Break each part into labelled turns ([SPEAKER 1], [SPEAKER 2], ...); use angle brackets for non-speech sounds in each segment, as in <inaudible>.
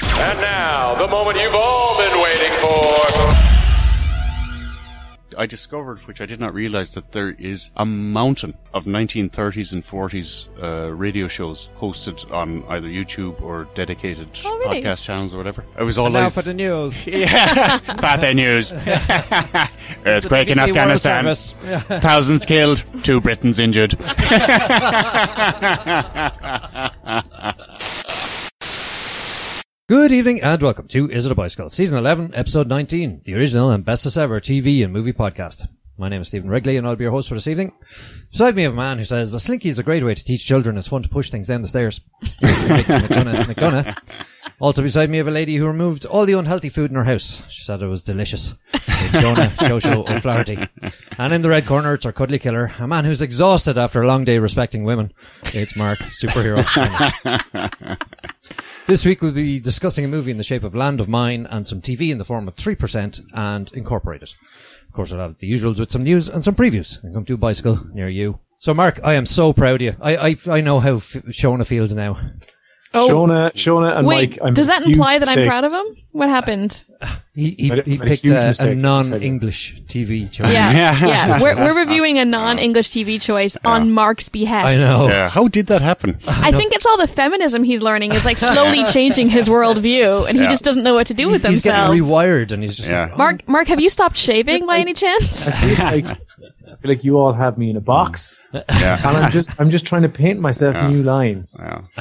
[SPEAKER 1] And now, the moment you've all been waiting for.
[SPEAKER 2] I discovered, which I did not realize, that there is a mountain of 1930s and 40s uh, radio shows hosted on either YouTube or dedicated
[SPEAKER 3] Oh, really?
[SPEAKER 2] podcast channels or whatever. It was all
[SPEAKER 4] Now
[SPEAKER 2] like
[SPEAKER 4] for the <laughs> news.
[SPEAKER 2] yeah, bad news.
[SPEAKER 4] <laughs>
[SPEAKER 2] Earthquake in
[SPEAKER 4] BBC World
[SPEAKER 2] Afghanistan.
[SPEAKER 4] Service. <laughs> Yeah.
[SPEAKER 2] Thousands killed, two Britons injured.
[SPEAKER 4] Good evening and welcome to Is It a Bicycle, Season 11, Episode 19, the original and bestest ever TV and movie podcast. My name is Stephen Wrigley and I'll be your host for this evening. Beside me I have a man who says, a slinky is a great way to teach children. It's fun to push things down the <laughs> stairs. McDonough, McDonough. Also beside me I have a lady who removed all the unhealthy food in her house. She said it was delicious. It's <laughs> Jonah Shosho O'Flaherty. And in the red corner, it's our cuddly killer, a man who's exhausted after a long day respecting women. It's Mark, superhero. <laughs> This week we'll be discussing a movie in the shape of Land of Mine and some TV in the form of 3% and Incorporated. Of course, I'll have the usuals with some news and some previews and come to a bicycle near you. So, Mark, I am so proud of you. I I, I know how F- Shona feels now.
[SPEAKER 3] Oh,
[SPEAKER 5] Shona, Shona, and
[SPEAKER 3] wait,
[SPEAKER 5] Mike. I'm
[SPEAKER 3] does that
[SPEAKER 5] huge
[SPEAKER 3] imply that I'm
[SPEAKER 5] mistake.
[SPEAKER 3] proud of him? What happened?
[SPEAKER 4] <laughs> He, he,
[SPEAKER 5] Made a-
[SPEAKER 4] he
[SPEAKER 5] made a
[SPEAKER 4] picked uh,
[SPEAKER 5] huge
[SPEAKER 4] a, a,
[SPEAKER 5] mistake.
[SPEAKER 4] non-English TV channel.
[SPEAKER 3] Yeah, yeah. We're, we're reviewing a non-English TV choice on Mark's behest.
[SPEAKER 4] <laughs> I know.
[SPEAKER 2] Yeah, Uh, how did that
[SPEAKER 4] <laughs>
[SPEAKER 2] happen?
[SPEAKER 3] I think it's all the feminism he's learning is like slowly changing his worldview, and he just doesn't know what to do with
[SPEAKER 4] He's
[SPEAKER 3] himself.
[SPEAKER 4] getting rewired and he's just
[SPEAKER 2] Yeah.
[SPEAKER 4] like,
[SPEAKER 3] Mark, Mark, have you stopped shaving by any
[SPEAKER 4] <laughs>
[SPEAKER 3] chance?
[SPEAKER 5] I feel like, I feel like you all have me in a box,
[SPEAKER 2] Yeah.
[SPEAKER 5] and I'm just I'm just trying to paint myself new lines.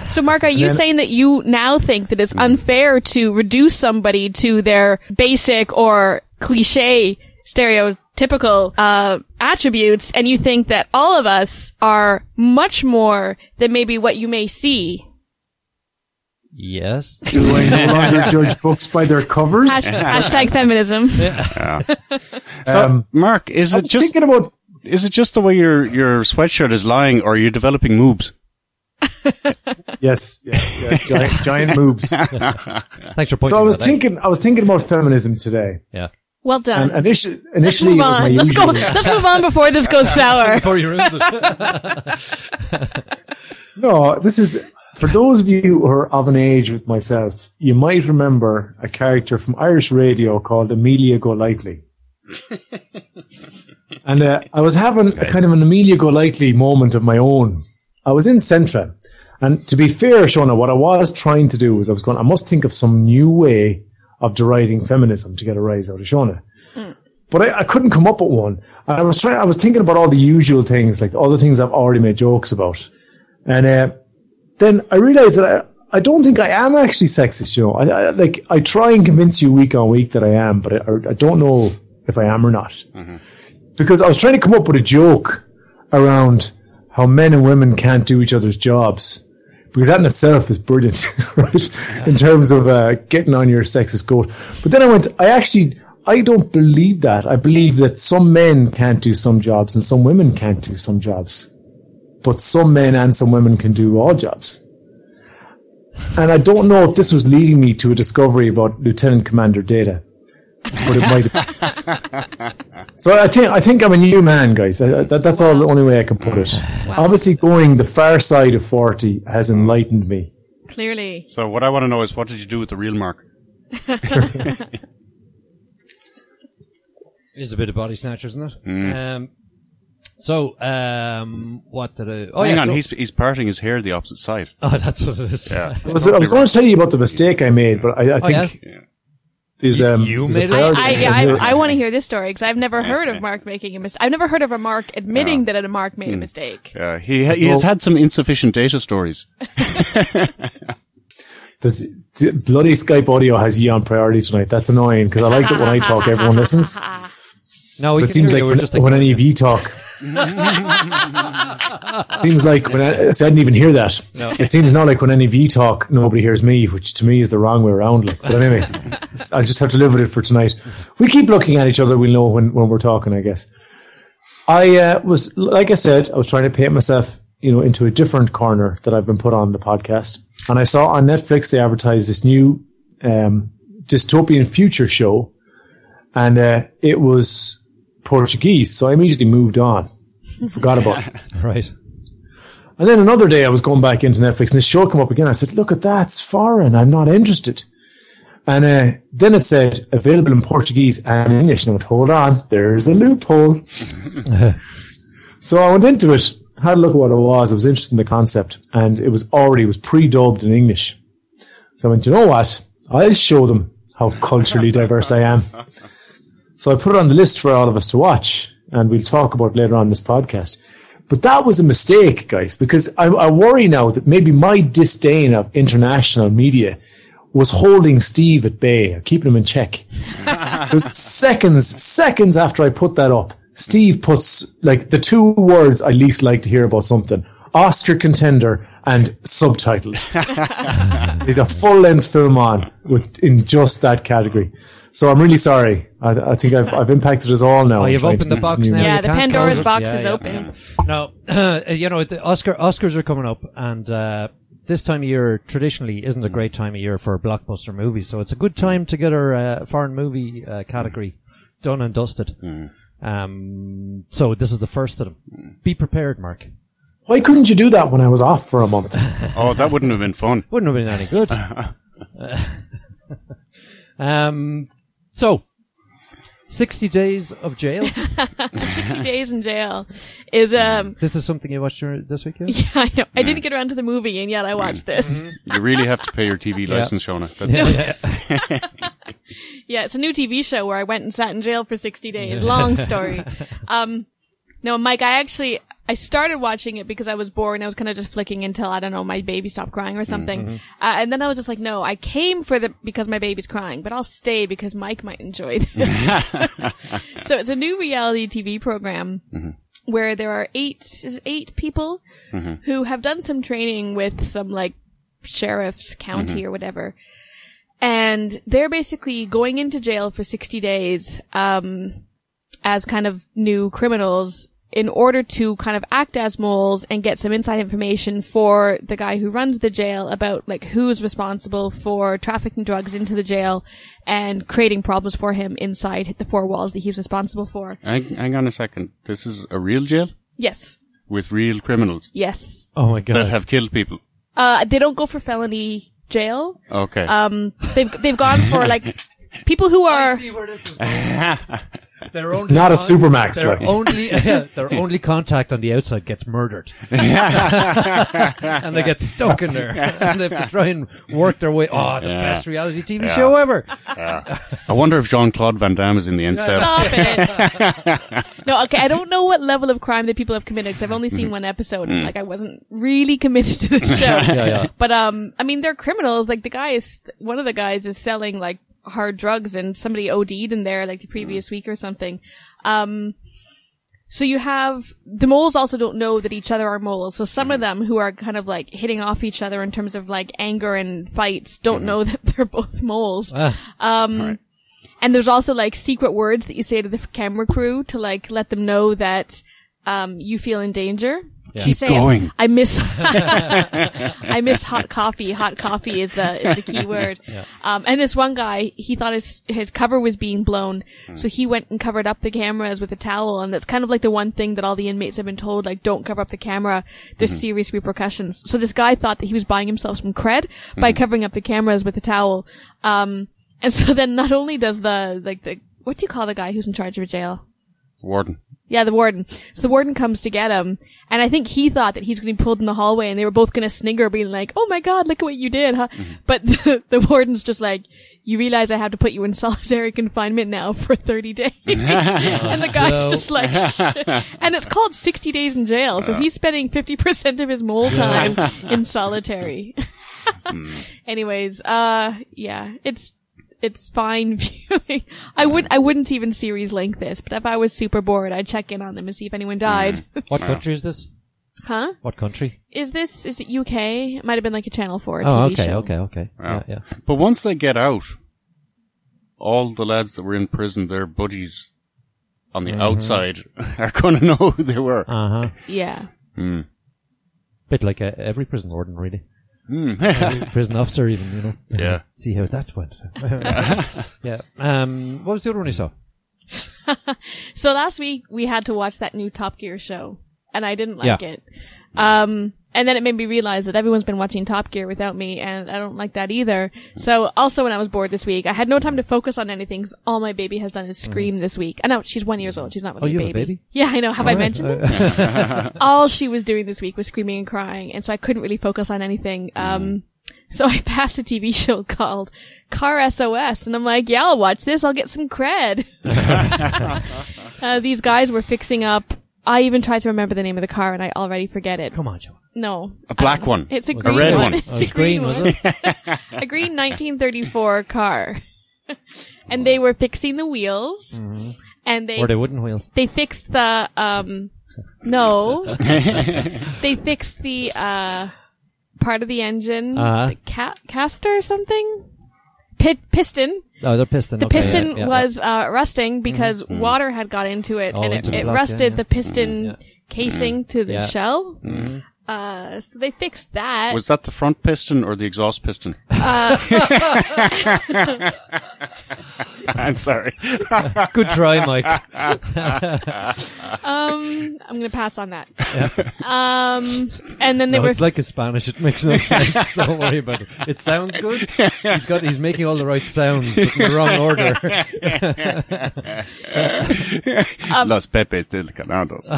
[SPEAKER 3] So, Mark, are you
[SPEAKER 5] Then-
[SPEAKER 3] saying that you now think that it's unfair to reduce somebody to their basic or cliche stereotypical uh, attributes, and you think that all of us are much more than maybe what you may see?
[SPEAKER 4] yes.
[SPEAKER 5] Do I no longer judge books by their covers?
[SPEAKER 3] Hash- hashtag feminism.
[SPEAKER 5] Um,
[SPEAKER 2] Mark, is
[SPEAKER 5] I
[SPEAKER 2] it
[SPEAKER 5] was
[SPEAKER 2] just
[SPEAKER 5] thinking about
[SPEAKER 2] is it just the way your your sweatshirt is lying, or are you developing moobs?
[SPEAKER 5] yes, yeah, yeah, giant, giant moves. So
[SPEAKER 4] Thanks for pointing
[SPEAKER 5] I was
[SPEAKER 4] that out.
[SPEAKER 5] thinking I was thinking about feminism today,
[SPEAKER 4] Yeah.
[SPEAKER 3] Well done.
[SPEAKER 5] and initially
[SPEAKER 3] Let's
[SPEAKER 5] initially
[SPEAKER 3] move
[SPEAKER 5] it was my
[SPEAKER 3] on. Let's go.
[SPEAKER 5] usual.
[SPEAKER 3] <laughs> Let's move on before this goes sour.
[SPEAKER 4] Before he ruins it. <laughs>
[SPEAKER 5] No, this is for those of you who are of an age with myself. You might remember a character from Irish radio called Amelia Golightly. and uh, I was having a kind of an Amelia Golightly moment of my own. I was in Centra, and to be fair, Shona, what I was trying to do was I was going. I must think of some new way of deriding feminism to get a rise out of Shona but I, I couldn't come up with one. And I was trying, I was thinking about all the usual things, like all the things I've already made jokes about. And uh, then I realized that I, I don't think I am actually sexist, you know. I, I, like, I try and convince you week on week that I am, but I, I don't know if I am or not. Because I was trying to come up with a joke around how men and women can't do each other's jobs. Because that in itself is brilliant, <laughs> right? In terms of uh, getting on your sexist goat. But then I went, I actually, I don't believe that. I believe that some men can't do some jobs and some women can't do some jobs. But some men and some women can do all jobs. And I don't know if this was leading me to a discovery about Lieutenant Commander Data. But it might have. so I think I think I'm a new man, guys. I, I- that, that's all the only way I can put it. Obviously, going the far side of forty has enlightened me.
[SPEAKER 3] Clearly.
[SPEAKER 2] So what I want to know is, what did you do with the real Mark?
[SPEAKER 4] It is a bit of body snatch, isn't it?
[SPEAKER 5] Mm.
[SPEAKER 4] Um, so, um, what did I? Oh,
[SPEAKER 2] Hang
[SPEAKER 4] yeah,
[SPEAKER 2] on,
[SPEAKER 4] so-
[SPEAKER 2] he's he's parting his hair the opposite side.
[SPEAKER 4] <laughs> Oh, that's what it is.
[SPEAKER 2] Yeah.
[SPEAKER 5] I was, I was going to tell you about the mistake I made, but I, I think there's um
[SPEAKER 4] You
[SPEAKER 5] there's a
[SPEAKER 4] made it?
[SPEAKER 5] priority
[SPEAKER 3] I,
[SPEAKER 5] here.
[SPEAKER 3] I, I, I want to hear this story because I've never heard of Mark making a mistake. I've never heard of a Mark admitting that a Mark made a mistake.
[SPEAKER 2] Yeah, he ha- he has
[SPEAKER 5] no-
[SPEAKER 2] had some insufficient data stories.
[SPEAKER 5] Does d- bloody Skype audio has you on priority tonight? That's annoying because I like that when I talk, everyone listens.
[SPEAKER 4] No,
[SPEAKER 5] But
[SPEAKER 4] we
[SPEAKER 5] it
[SPEAKER 4] can
[SPEAKER 5] seems
[SPEAKER 4] hear
[SPEAKER 5] like
[SPEAKER 4] you, we're
[SPEAKER 5] when,
[SPEAKER 4] just
[SPEAKER 5] when any of you talk,
[SPEAKER 4] <laughs>
[SPEAKER 5] seems like when I, so I didn't even hear that. It seems not like when any of you talk, nobody hears me, which to me is the wrong way around. Like,
[SPEAKER 4] <laughs>
[SPEAKER 5] but anyway, I just have to live with it for tonight. We keep looking at each other. We'll know when, when we're talking, I guess. I uh, was, like I said, I was trying to paint myself, you know, into a different corner that I've been put on the podcast. And I saw on Netflix they advertised this new um, dystopian future show, and uh, it was Portuguese. So I immediately moved on, forgot about it.
[SPEAKER 4] right.
[SPEAKER 5] And then another day I was going back into Netflix and this show came up again. I said, look at that, it's foreign. I'm not interested. And uh, then it said available in Portuguese and English. And I went, hold on, there's a loophole. so I went into it, had a look at what it was. I was interested in the concept, and it was already it was pre-dubbed in English. So I went, you know what? I'll show them how culturally diverse I am. So I put it on the list for all of us to watch, and we'll talk about it later on in this podcast. But that was a mistake, guys, because I, I worry now that maybe my disdain of international media was holding Steve at bay, or keeping him in check. it was seconds, seconds after I put that up. Steve puts like the two words I least like to hear about something: Oscar contender and subtitled. There's a full length film on with, in just that category. So I'm really sorry. I, I think I've, I've impacted us all now.
[SPEAKER 4] Oh,
[SPEAKER 5] in
[SPEAKER 4] you've
[SPEAKER 5] trying to
[SPEAKER 4] opened the
[SPEAKER 5] make some
[SPEAKER 4] box
[SPEAKER 5] new-
[SPEAKER 4] now.
[SPEAKER 3] Yeah,
[SPEAKER 4] you
[SPEAKER 3] the
[SPEAKER 4] can't
[SPEAKER 3] Pandora's
[SPEAKER 4] close it.
[SPEAKER 3] box
[SPEAKER 4] Yeah,
[SPEAKER 3] is
[SPEAKER 4] yeah.
[SPEAKER 3] open.
[SPEAKER 4] Now, <clears throat> you know, the Oscar Oscars are coming up, and uh, this time of year traditionally isn't a great time of year for blockbuster movies. So it's a good time to get our uh, foreign movie uh, category done and dusted. Um, so this is the first of them. Be prepared, Mark.
[SPEAKER 5] Why couldn't you do that when I was off for a month?
[SPEAKER 2] Oh, that wouldn't have been fun.
[SPEAKER 4] Wouldn't have been any good. <laughs> um, so. 60 Days of Jail.
[SPEAKER 3] 60 <laughs> days in jail is, um, <laughs>
[SPEAKER 4] this is something you watched during- this weekend?
[SPEAKER 3] yeah, I know. I didn't get around to the movie and yet I watched this.
[SPEAKER 2] You really have to pay your TV license, Shona. That's,
[SPEAKER 3] Yeah, it's a new TV show where I went and sat in jail for 60 days. Long story. um, no, Mike, I actually, I started watching it because I was bored and I was kind of just flicking until, I don't know, my baby stopped crying or something. Uh, and then I was just like, no, I came for the, because my baby's crying, but I'll stay because Mike might enjoy this. so it's a new reality TV program. Where there are eight is it eight people who have done some training with some like sheriff's county or whatever, and they're basically going into jail for 60 days um, as kind of new criminals in order to kind of act as moles and get some inside information for the guy who runs the jail about like who's responsible for trafficking drugs into the jail and creating problems for him inside the four walls that he's responsible for.
[SPEAKER 2] hang, hang on a second. This is a real jail
[SPEAKER 3] Yes.
[SPEAKER 2] with real criminals
[SPEAKER 3] Yes.
[SPEAKER 4] <laughs> Oh my god.
[SPEAKER 2] that have killed people.
[SPEAKER 3] Uh, they don't go for felony jail.
[SPEAKER 2] Okay.
[SPEAKER 3] Um, they've, they've gone for like people who are,
[SPEAKER 4] <laughs> Their
[SPEAKER 5] It's
[SPEAKER 4] only
[SPEAKER 5] not a
[SPEAKER 4] con-
[SPEAKER 5] Supermax,
[SPEAKER 4] Their
[SPEAKER 5] like.
[SPEAKER 4] only their only contact on the outside gets murdered, <laughs> and they get stuck in there, and they have to try and work their way. Oh, the
[SPEAKER 2] Yeah.
[SPEAKER 4] best reality TV show ever!
[SPEAKER 2] I wonder if Jean Claude Van Damme is in the end cell.
[SPEAKER 3] Stop it. <laughs> Mm-hmm. no, okay. I don't know what level of crime that people have committed because I've only seen one episode. And, like I wasn't really committed to the show.
[SPEAKER 4] yeah.
[SPEAKER 3] But um, I mean, they're criminals. Like the guy is one of the guys is selling like hard drugs, and somebody OD'd in there like the previous week or something. Um, so you have the moles also don't know that each other are moles. So some of them who are kind of like hitting off each other in terms of like anger and fights don't know <laughs> that they're both moles. um, and there's also like secret words that you say to the camera crew to like let them know that um, you feel in danger. You
[SPEAKER 2] Keep
[SPEAKER 3] say,
[SPEAKER 2] going.
[SPEAKER 3] I miss, I miss hot coffee. Hot coffee is the is the key word. Um, and this one guy, he thought his his cover was being blown, so he went and covered up the cameras with a towel. And that's kind of like the one thing that all the inmates have been told: like, don't cover up the camera. There's serious repercussions. So this guy thought that he was buying himself some cred by covering up the cameras with a towel. Um, and so then not only does the like the what do you call the guy who's in charge of a jail?
[SPEAKER 2] Warden.
[SPEAKER 3] Yeah, the warden. So the warden comes to get him, and I think he thought that he's going to be pulled in the hallway, and they were both going to snigger, being like, "Oh my god, look at what you did!" Huh? But <laughs> the, the warden's just like, "You realize I have to put you in <laughs> solitary confinement now for thirty days," <laughs> and the guy's
[SPEAKER 4] No.
[SPEAKER 3] just <laughs> like, "Shit." "And it's called sixty days in jail, so he's spending fifty percent of his mole time <laughs> in solitary." <laughs> Mm. Anyways, uh, yeah, it's it's fine <laughs> viewing. I wouldn't I wouldn't even series link this, but if I was super bored, I'd check in on them and see if anyone died.
[SPEAKER 4] What country is this?
[SPEAKER 3] <laughs> huh?
[SPEAKER 4] What country?
[SPEAKER 3] Is this is it UK? It might have been like a Channel Four TV
[SPEAKER 4] Oh, okay,
[SPEAKER 3] show.
[SPEAKER 4] okay, okay.
[SPEAKER 2] Wow.
[SPEAKER 4] Yeah, yeah.
[SPEAKER 2] But once they get out, all the lads that were in prison, their buddies on the outside <laughs> are going to know who they were.
[SPEAKER 4] Uh huh.
[SPEAKER 3] Yeah.
[SPEAKER 4] Bit like uh, every prison warden, really. Every prison officer, even you know.
[SPEAKER 2] Yeah.
[SPEAKER 4] <laughs>
[SPEAKER 2] <laughs>
[SPEAKER 4] See how that went. yeah. Um. What was the other one you saw?
[SPEAKER 3] So last week we had to watch that new Top Gear show, and I didn't like
[SPEAKER 4] Yeah.
[SPEAKER 3] it. Um, And then it made me realize that everyone's been watching Top Gear without me, and I don't like that either. So also when I was bored this week, I had no time to focus on anything 'cause all my baby has done is scream this week. I know she's one years old. She's not really
[SPEAKER 4] Mm. Oh, you
[SPEAKER 3] a,
[SPEAKER 4] have a
[SPEAKER 3] baby.
[SPEAKER 4] baby?
[SPEAKER 3] Yeah, I know. Have I mentioned it?
[SPEAKER 4] <laughs>
[SPEAKER 3] all she was doing this week was screaming and crying, and so I couldn't really focus on anything.
[SPEAKER 4] Mm.
[SPEAKER 3] Um, so I passed a TV show called Car SOS, and I'm like, yeah, I'll watch this. I'll get some
[SPEAKER 2] <laughs>
[SPEAKER 3] cred. <laughs> uh, these guys were fixing up. I even tried to remember the name of the car, and I already forget it.
[SPEAKER 4] Come on, Joe.
[SPEAKER 3] No, Um,
[SPEAKER 2] A black one.
[SPEAKER 3] it's a
[SPEAKER 2] Was it
[SPEAKER 3] green
[SPEAKER 2] a red one.
[SPEAKER 3] <laughs> It's
[SPEAKER 4] Oh,
[SPEAKER 3] a
[SPEAKER 4] it's green, was
[SPEAKER 3] one.
[SPEAKER 4] it?
[SPEAKER 3] <laughs> a green 1934 car, <laughs> and they were fixing the wheels,
[SPEAKER 2] Mm-hmm.
[SPEAKER 3] and they
[SPEAKER 4] Or they wooden wheels.
[SPEAKER 3] they fixed the um
[SPEAKER 2] <laughs>
[SPEAKER 3] no they fixed the uh part of the engine
[SPEAKER 4] Uh-huh.
[SPEAKER 3] the ca- caster or something Pit- piston
[SPEAKER 4] Oh, they're piston.
[SPEAKER 3] the
[SPEAKER 4] okay, yeah,
[SPEAKER 3] piston
[SPEAKER 4] yeah,
[SPEAKER 3] was Uh, rusting because water had got into it
[SPEAKER 4] Oh,
[SPEAKER 3] and
[SPEAKER 4] into
[SPEAKER 3] it,
[SPEAKER 4] the
[SPEAKER 3] it
[SPEAKER 4] block, yeah,
[SPEAKER 3] rusted
[SPEAKER 4] yeah. Mm-hmm,
[SPEAKER 3] the piston
[SPEAKER 4] Yeah.
[SPEAKER 3] casing to the
[SPEAKER 4] Yeah. Mm-hmm.
[SPEAKER 3] shell uh so they fixed that
[SPEAKER 2] Was that the front piston or the exhaust piston? Uh, <laughs> I'm <laughs> sorry.
[SPEAKER 4] yeah. Good try, Mike. <laughs>
[SPEAKER 3] um i'm gonna pass on
[SPEAKER 4] <laughs>
[SPEAKER 3] that um and then they
[SPEAKER 4] No,
[SPEAKER 3] were
[SPEAKER 4] it's like his Spanish. It makes no sense. <laughs> Don't worry about it. It sounds good. <laughs> He's got. He's making all the right sounds but in the wrong <laughs> order.
[SPEAKER 2] Los Pepes del Canados.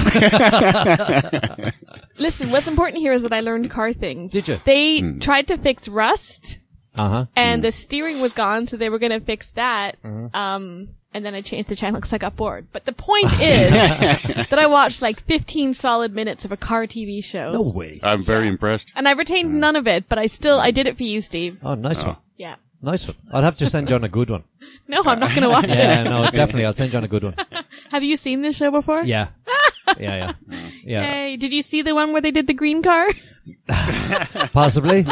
[SPEAKER 3] listen what's important here is that i learned car things
[SPEAKER 4] Did you?
[SPEAKER 3] they tried to fix rust
[SPEAKER 4] Uh huh.
[SPEAKER 3] and the steering was gone, so they were gonna fix that.
[SPEAKER 4] Mm-hmm.
[SPEAKER 3] Um, and then I changed the channel because I got bored. But the
[SPEAKER 4] <laughs>
[SPEAKER 3] point is that I watched like 15 solid minutes of a car TV show,
[SPEAKER 4] No Mm. way.
[SPEAKER 2] I'm very impressed.
[SPEAKER 3] and I retained none of it. But I still I did it for you, Steve.
[SPEAKER 4] Oh, nice one.
[SPEAKER 3] Yeah.
[SPEAKER 4] Nice one. I'll have to send John a good one.
[SPEAKER 3] No, I'm not gonna watch it.
[SPEAKER 4] <laughs> Yeah, no, definitely. I'll send John a good <laughs> one.
[SPEAKER 3] Have you seen this show before?
[SPEAKER 4] Yeah. Yeah, yeah. Yeah.
[SPEAKER 3] Hey, did you see the one where they did the green car?
[SPEAKER 4] <laughs> Possibly.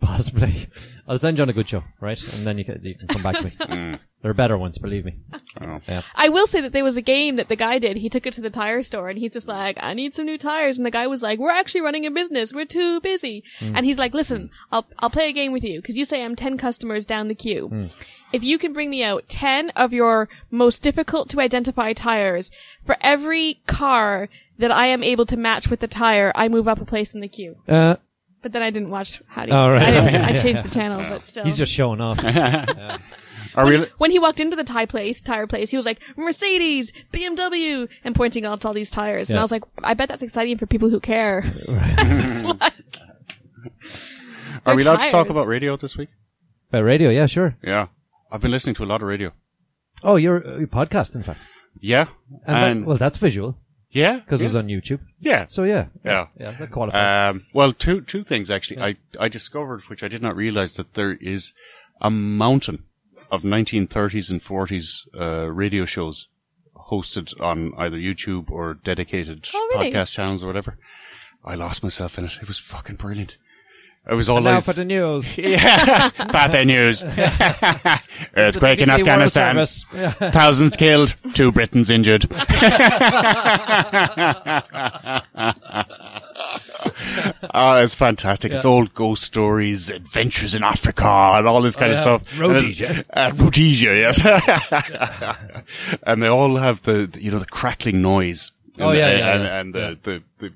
[SPEAKER 4] Possibly. I'll send John a good show, right? And then you can, you can come back to me. There are better ones, believe me.
[SPEAKER 3] I will say that there was a game that the guy did. He took it to the tire store and he's just like, I need some new tires. And the guy was like, we're actually running a business. We're too busy.
[SPEAKER 4] Hmm.
[SPEAKER 3] And he's like, listen, I'll, I'll play a game with you because you say I'm 10 customers down the queue.
[SPEAKER 4] Hmm.
[SPEAKER 3] If you can bring me out 10 of your most difficult to identify tires for every car that I am able to match with the tire, I move up a place in the queue.
[SPEAKER 4] Uh,
[SPEAKER 3] But then I didn't watch Howdy.
[SPEAKER 4] All Oh, right.
[SPEAKER 3] I,
[SPEAKER 4] <laughs>
[SPEAKER 3] didn't- I changed the channel, but still.
[SPEAKER 4] he's just showing <laughs> off.
[SPEAKER 2] Are we?
[SPEAKER 3] When he walked into the tire place, tire place, he was like Mercedes, BMW, and pointing out to all these tires. And
[SPEAKER 4] Yeah.
[SPEAKER 3] I was like, I bet that's exciting for people who care. <laughs> It's like-
[SPEAKER 2] Are we allowed to talk
[SPEAKER 3] tires.
[SPEAKER 2] about radio this week?
[SPEAKER 4] By radio, yeah, sure.
[SPEAKER 2] Yeah, I've been listening to a lot of radio.
[SPEAKER 4] Oh, your, uh, your podcast, in fact.
[SPEAKER 2] Yeah,
[SPEAKER 4] And, that-
[SPEAKER 2] and
[SPEAKER 4] well, that's visual
[SPEAKER 2] yeah,
[SPEAKER 4] because
[SPEAKER 2] yeah,
[SPEAKER 4] it's on YouTube.
[SPEAKER 2] yeah.
[SPEAKER 4] So yeah,
[SPEAKER 2] Yeah.
[SPEAKER 4] yeah, that qualifies.
[SPEAKER 2] Um, well, two two things actually. I I discovered, which I did not realize, that there is a mountain of 1930s and 40s uh, radio shows hosted on either YouTube or dedicated
[SPEAKER 3] Oh, really?
[SPEAKER 2] podcast channels or whatever. I lost myself in it. It was fucking brilliant. It was all
[SPEAKER 4] now
[SPEAKER 2] I
[SPEAKER 4] for the news.
[SPEAKER 2] Pathé
[SPEAKER 4] <laughs>
[SPEAKER 2] news. Earthquake in
[SPEAKER 4] BBC World
[SPEAKER 2] Afghanistan.
[SPEAKER 4] Service. <laughs> Yeah.
[SPEAKER 2] Thousands killed. Two Britons <laughs> injured. oh, it's fantastic. It's all ghost stories, adventures in Africa, and all this kind
[SPEAKER 4] yeah.
[SPEAKER 2] of stuff.
[SPEAKER 4] Rhodesia.
[SPEAKER 2] Uh, Rhodesia, yes. <laughs> and they all have the, the- you know, the crackling noise.
[SPEAKER 4] Oh,
[SPEAKER 2] and,
[SPEAKER 4] yeah,
[SPEAKER 2] the-
[SPEAKER 4] yeah,
[SPEAKER 2] and,
[SPEAKER 4] yeah.
[SPEAKER 2] and the, the, the,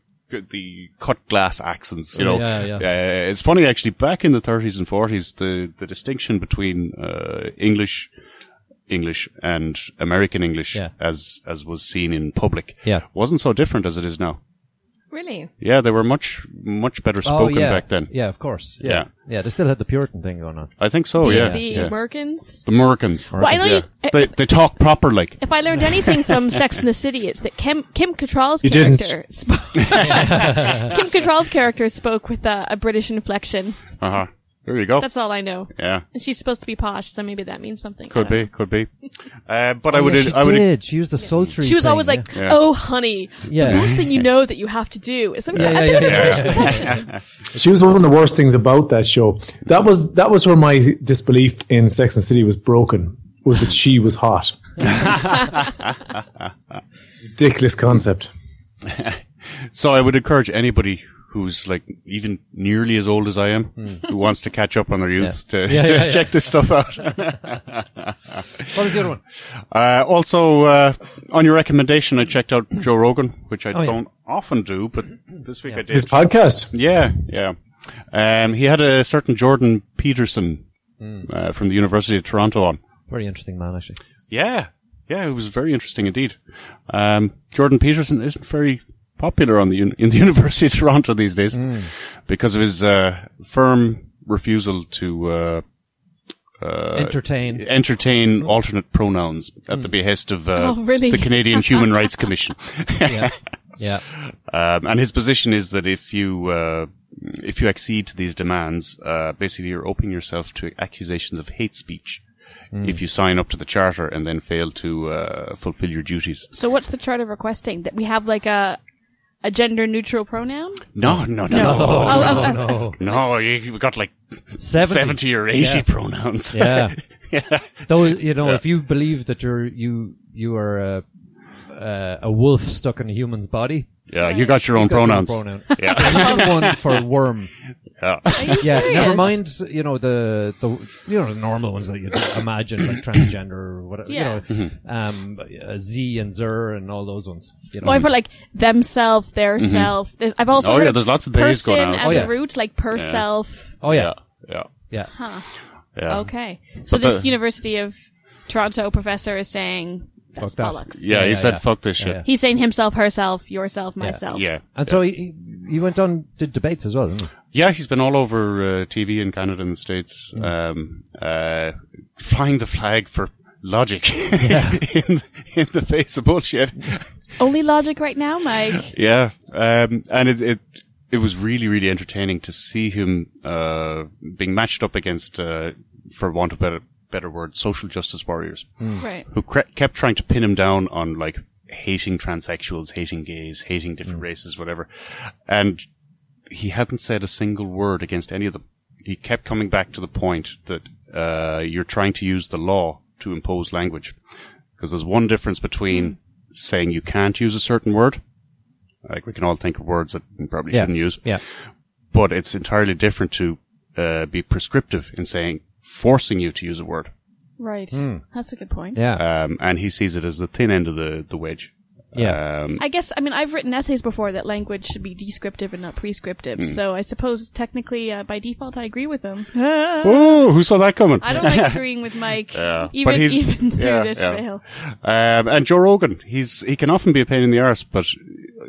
[SPEAKER 2] the cut glass accents, you know.
[SPEAKER 4] Yeah, yeah.
[SPEAKER 2] Uh, it's funny actually. Back in the 30s and 40s, the the distinction between uh, English English and American English,
[SPEAKER 4] Yeah.
[SPEAKER 2] as as was seen in public,
[SPEAKER 4] Yeah.
[SPEAKER 2] wasn't so different as it is now.
[SPEAKER 3] really?
[SPEAKER 2] Yeah, they were much much better spoken
[SPEAKER 4] oh, yeah.
[SPEAKER 2] back then.
[SPEAKER 4] Yeah, of course. Yeah.
[SPEAKER 2] Yeah.
[SPEAKER 4] yeah, They still had the Puritan thing going on.
[SPEAKER 2] I think so.
[SPEAKER 4] Yeah.
[SPEAKER 2] Oh, Yeah,
[SPEAKER 3] The
[SPEAKER 2] yeah.
[SPEAKER 3] Americans.
[SPEAKER 2] the Americans.
[SPEAKER 3] Well, I know you- eh,
[SPEAKER 2] Yeah. they they talk proper like.
[SPEAKER 3] If I learned anything
[SPEAKER 2] <laughs>
[SPEAKER 3] from Sex and the City, it's that Kim, Kim Cattrall's
[SPEAKER 5] You didn't.
[SPEAKER 3] character
[SPEAKER 2] <laughs>
[SPEAKER 3] spoke. Kim Cattrall's character spoke with a, a British inflection.
[SPEAKER 2] Uh huh. There you go.
[SPEAKER 3] That's all I know.
[SPEAKER 2] yeah,
[SPEAKER 3] And she's supposed to be posh, so maybe that means something. I
[SPEAKER 2] could
[SPEAKER 3] don't know.
[SPEAKER 2] be, could be. Uh, but I
[SPEAKER 4] Oh,
[SPEAKER 2] would,
[SPEAKER 4] yeah, she
[SPEAKER 2] I would.
[SPEAKER 4] did. She used the sultry.
[SPEAKER 3] She was
[SPEAKER 4] thing,
[SPEAKER 3] always
[SPEAKER 4] yeah.
[SPEAKER 3] like,
[SPEAKER 2] Yeah.
[SPEAKER 3] "Oh, honey,
[SPEAKER 4] Yeah.
[SPEAKER 3] the best thing you know that you have to do is something."
[SPEAKER 4] Yeah,
[SPEAKER 3] I
[SPEAKER 4] yeah,
[SPEAKER 3] think
[SPEAKER 4] yeah,
[SPEAKER 3] it's British <laughs> inflection.
[SPEAKER 5] She was one of the worst things about that show. That was that was where my disbelief in Sex and the City was broken. Was that she was hot? It's a ridiculous concept.
[SPEAKER 2] So I would encourage anybody who's like even nearly as old as I am who wants to catch up on their youth to,
[SPEAKER 4] Hmm.
[SPEAKER 2] <laughs>
[SPEAKER 4] Yeah,
[SPEAKER 2] to
[SPEAKER 4] yeah, yeah.
[SPEAKER 2] check this stuff out.
[SPEAKER 4] What was the other one?
[SPEAKER 2] Uh, also, uh, on your recommendation, I checked out Joe Rogan, which I
[SPEAKER 3] Oh,
[SPEAKER 4] yeah.
[SPEAKER 2] don't often do, but this week I did.
[SPEAKER 5] His podcast.
[SPEAKER 2] Yeah, yeah. Um, he had a certain Jordan Peterson
[SPEAKER 3] Hmm.
[SPEAKER 2] uh, from the University of Toronto on.
[SPEAKER 4] Very interesting man, actually.
[SPEAKER 2] Yeah, yeah, it was very interesting indeed. Um, Jordan Peterson isn't very popular on the un- in the <laughs> University of Toronto these days
[SPEAKER 3] Hmm.
[SPEAKER 2] because of his uh, firm refusal to uh,
[SPEAKER 4] Entertain.
[SPEAKER 2] entertain alternate pronouns at the behest of uh,
[SPEAKER 3] Hmm. Oh, really?
[SPEAKER 2] the Canadian
[SPEAKER 3] <laughs>
[SPEAKER 2] Human Rights Commission. <laughs>
[SPEAKER 4] yeah. Yeah.
[SPEAKER 2] Um, and his position is that if you uh, if you accede to these demands, uh, basically you're opening yourself to accusations of hate speech if you sign up to the charter and then fail to uh, fulfill your duties.
[SPEAKER 3] So what's the charter requesting? That we have like a a gender neutral pronoun?
[SPEAKER 2] No, no, no, no.
[SPEAKER 3] Oh, oh, oh,
[SPEAKER 4] No.
[SPEAKER 2] you we got like
[SPEAKER 4] 70.
[SPEAKER 2] seventy or eighty
[SPEAKER 4] Yeah.
[SPEAKER 2] pronouns.
[SPEAKER 4] Yeah. Though, you know, if you believe that you're, you, you are a, uh, a wolf stuck in a human's body,
[SPEAKER 2] <laughs> yeah, you got your own
[SPEAKER 4] got your own
[SPEAKER 2] pronouns.
[SPEAKER 4] pronoun.
[SPEAKER 2] Yeah,
[SPEAKER 4] <laughs> Another one for worm.
[SPEAKER 2] yeah.
[SPEAKER 3] Are you
[SPEAKER 4] Yeah, never
[SPEAKER 3] serious?
[SPEAKER 4] mind. You know the the you know the normal ones that you <coughs> imagine like transgender or whatever.
[SPEAKER 3] Yeah.
[SPEAKER 4] You know, um, uh, Z and Zer and all those ones. You know.
[SPEAKER 3] Or for like themself, their self. There's, I've also
[SPEAKER 2] Oh,
[SPEAKER 3] heard
[SPEAKER 2] yeah,
[SPEAKER 3] of
[SPEAKER 2] there's lots of days
[SPEAKER 3] person
[SPEAKER 2] going out.
[SPEAKER 3] as
[SPEAKER 4] Oh, yeah.
[SPEAKER 3] a root, like per self.
[SPEAKER 4] oh yeah,
[SPEAKER 2] yeah,
[SPEAKER 4] yeah.
[SPEAKER 3] Huh.
[SPEAKER 2] yeah.
[SPEAKER 3] Okay. So
[SPEAKER 2] But
[SPEAKER 3] this
[SPEAKER 2] the-
[SPEAKER 3] University of Toronto professor is saying that's
[SPEAKER 4] that.
[SPEAKER 3] bollocks.
[SPEAKER 2] Yeah, he
[SPEAKER 4] Yeah,
[SPEAKER 2] said,
[SPEAKER 4] yeah.
[SPEAKER 2] "Fuck this
[SPEAKER 4] Yeah,
[SPEAKER 2] shit."
[SPEAKER 3] He's saying himself, herself, yourself, myself.
[SPEAKER 2] yeah.
[SPEAKER 4] And so he, he went on did debates as well. Didn't he?
[SPEAKER 2] Yeah, he's been all over uh, TV in Canada and the States, um, uh, flying the flag for logic <laughs> in, in the face of bullshit.
[SPEAKER 3] It's only logic right now, Mike.
[SPEAKER 2] <laughs> Yeah, um, and it, it it was really really entertaining to see him uh, being matched up against, uh, for want of a better better word, social justice warriors
[SPEAKER 3] right.
[SPEAKER 2] who cre- kept trying to pin him down on like hating transsexuals, hating gays, hating different races, whatever. And he hadn't said a single word against any of them. He kept coming back to the point that uh, you're trying to use the law to impose language, because there's one difference between saying you can't use a certain word. Like we can all think of words that we probably
[SPEAKER 4] Yeah.
[SPEAKER 2] shouldn't use
[SPEAKER 4] Yeah,
[SPEAKER 2] but it's entirely different to uh, be prescriptive in saying forcing you to use a word.
[SPEAKER 3] Right. That's a good point.
[SPEAKER 4] yeah,
[SPEAKER 2] Um, and he sees it as the thin end of the the wedge.
[SPEAKER 4] yeah.
[SPEAKER 2] Um,
[SPEAKER 3] I guess I mean I've written essays before that language should be descriptive and not prescriptive.
[SPEAKER 2] Hmm.
[SPEAKER 3] So I suppose technically uh, by default I agree with him. I
[SPEAKER 2] oh, who saw that coming? <laughs>
[SPEAKER 3] don't like agreeing with Mike even
[SPEAKER 2] But he's-
[SPEAKER 3] even through
[SPEAKER 2] yeah,
[SPEAKER 3] this
[SPEAKER 2] yeah.
[SPEAKER 3] veil.
[SPEAKER 2] Um, and Joe Rogan, he's he can often be a pain in the arse, but uh,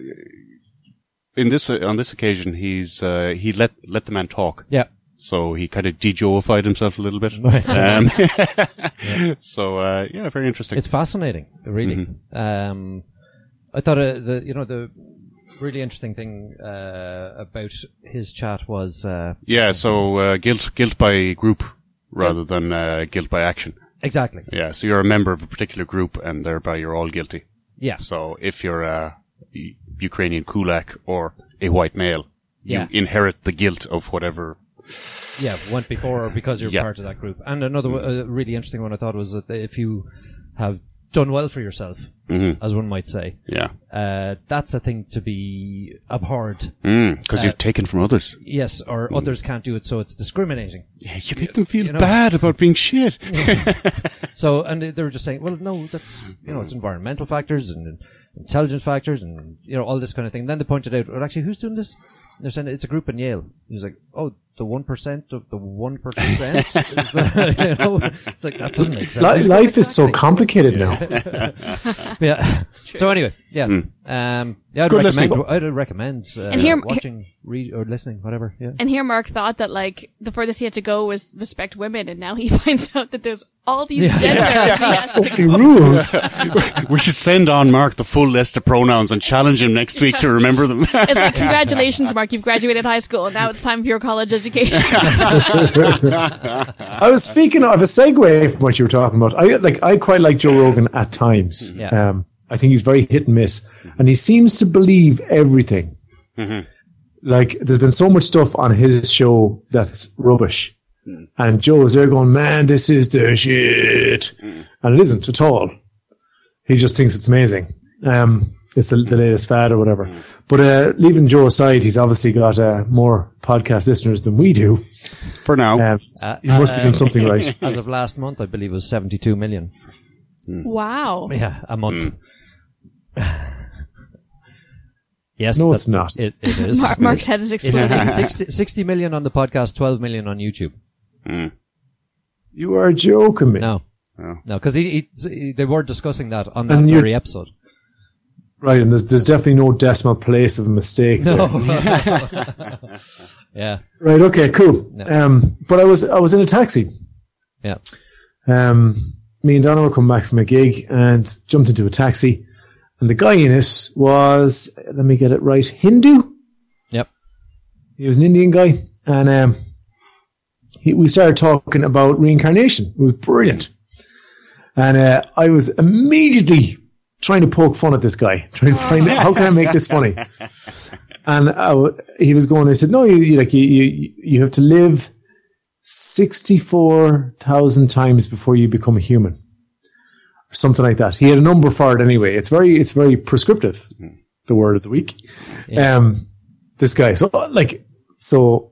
[SPEAKER 2] in this on this occasion, he's uh, he let let the man talk.
[SPEAKER 4] yeah.
[SPEAKER 2] So he kind of de-Joeified himself a little bit.
[SPEAKER 4] Right. <laughs>
[SPEAKER 2] Um, <laughs> So uh, yeah, very interesting.
[SPEAKER 4] It's fascinating, really. Um, I thought uh, the you know the really interesting thing uh, about his chat was uh,
[SPEAKER 2] yeah. So uh, guilt guilt by group rather than uh, guilt by action.
[SPEAKER 4] exactly
[SPEAKER 2] Yeah. So you're a member of a particular group, and thereby you're all guilty.
[SPEAKER 4] yeah
[SPEAKER 2] So if you're a U- Ukrainian kulak or a white male,
[SPEAKER 4] Yeah.
[SPEAKER 2] you inherit the guilt of whatever.
[SPEAKER 4] Yeah, went before or because you're
[SPEAKER 2] Yeah.
[SPEAKER 4] part of that group. And another uh, really interesting one I thought was that if you have done well for yourself, as one might say,
[SPEAKER 2] Yeah.
[SPEAKER 4] uh, that's a thing to be abhorred.
[SPEAKER 2] Because Mm, you've
[SPEAKER 3] Uh,
[SPEAKER 2] taken from others.
[SPEAKER 4] Yes, or others can't do it, so it's discriminating.
[SPEAKER 2] Yeah, you make them feel
[SPEAKER 4] you know-
[SPEAKER 2] bad about being shit.
[SPEAKER 4] So, and they- they were just saying, well, no, that's you know, it's environmental factors and intelligence factors and you know all this kind of thing. Then they pointed out, well, actually, who's doing this? And They're saying it's a group in Yale. He was like, oh, the one percent of the one percent. <laughs> you know, it's like that doesn't make sense.
[SPEAKER 5] Li- life is so complicated now.
[SPEAKER 4] Yeah. So anyway,
[SPEAKER 5] Hmm.
[SPEAKER 4] yes. Um, yeah, I'd
[SPEAKER 2] good
[SPEAKER 4] recommend.
[SPEAKER 2] listening.
[SPEAKER 4] I'd recommend uh,
[SPEAKER 3] And here-
[SPEAKER 4] watching, read, or listening, whatever. Yeah.
[SPEAKER 3] And here Mark thought that like the furthest he had to go was respect women, and now he <laughs> finds out that there's all these genders. he has
[SPEAKER 5] So
[SPEAKER 3] to-
[SPEAKER 5] many rules.
[SPEAKER 2] we should send on Mark the full list of pronouns and challenge him next week to remember them. <laughs>
[SPEAKER 3] It's like congratulations, Mark, you've graduated high school, and now it's time for your college
[SPEAKER 2] <laughs>
[SPEAKER 3] education. <laughs>
[SPEAKER 5] I was speaking of a segue from what you were talking about. I like I quite like Joe Rogan at times.
[SPEAKER 4] Yeah.
[SPEAKER 5] Um, I think he's very hit and miss, and he seems to believe everything. Like there's been so much stuff on his show that's rubbish, and Joe's there going, "Man, this is the shit," and it isn't at all. He just thinks it's amazing. Um, it's the, the latest fad or whatever. But uh, leaving Joe aside, he's obviously got uh, more podcast listeners than we do.
[SPEAKER 2] For now.
[SPEAKER 5] Um,
[SPEAKER 4] Uh,
[SPEAKER 5] he must be doing
[SPEAKER 4] um,
[SPEAKER 5] something
[SPEAKER 4] <laughs>
[SPEAKER 5] right.
[SPEAKER 3] Hmm.
[SPEAKER 4] As of last month, I believe it was seventy-two million.
[SPEAKER 3] wow.
[SPEAKER 4] Yeah, a month. <laughs> Yes,
[SPEAKER 5] Hmm. No,
[SPEAKER 4] that-
[SPEAKER 5] it's not.
[SPEAKER 4] It, it
[SPEAKER 3] <laughs>
[SPEAKER 4] is.
[SPEAKER 3] Mar- Mark's head is
[SPEAKER 4] It's
[SPEAKER 3] exploding.
[SPEAKER 4] it's 60, 60 million on the podcast, 12 million on YouTube.
[SPEAKER 5] You are joking me.
[SPEAKER 4] No.
[SPEAKER 2] No.
[SPEAKER 4] No, because he, he, they were discussing that on that
[SPEAKER 5] And you-
[SPEAKER 4] very
[SPEAKER 5] <laughs>
[SPEAKER 4] episode. <laughs>
[SPEAKER 5] Right, and there's, there's definitely no decimal place of a mistake. there.
[SPEAKER 4] Yeah.
[SPEAKER 5] Right, okay, cool. Um, but I was I was in a taxi.
[SPEAKER 4] Yeah.
[SPEAKER 5] Um, me and Donna were coming back from a gig and jumped into a taxi. And the guy in it was, let me get it right, Hindu.
[SPEAKER 4] Yep.
[SPEAKER 5] He was an Indian guy. And um, he, we started talking about reincarnation. It was brilliant. And uh, I was immediately trying to poke fun at this guy, <laughs> trying to find out how can I make this funny. And I w- he was going, I said, no, you, you like you, you, you have to live 64,000 times before you become a human or something like that. He had a number for it anyway. It's very, it's very prescriptive. The word of the week. Um, this guy. So like, so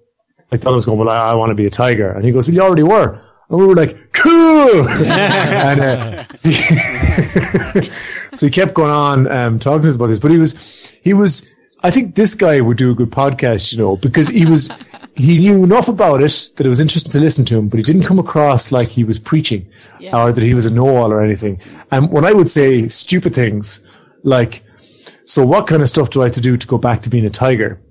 [SPEAKER 5] I thought I was going, well, I, I want to be a tiger. And he goes, well, you already were. And we were like, cool. <laughs> and, uh, <laughs> so he kept going on, um, talking to us about this, but he was, he was, I think this guy would do a good podcast, you know, because he was, he knew enough about it that it was interesting to listen to him, but he didn't come across like he was preaching or that he was a know-all or anything. And when I would say stupid things like, so what kind of stuff do I have to do to go back to being a tiger?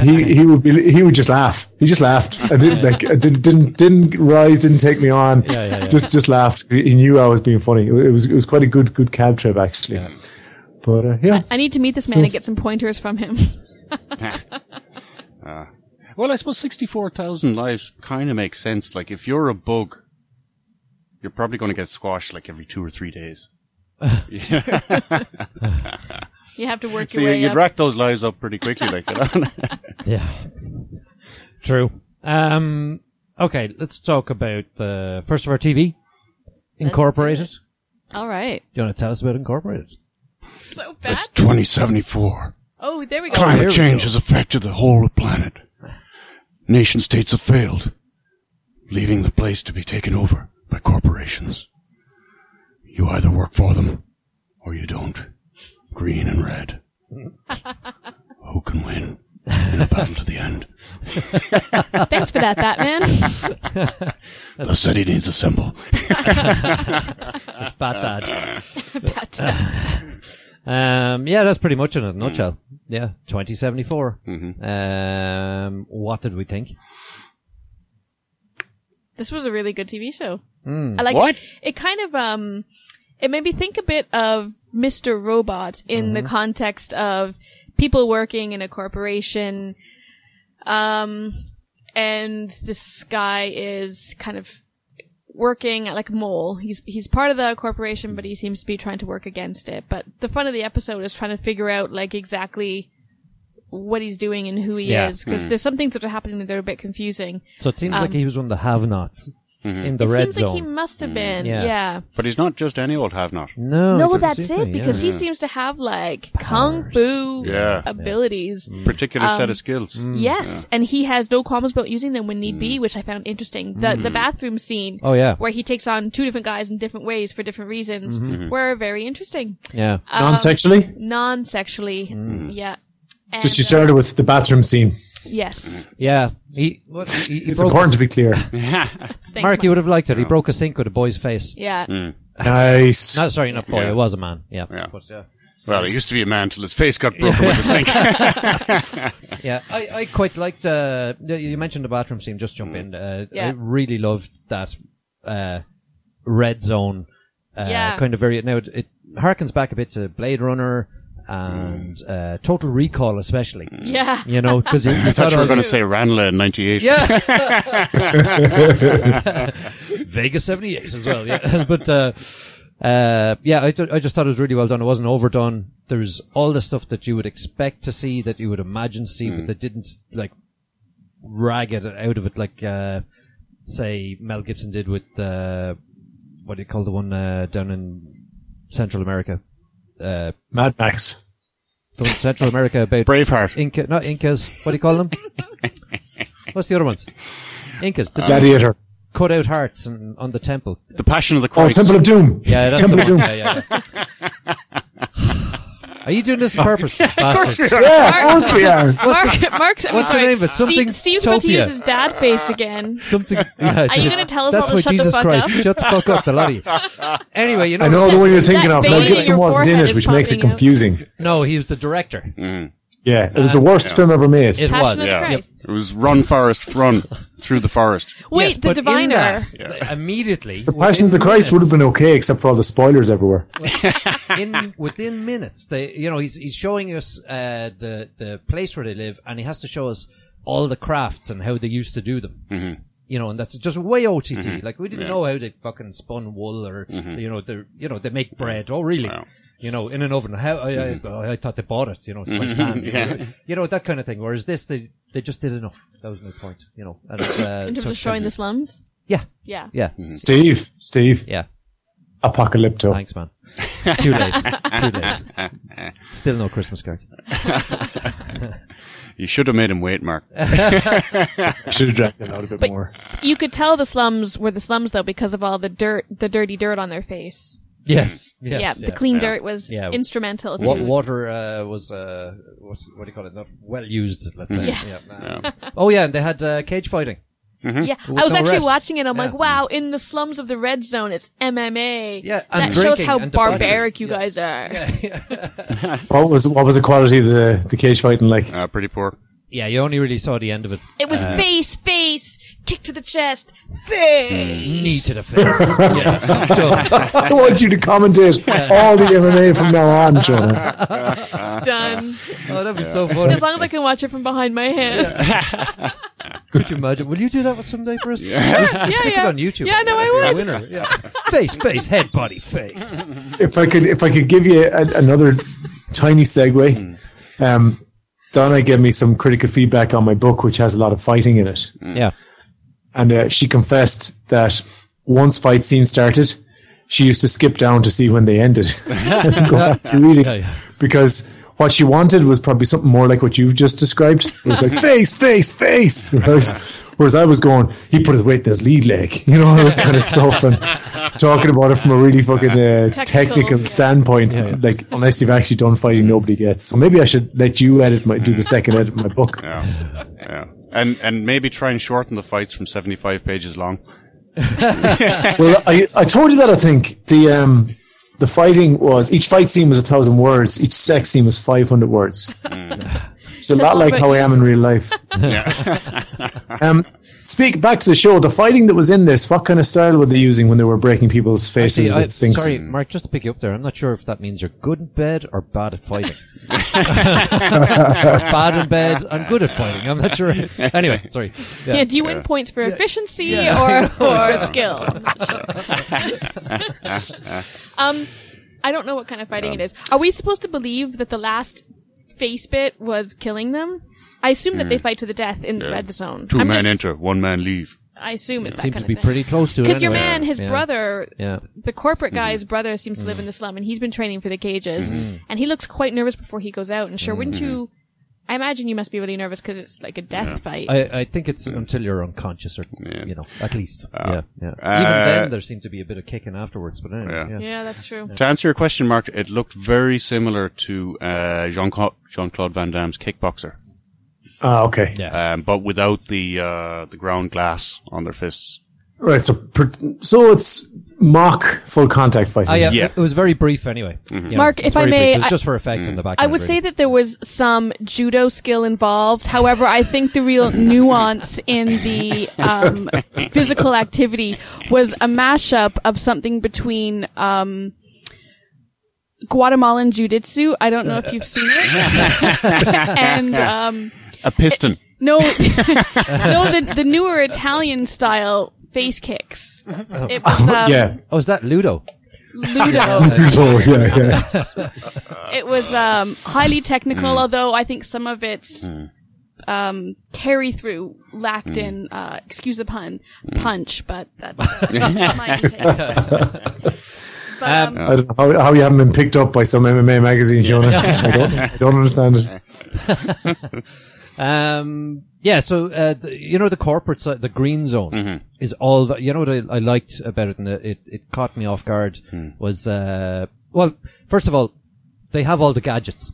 [SPEAKER 5] he he would be he would just laugh. He just laughed. I didn't like I didn't didn't didn't rise, didn't take me on.
[SPEAKER 4] yeah, yeah.
[SPEAKER 5] Just just laughed. He knew I was being funny. It was it was quite a good good cab trip actually. But uh, yeah,
[SPEAKER 3] I need to meet this man and get some pointers from him. <laughs>
[SPEAKER 2] Well, I suppose 64,000 lives kind of makes sense. Like, if you're a bug, you're probably going to get squashed like every two or three days.
[SPEAKER 3] You have to work
[SPEAKER 2] So
[SPEAKER 3] your
[SPEAKER 2] you,
[SPEAKER 3] way
[SPEAKER 2] you'd
[SPEAKER 3] up.
[SPEAKER 2] rack those lives up pretty quickly, like
[SPEAKER 3] <laughs>
[SPEAKER 2] that.
[SPEAKER 4] Yeah. True. Um, okay, let's talk about the first of our TV, Incorporated. Do
[SPEAKER 3] All right.
[SPEAKER 4] you want to tell us about Incorporated?
[SPEAKER 3] So bad.
[SPEAKER 2] 2074.
[SPEAKER 3] Oh, there we go.
[SPEAKER 4] There
[SPEAKER 2] Climate
[SPEAKER 4] we
[SPEAKER 2] change has affected the whole planet. Nation states have failed, leaving the place to be taken over by corporations. You either work for them or you don't. Green and red. Who can win in a battle to the end?
[SPEAKER 3] Thanks for that, Batman. <laughs>
[SPEAKER 2] The city needs assemble.
[SPEAKER 4] Bad dad. Um, yeah, that's pretty much in a nutshell. Yeah, 2074. Um, what did we think?
[SPEAKER 3] this was a really good TV show. I like
[SPEAKER 2] What?
[SPEAKER 3] It. it kind of um it made me think a bit of Mr. Robot in the context of people working in a corporation. Um and this guy is kind of working at like a mole. He's he's part of the corporation but he seems to be trying to work against it. But the fun of the episode is trying to figure out like exactly what he's doing and who he
[SPEAKER 4] Yeah.
[SPEAKER 3] is because there's some things that are happening that are a bit confusing.
[SPEAKER 4] So it seems like he was one of the have-nots in the
[SPEAKER 3] Um, it
[SPEAKER 4] red
[SPEAKER 3] seems
[SPEAKER 4] zone.
[SPEAKER 3] like he must
[SPEAKER 2] Mm.
[SPEAKER 3] have been.
[SPEAKER 4] Yeah.
[SPEAKER 3] Yeah.
[SPEAKER 2] But he's not just any old have not.
[SPEAKER 4] no,
[SPEAKER 3] No,
[SPEAKER 4] doesn't
[SPEAKER 3] that's
[SPEAKER 4] seem
[SPEAKER 3] it
[SPEAKER 4] like-
[SPEAKER 3] because
[SPEAKER 4] yeah.
[SPEAKER 3] he seems to have like kung
[SPEAKER 4] Powers.
[SPEAKER 3] fu
[SPEAKER 2] Yeah. Mm.
[SPEAKER 3] abilities.
[SPEAKER 2] Particular set of skills.
[SPEAKER 3] mm. Yes, and he has no qualms about using them when need
[SPEAKER 2] Mm.
[SPEAKER 3] be, which I found interesting. The the bathroom scene
[SPEAKER 4] Oh yeah,
[SPEAKER 3] where he takes on two different guys in different ways for different reasons
[SPEAKER 4] Mm-hmm.
[SPEAKER 2] Mm-hmm.
[SPEAKER 3] were very interesting.
[SPEAKER 4] yeah.
[SPEAKER 3] Uh, Um,
[SPEAKER 5] non-sexually.
[SPEAKER 3] Non-sexually,
[SPEAKER 2] Mm.
[SPEAKER 3] yeah. And,
[SPEAKER 5] Just you
[SPEAKER 3] uh,
[SPEAKER 5] started with the bathroom scene.
[SPEAKER 2] Mm.
[SPEAKER 3] yes.
[SPEAKER 4] Yeah, he. What, he, he
[SPEAKER 5] It's
[SPEAKER 4] broke
[SPEAKER 5] important
[SPEAKER 4] his-
[SPEAKER 5] to be clear.
[SPEAKER 4] <laughs>
[SPEAKER 3] Thanks,
[SPEAKER 4] Mark, you
[SPEAKER 3] Mark.
[SPEAKER 4] would have liked it. He broke a sink with a boy's face.
[SPEAKER 3] Yeah.
[SPEAKER 2] Mm.
[SPEAKER 5] Nice.
[SPEAKER 4] No, sorry, not boy.
[SPEAKER 2] Yeah.
[SPEAKER 4] It was a man. Yeah,
[SPEAKER 2] Yeah.
[SPEAKER 4] But, yeah.
[SPEAKER 2] Well, he used to be a man till his face got broken
[SPEAKER 4] <laughs>
[SPEAKER 2] with the sink.
[SPEAKER 4] Yeah, I, I quite liked. Uh, you- you mentioned the bathroom scene. Just
[SPEAKER 2] Mm.
[SPEAKER 4] jump in. Uh, I
[SPEAKER 3] Yeah.
[SPEAKER 4] really loved that uh, red zone. Uh,
[SPEAKER 3] Yeah.
[SPEAKER 4] Kind of very now it, it harkens back a bit to Blade Runner and uh, Total Recall, especially.
[SPEAKER 3] Yeah.
[SPEAKER 4] You know, because you, you
[SPEAKER 2] Mm. <laughs> I thought you were
[SPEAKER 4] all-
[SPEAKER 2] going to say Ranla in 98.
[SPEAKER 4] Yeah. <laughs> Vegas 78 as well. Yeah. <laughs> but, uh, uh, yeah, I, th- I just thought it was really well done. It wasn't overdone. There's all the stuff that you would expect to see, that you would imagine to see, but that didn't, like, rag it out of it like, uh, say Mel Gibson did with, uh, what do you call the one, uh, down in Central America? Uh,
[SPEAKER 5] Mad Max.
[SPEAKER 4] the one in Central America about
[SPEAKER 2] Braveheart.
[SPEAKER 4] Inca, not Incas. What do you call them? What's the other ones? Incas. The
[SPEAKER 5] Gladiator.
[SPEAKER 4] cut out hearts and, on the temple.
[SPEAKER 2] The Passion of the
[SPEAKER 5] Oh,
[SPEAKER 2] Christ.
[SPEAKER 5] Temple of Doom.
[SPEAKER 4] Yeah, that's
[SPEAKER 5] Temple
[SPEAKER 4] the
[SPEAKER 5] of Doom.
[SPEAKER 4] one. Yeah, yeah, yeah. Are you doing this
[SPEAKER 3] <laughs>
[SPEAKER 4] on purpose? bastards?
[SPEAKER 5] Yeah, of course we are.
[SPEAKER 3] Mark, Mark's, I'm
[SPEAKER 4] what's the
[SPEAKER 3] sorry.
[SPEAKER 4] name of it? Something
[SPEAKER 3] Steve, Steve's about to
[SPEAKER 4] Topia.
[SPEAKER 3] use his dad face again.
[SPEAKER 4] Something. Yeah,
[SPEAKER 3] Are you gonna tell us
[SPEAKER 4] That's
[SPEAKER 3] all to
[SPEAKER 4] what
[SPEAKER 3] shut the
[SPEAKER 4] Jesus
[SPEAKER 3] fuck
[SPEAKER 4] Christ.
[SPEAKER 3] up?
[SPEAKER 4] Shut the fuck up, the laddie.
[SPEAKER 3] <laughs>
[SPEAKER 4] Anyway, you know.
[SPEAKER 5] I know the one you're
[SPEAKER 3] That
[SPEAKER 5] thinking of. Mel
[SPEAKER 3] vein in
[SPEAKER 5] Gibson
[SPEAKER 3] your
[SPEAKER 5] wasn't in
[SPEAKER 3] forehead
[SPEAKER 5] it,
[SPEAKER 3] is
[SPEAKER 5] which makes it
[SPEAKER 3] popping out.
[SPEAKER 5] confusing.
[SPEAKER 4] No, he was the director.
[SPEAKER 5] Yeah, it
[SPEAKER 4] Uh,
[SPEAKER 5] was the worst film ever made.
[SPEAKER 4] It
[SPEAKER 3] Passion
[SPEAKER 4] was.
[SPEAKER 3] of the
[SPEAKER 2] Yeah.
[SPEAKER 3] Christ.
[SPEAKER 2] It was run, Forest, run through the forest.
[SPEAKER 3] Wait,
[SPEAKER 4] Yes,
[SPEAKER 3] the
[SPEAKER 4] but in
[SPEAKER 3] diviner.
[SPEAKER 4] that, Immediately.
[SPEAKER 5] The Passion of the Christ would have been okay, except for all the spoilers everywhere.
[SPEAKER 4] in within minutes. They, you know, he's he's showing us uh, the the place where they live, and he has to show us all the crafts and how they used to do them. Mm-hmm. You know, and that's just way OTT. Like we didn't know how they fucking spun wool, or you know, they you know they make bread. Oh, really? You know, in an oven. How I, I, I thought they bought it. You know, it's like pan. You know that kind of thing. Whereas this, they they just did enough. That was my point. You know, and, uh,
[SPEAKER 3] In terms
[SPEAKER 4] so-
[SPEAKER 3] of showing the slums?
[SPEAKER 4] yeah,
[SPEAKER 3] Yeah.
[SPEAKER 4] yeah,
[SPEAKER 5] Mm. Steve, Steve,
[SPEAKER 4] yeah.
[SPEAKER 5] Apocalypto.
[SPEAKER 4] Thanks, man. Too late. Too late. Still no Christmas card.
[SPEAKER 2] You should have made him wait, <laughs> Mark.
[SPEAKER 5] Should have dragged it out a bit more.
[SPEAKER 3] You could tell the slums were the slums though because of all the dirt, the dirty dirt on their face.
[SPEAKER 4] Yes. Yes.
[SPEAKER 3] yeah, the clean dirt was
[SPEAKER 4] Yeah.
[SPEAKER 3] instrumental
[SPEAKER 4] Wa-
[SPEAKER 3] to
[SPEAKER 4] water uh, was uh, what, what do you call it? Not well used. Let's say. Yeah. Oh Mm. yeah, and they had uh, cage <laughs> fighting.
[SPEAKER 3] Yeah,
[SPEAKER 4] mm-hmm. With
[SPEAKER 3] I was
[SPEAKER 4] no
[SPEAKER 3] actually
[SPEAKER 4] refs.
[SPEAKER 3] watching it. I'm
[SPEAKER 4] Yeah.
[SPEAKER 3] like, wow, in the slums of the red zone, it's MMA.
[SPEAKER 4] Yeah,
[SPEAKER 3] that
[SPEAKER 4] and
[SPEAKER 3] shows
[SPEAKER 4] drinking
[SPEAKER 3] how
[SPEAKER 4] and debauchery.
[SPEAKER 3] barbaric you
[SPEAKER 4] Yeah.
[SPEAKER 3] guys are.
[SPEAKER 5] What was what was the quality of the, the cage fighting like?
[SPEAKER 2] Uh, pretty poor.
[SPEAKER 4] Yeah, you only really saw the end of it.
[SPEAKER 3] It was face, face, kick to the chest, face.
[SPEAKER 4] Knee to the face. <laughs> yeah. So,
[SPEAKER 5] <laughs>
[SPEAKER 4] <laughs>
[SPEAKER 5] I want you to commentate all the MMA from now on, Jonah.
[SPEAKER 4] Mm. <laughs>
[SPEAKER 3] Done.
[SPEAKER 4] oh, that'd be so
[SPEAKER 3] As
[SPEAKER 4] funny.
[SPEAKER 3] long as I can watch it from behind my hand.
[SPEAKER 4] Could you imagine? Will you do that someday, Chris?
[SPEAKER 3] Yeah,
[SPEAKER 4] <laughs> Stick
[SPEAKER 3] yeah.
[SPEAKER 4] it on YouTube.
[SPEAKER 3] Yeah, no, I
[SPEAKER 4] You're a
[SPEAKER 3] would.
[SPEAKER 4] Winner. Yeah. face, face, head, body, face.
[SPEAKER 5] If I could, if I could give you a, another tiny segue, um, Donna gave me some critical feedback on my book, which has a lot of fighting in it.
[SPEAKER 4] Yeah.
[SPEAKER 5] and uh, she confessed that once fight scenes started, she used to skip down to see when they ended. <laughs> Go back to reading.
[SPEAKER 4] yeah.
[SPEAKER 5] because what she wanted was probably something more like what you've just described. It was like face, face, face. Right? Whereas I was going, he put his weight in his lead leg, <laughs> you know, all this kind of stuff, and talking about it from a really fucking uh, technical,
[SPEAKER 3] yeah.
[SPEAKER 5] standpoint. Like, unless you've actually done fighting, nobody gets. So maybe I should let you edit my do the second edit of my book.
[SPEAKER 2] Yeah. yeah. And and maybe try and shorten the fights from 75 pages <laughs> long.
[SPEAKER 5] Well, I, I told you that I think the um the fighting was each fight scene was a thousand words, each sex scene was five hundred words. It's a lot like how I am in real life. um, speak back to the show. The fighting that was in this, what kind of style were they using when they were breaking people's faces
[SPEAKER 4] See, I-
[SPEAKER 5] with sinks?
[SPEAKER 4] sorry, Mark, just to pick you up there, I'm not sure if that means you're good in bed or bad
[SPEAKER 2] <laughs>
[SPEAKER 4] at fighting. bad in bed, I'm good at fighting. I'm not sure. Anyway, sorry. Yeah.
[SPEAKER 3] Yeah, do you win points for efficiency
[SPEAKER 4] <laughs>
[SPEAKER 3] or or skills? I'm not sure. um, I don't know what kind of fighting it is. Are we supposed to believe that the last face bit was killing them? I assume that they fight to the death in the red zone.
[SPEAKER 2] 2
[SPEAKER 3] I'm
[SPEAKER 2] men
[SPEAKER 3] just-
[SPEAKER 2] enter, one man leave.
[SPEAKER 3] I assume it's
[SPEAKER 4] Seems to be pretty close to it.
[SPEAKER 3] Because your
[SPEAKER 4] anyway.
[SPEAKER 3] man, his
[SPEAKER 4] Yeah. Mm-hmm.
[SPEAKER 3] brother,
[SPEAKER 4] Yeah.
[SPEAKER 3] the corporate guy's brother, seems to live in the slum, and he's been training for the cages, and he looks quite nervous before he goes out. And sure, wouldn't you? I imagine you must be really nervous because it's like a death fight.
[SPEAKER 4] I, I think it's until you're unconscious, or you know, at least. yeah, yeah.
[SPEAKER 2] Uh,
[SPEAKER 4] Even then, there seemed to be a bit of kicking afterwards. But anyway,
[SPEAKER 2] Yeah.
[SPEAKER 4] yeah.
[SPEAKER 3] yeah, that's true.
[SPEAKER 2] To answer your question, Mark, it looked very similar to uh, Jean Claude Van Damme's Kickboxer,
[SPEAKER 5] Ah, okay.
[SPEAKER 4] Yeah.
[SPEAKER 2] um, but without the uh, the ground glass on their fists.
[SPEAKER 5] Right. So, per, so it's mock full contact fighting.
[SPEAKER 4] Ah, yeah,
[SPEAKER 2] Yeah. Mm-hmm.
[SPEAKER 4] It was very brief, anyway. Yeah,
[SPEAKER 3] Mark,
[SPEAKER 4] it was
[SPEAKER 3] if I
[SPEAKER 4] very brief.
[SPEAKER 3] may,
[SPEAKER 4] it was
[SPEAKER 3] I-
[SPEAKER 4] just for effect in the background.
[SPEAKER 3] I would say that there was some judo skill involved. However, I think the real nuance in the um, physical activity was a mashup of something between um, Guatemalan jiu-jitsu. I don't know if you've seen it. and um,
[SPEAKER 2] A piston.
[SPEAKER 3] no, <laughs> no, the, the newer Italian style face kicks. It was um,
[SPEAKER 5] <laughs> yeah.
[SPEAKER 4] <laughs> Oh, is that Ludo?
[SPEAKER 5] <laughs>
[SPEAKER 3] Ludo.
[SPEAKER 5] Oh, yeah, yeah.
[SPEAKER 3] it was um, highly technical, although I think some of its um, carry through lacked in, uh, excuse the pun, punch, but that's uh,
[SPEAKER 4] <laughs>
[SPEAKER 3] my take. but, um,
[SPEAKER 5] I don't know how, how you haven't been picked up by some MMA magazine,
[SPEAKER 4] <laughs>
[SPEAKER 5] Jonah. I, don't, I don't understand it.
[SPEAKER 4] Um, yeah, so uh, the, you know the corporate side, the green zone is all that. You know what I, I liked about it, and it, it caught me off guard was uh, well, first of all, they have all the gadgets.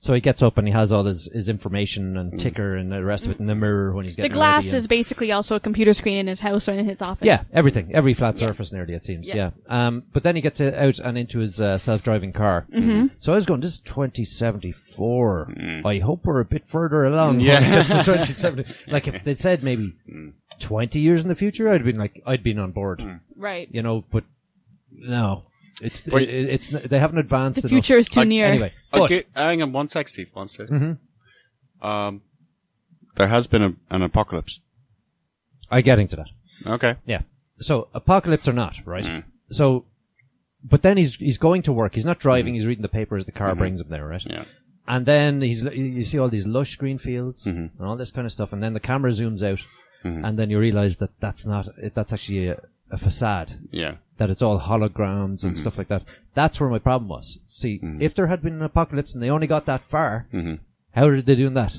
[SPEAKER 4] So he gets up and he has all his, his information and ticker and the rest of it in the mirror when he's
[SPEAKER 3] The
[SPEAKER 4] getting
[SPEAKER 3] glass
[SPEAKER 4] ready and-
[SPEAKER 3] is basically also a computer screen in his house or in his office.
[SPEAKER 4] yeah, everything, every flat surface nearly it seems. Yeah. Um, but then he gets it out and into his uh, self-driving car. Mm-hmm. So I was going, this is 2074. I hope we're a bit further along. <laughs> Yeah. When it gets to 2070. like if they'd said maybe 20 years in the future, I'd been like, I'd been on board.
[SPEAKER 3] Right.
[SPEAKER 4] You know, but no, it's it,
[SPEAKER 2] Wait.
[SPEAKER 4] it- it's they haven't advanced.
[SPEAKER 3] The
[SPEAKER 4] enough.
[SPEAKER 3] future is too
[SPEAKER 2] I-
[SPEAKER 3] near.
[SPEAKER 4] Anyway, but
[SPEAKER 2] Okay, hang on one sec, Steve. One sec. Um, there has been a, an apocalypse.
[SPEAKER 4] I'm getting to that.
[SPEAKER 2] Okay.
[SPEAKER 4] Yeah. So apocalypse or not, right? So, but then he's he's going to work. He's not driving. He's reading the paper as the car brings him there, right?
[SPEAKER 2] Yeah.
[SPEAKER 4] And then he's you see all these lush green fields and all this kind of stuff, and then the camera zooms out, and then you realize that that's not it- that's actually a, a facade.
[SPEAKER 2] Yeah.
[SPEAKER 4] That it's all holograms and stuff like that. That's where my problem was. See, if there had been an apocalypse and they only got that far, how did they do that?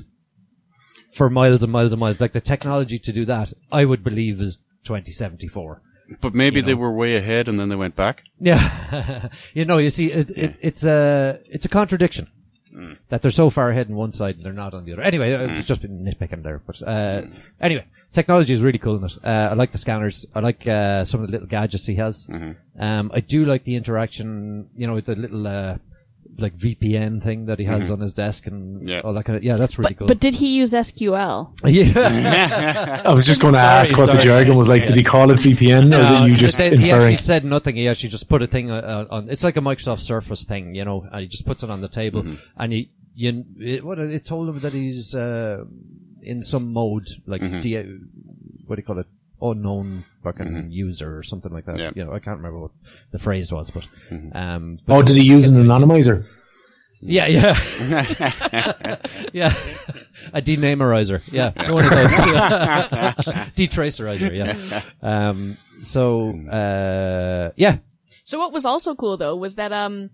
[SPEAKER 4] For miles and miles and miles, like the technology to do that, I would believe is 2074.
[SPEAKER 2] But maybe they were way ahead and then they went back.
[SPEAKER 4] Yeah, <laughs> you know, you see, it, it, it's a it's a contradiction that they're so far ahead on one side and they're not on the other. Anyway, uh, it's just been nitpicking there, but uh, anyway, technology is really cool in it. Uh, I like the scanners. I like uh, some of the little gadgets he has. Um, I do like the interaction. You know, with the little uh, like VPN thing that he has on his desk and
[SPEAKER 2] Yeah.
[SPEAKER 4] all that kind of. Yeah, that's really
[SPEAKER 3] But,
[SPEAKER 4] cool.
[SPEAKER 3] but did he use SQL?
[SPEAKER 4] <laughs> yeah,
[SPEAKER 5] I was just going to ask what the
[SPEAKER 4] sorry.
[SPEAKER 5] jargon was like. Did he call it VPN or
[SPEAKER 4] No,
[SPEAKER 5] did you just
[SPEAKER 4] they- Uh, he
[SPEAKER 5] inferring?
[SPEAKER 4] actually said nothing. He actually just put a thing uh, on. It's like a Microsoft Surface thing, you know. And he just puts it on the table,
[SPEAKER 5] Mm-hmm.
[SPEAKER 4] and he, you, it, what it told him that he's uh, in some mode, like
[SPEAKER 5] Mm-hmm.
[SPEAKER 4] D- what do you call it, unknown fucking
[SPEAKER 5] Mm-hmm.
[SPEAKER 4] user or something like that.
[SPEAKER 2] Yeah.
[SPEAKER 4] You know, I can't remember what the phrase was, but
[SPEAKER 5] Mm-hmm.
[SPEAKER 4] um,
[SPEAKER 5] Or Oh, did he use an anonymizer?
[SPEAKER 4] yeah,
[SPEAKER 5] <laughs>
[SPEAKER 4] yeah, yeah. A denamerizer, yeah, one of
[SPEAKER 5] <laughs>
[SPEAKER 4] those, <laughs> detracerizer, yeah. Um, so, uh, yeah,
[SPEAKER 3] So what was also cool though was that um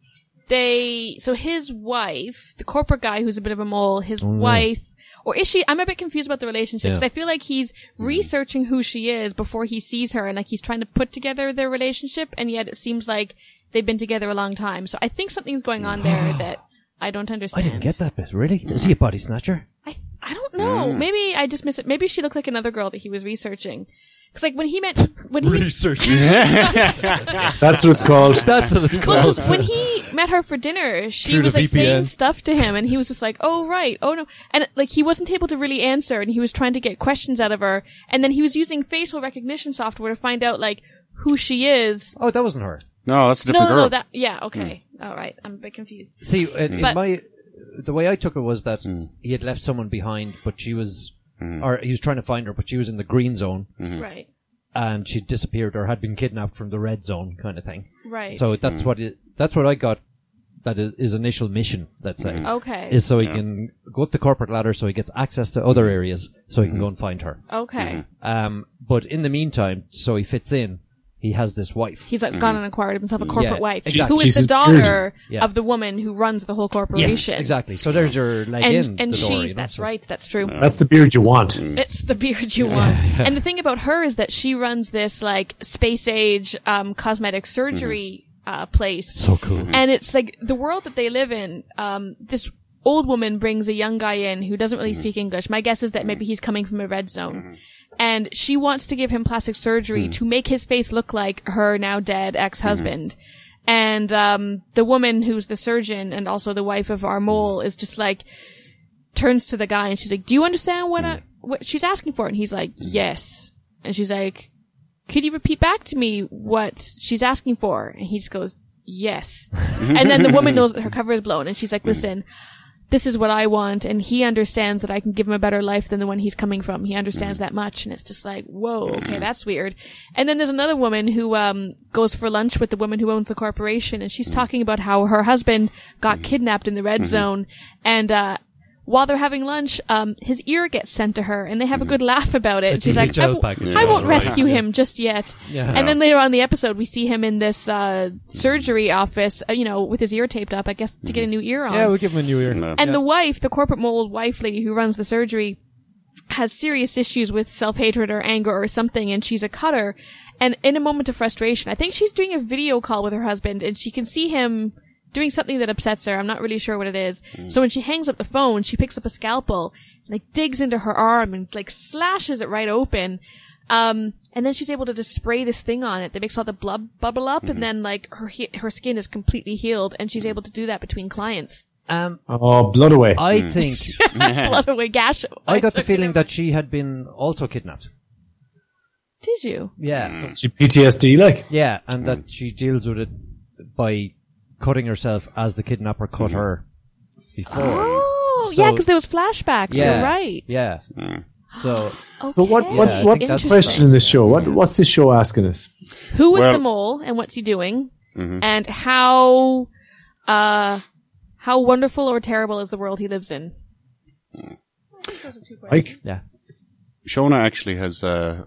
[SPEAKER 3] they so his wife, the corporate guy who's a bit of a mole, his wife or is she? I'm a bit confused about the relationship because
[SPEAKER 4] Oh, Yeah. Mm.
[SPEAKER 3] I feel like he's researching who she is before he sees her, and like he's trying to put together their relationship, and yet it seems like they've been together a long time. So I think something's going on there that I don't
[SPEAKER 4] I
[SPEAKER 3] understand.
[SPEAKER 4] didn't get that bit. Really? Is he a body snatcher?
[SPEAKER 3] I I don't know. Maybe I just miss it. Maybe she looked like another girl that he was researching. Because like when he met when
[SPEAKER 4] <laughs>
[SPEAKER 3] he
[SPEAKER 5] That's what it's called.
[SPEAKER 4] That's what it's
[SPEAKER 3] Well,
[SPEAKER 4] called.
[SPEAKER 3] 'cause when he met her for dinner, she
[SPEAKER 4] Through
[SPEAKER 3] was
[SPEAKER 4] the
[SPEAKER 3] like
[SPEAKER 4] VPN.
[SPEAKER 3] saying stuff to him, and he was just like, "Oh right, oh no," and like he wasn't able to really answer, and he was trying to get questions out of her, and then he was using facial recognition software to find out like who she is.
[SPEAKER 4] oh, that wasn't her.
[SPEAKER 2] No, that's a
[SPEAKER 3] No,
[SPEAKER 2] different
[SPEAKER 3] no,
[SPEAKER 2] girl.
[SPEAKER 3] no, that yeah, okay, all right, I'm a bit confused.
[SPEAKER 4] See, uh, in, in
[SPEAKER 3] But-
[SPEAKER 4] my the way I took it was that he had left someone behind, but she was, or he was trying to find her, but she was in the green zone
[SPEAKER 3] Right,
[SPEAKER 4] and she disappeared or had been kidnapped from the red zone, kind of thing.
[SPEAKER 3] right.
[SPEAKER 4] So that's what it, that's what I got. That is his initial mission. Let's say
[SPEAKER 3] okay,
[SPEAKER 4] is so he can go up the corporate ladder, so he gets access to other areas, so he can go and find her.
[SPEAKER 3] okay.
[SPEAKER 4] Um, but in the meantime, so he fits in. He has this wife.
[SPEAKER 3] He's like gone and acquired himself a corporate
[SPEAKER 4] Yeah,
[SPEAKER 3] wife,
[SPEAKER 4] exactly.
[SPEAKER 3] who is
[SPEAKER 5] She's
[SPEAKER 3] the
[SPEAKER 5] his
[SPEAKER 3] daughter
[SPEAKER 4] Yeah.
[SPEAKER 3] of the woman who runs the whole corporation.
[SPEAKER 4] Yes, exactly. So there's your leg in.
[SPEAKER 3] And
[SPEAKER 4] the
[SPEAKER 3] and
[SPEAKER 4] door, you
[SPEAKER 3] she's
[SPEAKER 4] know,
[SPEAKER 3] that's
[SPEAKER 4] so-
[SPEAKER 3] right, that's true.
[SPEAKER 5] That's the beard you want.
[SPEAKER 3] It's the beard you want. And the thing about her is that she runs this like space age um, cosmetic surgery uh, place.
[SPEAKER 4] So cool.
[SPEAKER 3] and it's like the world that they live in. Um, this old woman brings a young guy in who doesn't really speak English. My guess is that maybe he's coming from a red zone. And she wants to give him plastic surgery to make his face look like her now dead ex-husband. And um, the woman who's the surgeon and also the wife of our mole is just like, turns to the guy and she's like, "Do you understand what I, what she's asking for?" And he's like, "Yes." And she's like, "Could you repeat back to me what she's asking for?" And he just goes, "Yes." <laughs> and then the woman knows that her cover is blown, and she's like, "Listen." This is what I want, and he understands that I can give him a better life than the one he's coming from. He understands that much, and it's just like, whoa, okay, that's weird. And then there's another woman who um, goes for lunch with the woman who owns the corporation, and she's talking about how her husband got kidnapped in the red zone, and uh, while they're having lunch, um, his ear gets sent to her, and they have a good laugh about it.
[SPEAKER 4] A
[SPEAKER 3] She's
[SPEAKER 4] TV
[SPEAKER 3] like, I
[SPEAKER 4] child
[SPEAKER 3] w-
[SPEAKER 4] package,
[SPEAKER 3] I
[SPEAKER 4] yeah,
[SPEAKER 3] won't
[SPEAKER 4] right.
[SPEAKER 3] rescue him just yet.
[SPEAKER 4] Yeah.
[SPEAKER 3] And then later on in the episode, we see him in this uh, surgery office, uh, you know, with his ear taped up, I guess, to get a new ear on.
[SPEAKER 4] Yeah, we'll give him a new ear.
[SPEAKER 2] No.
[SPEAKER 3] and the wife, the corporate mold wife lady who runs the surgery, has serious issues with self hatred or anger or something, and she's a cutter. And in a moment of frustration, I think she's doing a video call with her husband, and she can see him doing something that upsets her. I'm not really sure what it is. So when she hangs up the phone, she picks up a scalpel and like digs into her arm and like slashes it right open. Um, and then she's able to just spray this thing on it that makes all the blood bubble up, and then like her he- her skin is completely healed, and she's able to do that between clients.
[SPEAKER 4] Um,
[SPEAKER 5] Oh, blood away.
[SPEAKER 4] I
[SPEAKER 3] <laughs>
[SPEAKER 4] think
[SPEAKER 3] blood away gash.
[SPEAKER 4] I got the feeling that she had been also kidnapped.
[SPEAKER 3] Did you?
[SPEAKER 4] Yeah,
[SPEAKER 5] She PTSD like.
[SPEAKER 4] yeah, and that she deals with it by cutting herself as the kidnapper cut her before.
[SPEAKER 3] Oh,
[SPEAKER 4] So-
[SPEAKER 3] yeah, because there was flashbacks.
[SPEAKER 4] yeah,
[SPEAKER 3] You're right.
[SPEAKER 4] Yeah. So
[SPEAKER 5] So what?
[SPEAKER 3] Okay.
[SPEAKER 5] What?
[SPEAKER 4] Yeah, I think
[SPEAKER 5] what's
[SPEAKER 4] that's
[SPEAKER 5] the question in this show? What? What's this show asking us?
[SPEAKER 3] Who was
[SPEAKER 2] Well-
[SPEAKER 3] the mole and what's he doing? And how, uh, how wonderful or terrible is the world he lives in?
[SPEAKER 4] <laughs>
[SPEAKER 5] Like,
[SPEAKER 4] yeah,
[SPEAKER 2] Shona actually has uh,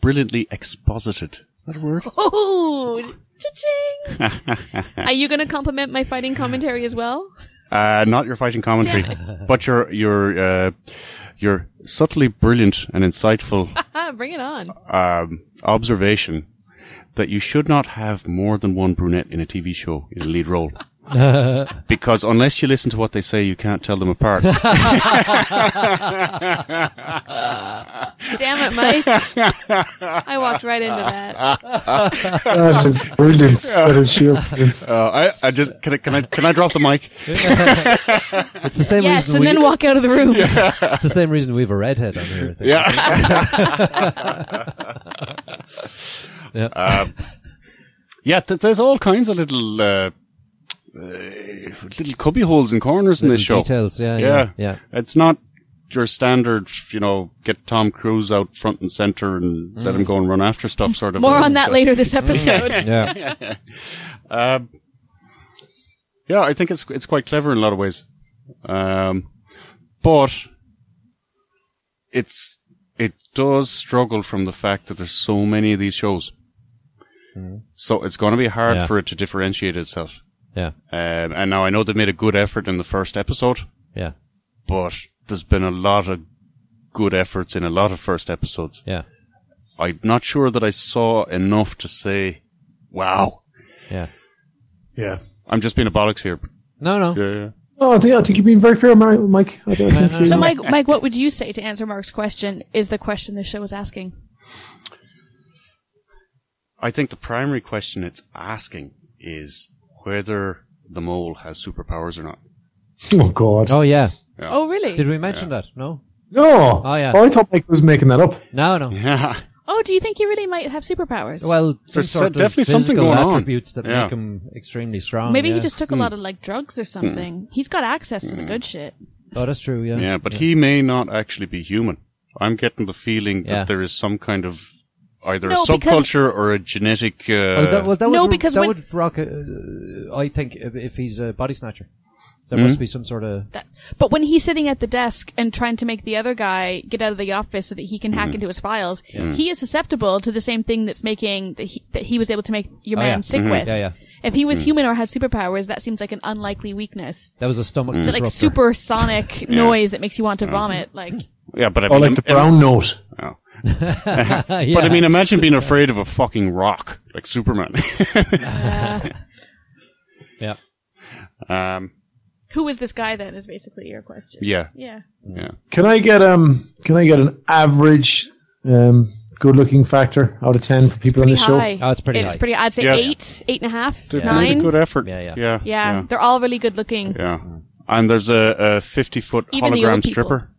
[SPEAKER 2] brilliantly exposited.
[SPEAKER 3] Oh, cha-ching! Are you going to compliment my fighting commentary as well?
[SPEAKER 2] Uh, not your fighting commentary, <laughs> but your your uh, your subtly brilliant and
[SPEAKER 3] <laughs>
[SPEAKER 2] insightful
[SPEAKER 3] Ah, bring it on.
[SPEAKER 2] um, observation that you should not have more than one brunette in a TV show in a lead
[SPEAKER 3] <laughs>
[SPEAKER 2] role. because unless you listen to what they say, you can't tell them <laughs> apart. Uh,
[SPEAKER 3] Damn it, Mike. I walked right into that.
[SPEAKER 5] that is brilliance. That is sheer brilliance.
[SPEAKER 2] Uh, I, I just can I, can I can I drop the mic?
[SPEAKER 4] it's the same
[SPEAKER 3] Yes,
[SPEAKER 4] reason.
[SPEAKER 3] and
[SPEAKER 4] we, <laughs>
[SPEAKER 3] then walk out of the room.
[SPEAKER 4] it's the same reason we have a redhead on here. I think.
[SPEAKER 2] Yeah.
[SPEAKER 4] Yeah.
[SPEAKER 2] Yeah, th- there's all kinds of little uh, uh, little cubby holes and corners in this show.
[SPEAKER 4] Little details, yeah, yeah, yeah.
[SPEAKER 2] It's not your standard, you know, get Tom Cruise out front and center and let
[SPEAKER 4] Mm.
[SPEAKER 2] him go and run after stuff sort of.
[SPEAKER 3] More on
[SPEAKER 2] thing.
[SPEAKER 3] that
[SPEAKER 2] So-
[SPEAKER 3] later this episode.
[SPEAKER 4] <laughs> yeah.
[SPEAKER 2] Yeah, I think it's it's quite clever in a lot of ways, um, but it's it does struggle from the fact that there's so many of these shows. So it's going to be hard
[SPEAKER 4] Yeah.
[SPEAKER 2] for it to differentiate itself.
[SPEAKER 4] Yeah.
[SPEAKER 2] Um, and now I know they made a good effort in the first episode,
[SPEAKER 4] Yeah.
[SPEAKER 2] but there's been a lot of good efforts in a lot of first episodes.
[SPEAKER 4] Yeah.
[SPEAKER 2] I'm not sure that I saw enough to say, wow.
[SPEAKER 4] Yeah.
[SPEAKER 5] Yeah.
[SPEAKER 2] I'm just being a bollocks here.
[SPEAKER 4] No, no.
[SPEAKER 2] Yeah.
[SPEAKER 5] Oh, I think, I think you've been very fair, Mar- Mike. I don't think you-
[SPEAKER 3] So, Mike, Mike, what would you say to answer Mark's question? Is the question this show is asking?
[SPEAKER 2] I think the primary question it's asking is whether the mole has superpowers or not. <laughs>
[SPEAKER 5] Oh God.
[SPEAKER 4] Oh yeah.
[SPEAKER 3] Oh, really?
[SPEAKER 4] Did we mention that? No.
[SPEAKER 5] No.
[SPEAKER 4] Oh, yeah.
[SPEAKER 5] Oh, I thought Mike was making that up.
[SPEAKER 4] No, no.
[SPEAKER 2] Yeah.
[SPEAKER 3] Oh, do you think he really might have superpowers?
[SPEAKER 4] Well, some
[SPEAKER 2] There's
[SPEAKER 4] sort of
[SPEAKER 2] definitely something
[SPEAKER 4] physical
[SPEAKER 2] going on.
[SPEAKER 4] attributes that
[SPEAKER 2] Yeah.
[SPEAKER 4] make him extremely strong.
[SPEAKER 3] maybe
[SPEAKER 4] yeah.
[SPEAKER 3] he just took a lot of like drugs or something. He's got access to the good shit.
[SPEAKER 4] Oh, that's true. Yeah.
[SPEAKER 2] Yeah, but he may not actually be human. I'm getting the feeling that
[SPEAKER 4] Yeah.
[SPEAKER 2] there is some kind of either a
[SPEAKER 3] No, because-
[SPEAKER 2] subculture or a genetic. Uh,
[SPEAKER 4] Well, Oh, that, well, that
[SPEAKER 3] No,
[SPEAKER 4] would,
[SPEAKER 3] because
[SPEAKER 4] that
[SPEAKER 3] when-
[SPEAKER 4] would rock. uh, I think if, if he's a body snatcher, there
[SPEAKER 2] Mm-hmm.
[SPEAKER 4] must be some sort of
[SPEAKER 3] That- but when he's sitting at the desk and trying to make the other guy get out of the office so that he can hack into his files, he is susceptible to the same thing that's making that he, that he was able to make your
[SPEAKER 4] Oh,
[SPEAKER 3] man
[SPEAKER 4] yeah.
[SPEAKER 3] sick
[SPEAKER 4] Mhm.
[SPEAKER 3] with.
[SPEAKER 4] Yeah, yeah.
[SPEAKER 3] If he was human or had superpowers, that seems like an unlikely weakness.
[SPEAKER 4] that was a stomach
[SPEAKER 3] That
[SPEAKER 4] disruptor.
[SPEAKER 3] like supersonic noise that makes you want to vomit. Like,
[SPEAKER 2] yeah, but I mean,
[SPEAKER 5] Oh, like the
[SPEAKER 2] im-
[SPEAKER 5] brown note.
[SPEAKER 4] yeah.
[SPEAKER 2] But I mean, imagine being afraid of a fucking rock like Superman. <laughs>
[SPEAKER 4] yeah,
[SPEAKER 2] um,
[SPEAKER 3] who is this guy then? Is basically your question.
[SPEAKER 2] yeah,
[SPEAKER 3] Yeah.
[SPEAKER 2] yeah.
[SPEAKER 5] Can I get um? Can I get an average um good-looking factor out of ten for people on
[SPEAKER 3] Pretty
[SPEAKER 5] this show?
[SPEAKER 3] high.
[SPEAKER 4] Oh, it's pretty
[SPEAKER 3] It's
[SPEAKER 4] high.
[SPEAKER 3] pretty. I'd say
[SPEAKER 2] Yeah.
[SPEAKER 3] eight, eight and a half,
[SPEAKER 2] They've made
[SPEAKER 3] nine.
[SPEAKER 2] a good effort.
[SPEAKER 4] Yeah, yeah.
[SPEAKER 2] yeah,
[SPEAKER 3] Yeah, they're all really good looking.
[SPEAKER 2] yeah. And there's a, a 50 foot
[SPEAKER 3] Even the old
[SPEAKER 2] hologram
[SPEAKER 3] people.
[SPEAKER 2] stripper.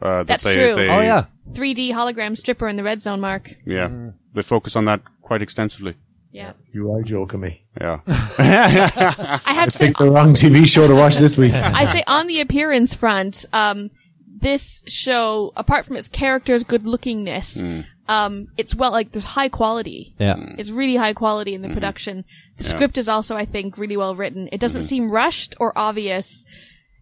[SPEAKER 2] Uh, that
[SPEAKER 3] That's
[SPEAKER 2] they,
[SPEAKER 3] true.
[SPEAKER 2] They,
[SPEAKER 4] oh yeah, Mm.
[SPEAKER 3] 3D hologram stripper in the red zone, Mark.
[SPEAKER 2] yeah. They focus on that quite extensively.
[SPEAKER 3] Yeah.
[SPEAKER 5] You are joking me.
[SPEAKER 2] Yeah,
[SPEAKER 3] I have to
[SPEAKER 5] I
[SPEAKER 3] say,
[SPEAKER 5] think the wrong TV show to watch this
[SPEAKER 3] <laughs>
[SPEAKER 5] week.
[SPEAKER 3] I say on the appearance front, um, this show, apart from its characters' good lookingness, um, it's well, like, there's high quality.
[SPEAKER 4] yeah,
[SPEAKER 3] It's really high quality
[SPEAKER 5] Mm-hmm.
[SPEAKER 3] in the production. The script is also, I think, really well written. It doesn't
[SPEAKER 5] Mm-hmm.
[SPEAKER 3] seem rushed or obvious.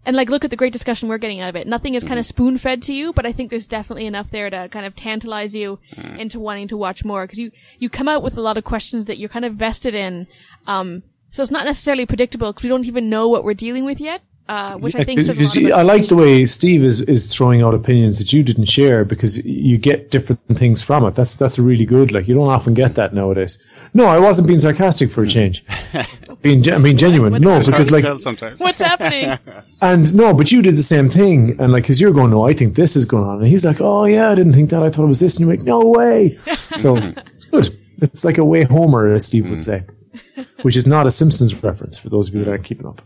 [SPEAKER 3] And like, look at the great discussion we're getting out of it. Nothing is
[SPEAKER 5] Mm-hmm.
[SPEAKER 3] kind of spoon fed to you, but I think there's definitely enough there to kind of tantalize you
[SPEAKER 5] Mm.
[SPEAKER 3] into wanting to watch more. Cause you, you come out with a lot of questions that you're kind of vested in. Um, so it's not necessarily predictable because we don't even know what we're dealing with yet. uh, which I
[SPEAKER 5] Yeah,
[SPEAKER 3] think says a
[SPEAKER 5] 'cause
[SPEAKER 3] lot
[SPEAKER 5] <laughs> you-
[SPEAKER 3] about-
[SPEAKER 5] I like the way Steve is, is throwing out opinions that you didn't share because you get different things from it. That's that's really good. Like you don't often get that nowadays. No, I wasn't being sarcastic for a change. being gen- being genuine. No,
[SPEAKER 3] What's-
[SPEAKER 2] Hard
[SPEAKER 5] because
[SPEAKER 2] to
[SPEAKER 5] like
[SPEAKER 2] tell sometimes.
[SPEAKER 3] <laughs> what's
[SPEAKER 5] <laughs>
[SPEAKER 3] happening. and
[SPEAKER 5] and no, but you did the same thing. And like, cause you're going, no, I think this is going on. And he's like, oh yeah, I didn't think that. I thought it was this. And you're like, no way. So it's, it's good. It's like a way Homer, as Steve would say, which is not a Simpsons reference for those of you that aren't keeping up.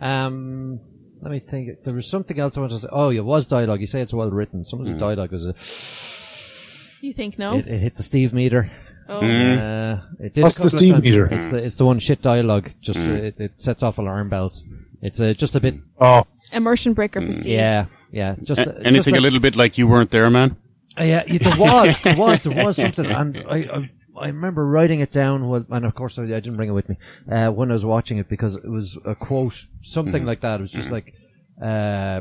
[SPEAKER 4] Um, let me think. There was something else I wanted to say. Oh, yeah, it was dialogue. You say it's well written. Some of the
[SPEAKER 2] Mm.
[SPEAKER 4] dialogue was a,
[SPEAKER 3] You think no?
[SPEAKER 4] it, it hit the Steve meter.
[SPEAKER 3] Oh.
[SPEAKER 2] Mm.
[SPEAKER 4] Uh, it did a
[SPEAKER 5] What's the
[SPEAKER 4] couple of
[SPEAKER 5] Steve
[SPEAKER 4] times.
[SPEAKER 5] meter?
[SPEAKER 4] It's the, it's the one shit dialogue. Just
[SPEAKER 2] Mm.
[SPEAKER 4] uh, it, it sets off alarm bells. It's uh, just a bit.
[SPEAKER 5] Oh,
[SPEAKER 3] Immersion breaker
[SPEAKER 5] Mm.
[SPEAKER 3] for Steve.
[SPEAKER 4] Yeah, yeah. Just uh,
[SPEAKER 2] Anything
[SPEAKER 4] just
[SPEAKER 2] a little bit like you weren't there, man?
[SPEAKER 4] Uh, yeah, yeah, there
[SPEAKER 2] <laughs>
[SPEAKER 4] was, there was, there was something, and I, I, I remember writing it down. While, and of course, I, I didn't bring it with me uh, when I was watching it because it was a quote, something
[SPEAKER 2] Mm-hmm.
[SPEAKER 4] like that. It was just like uh,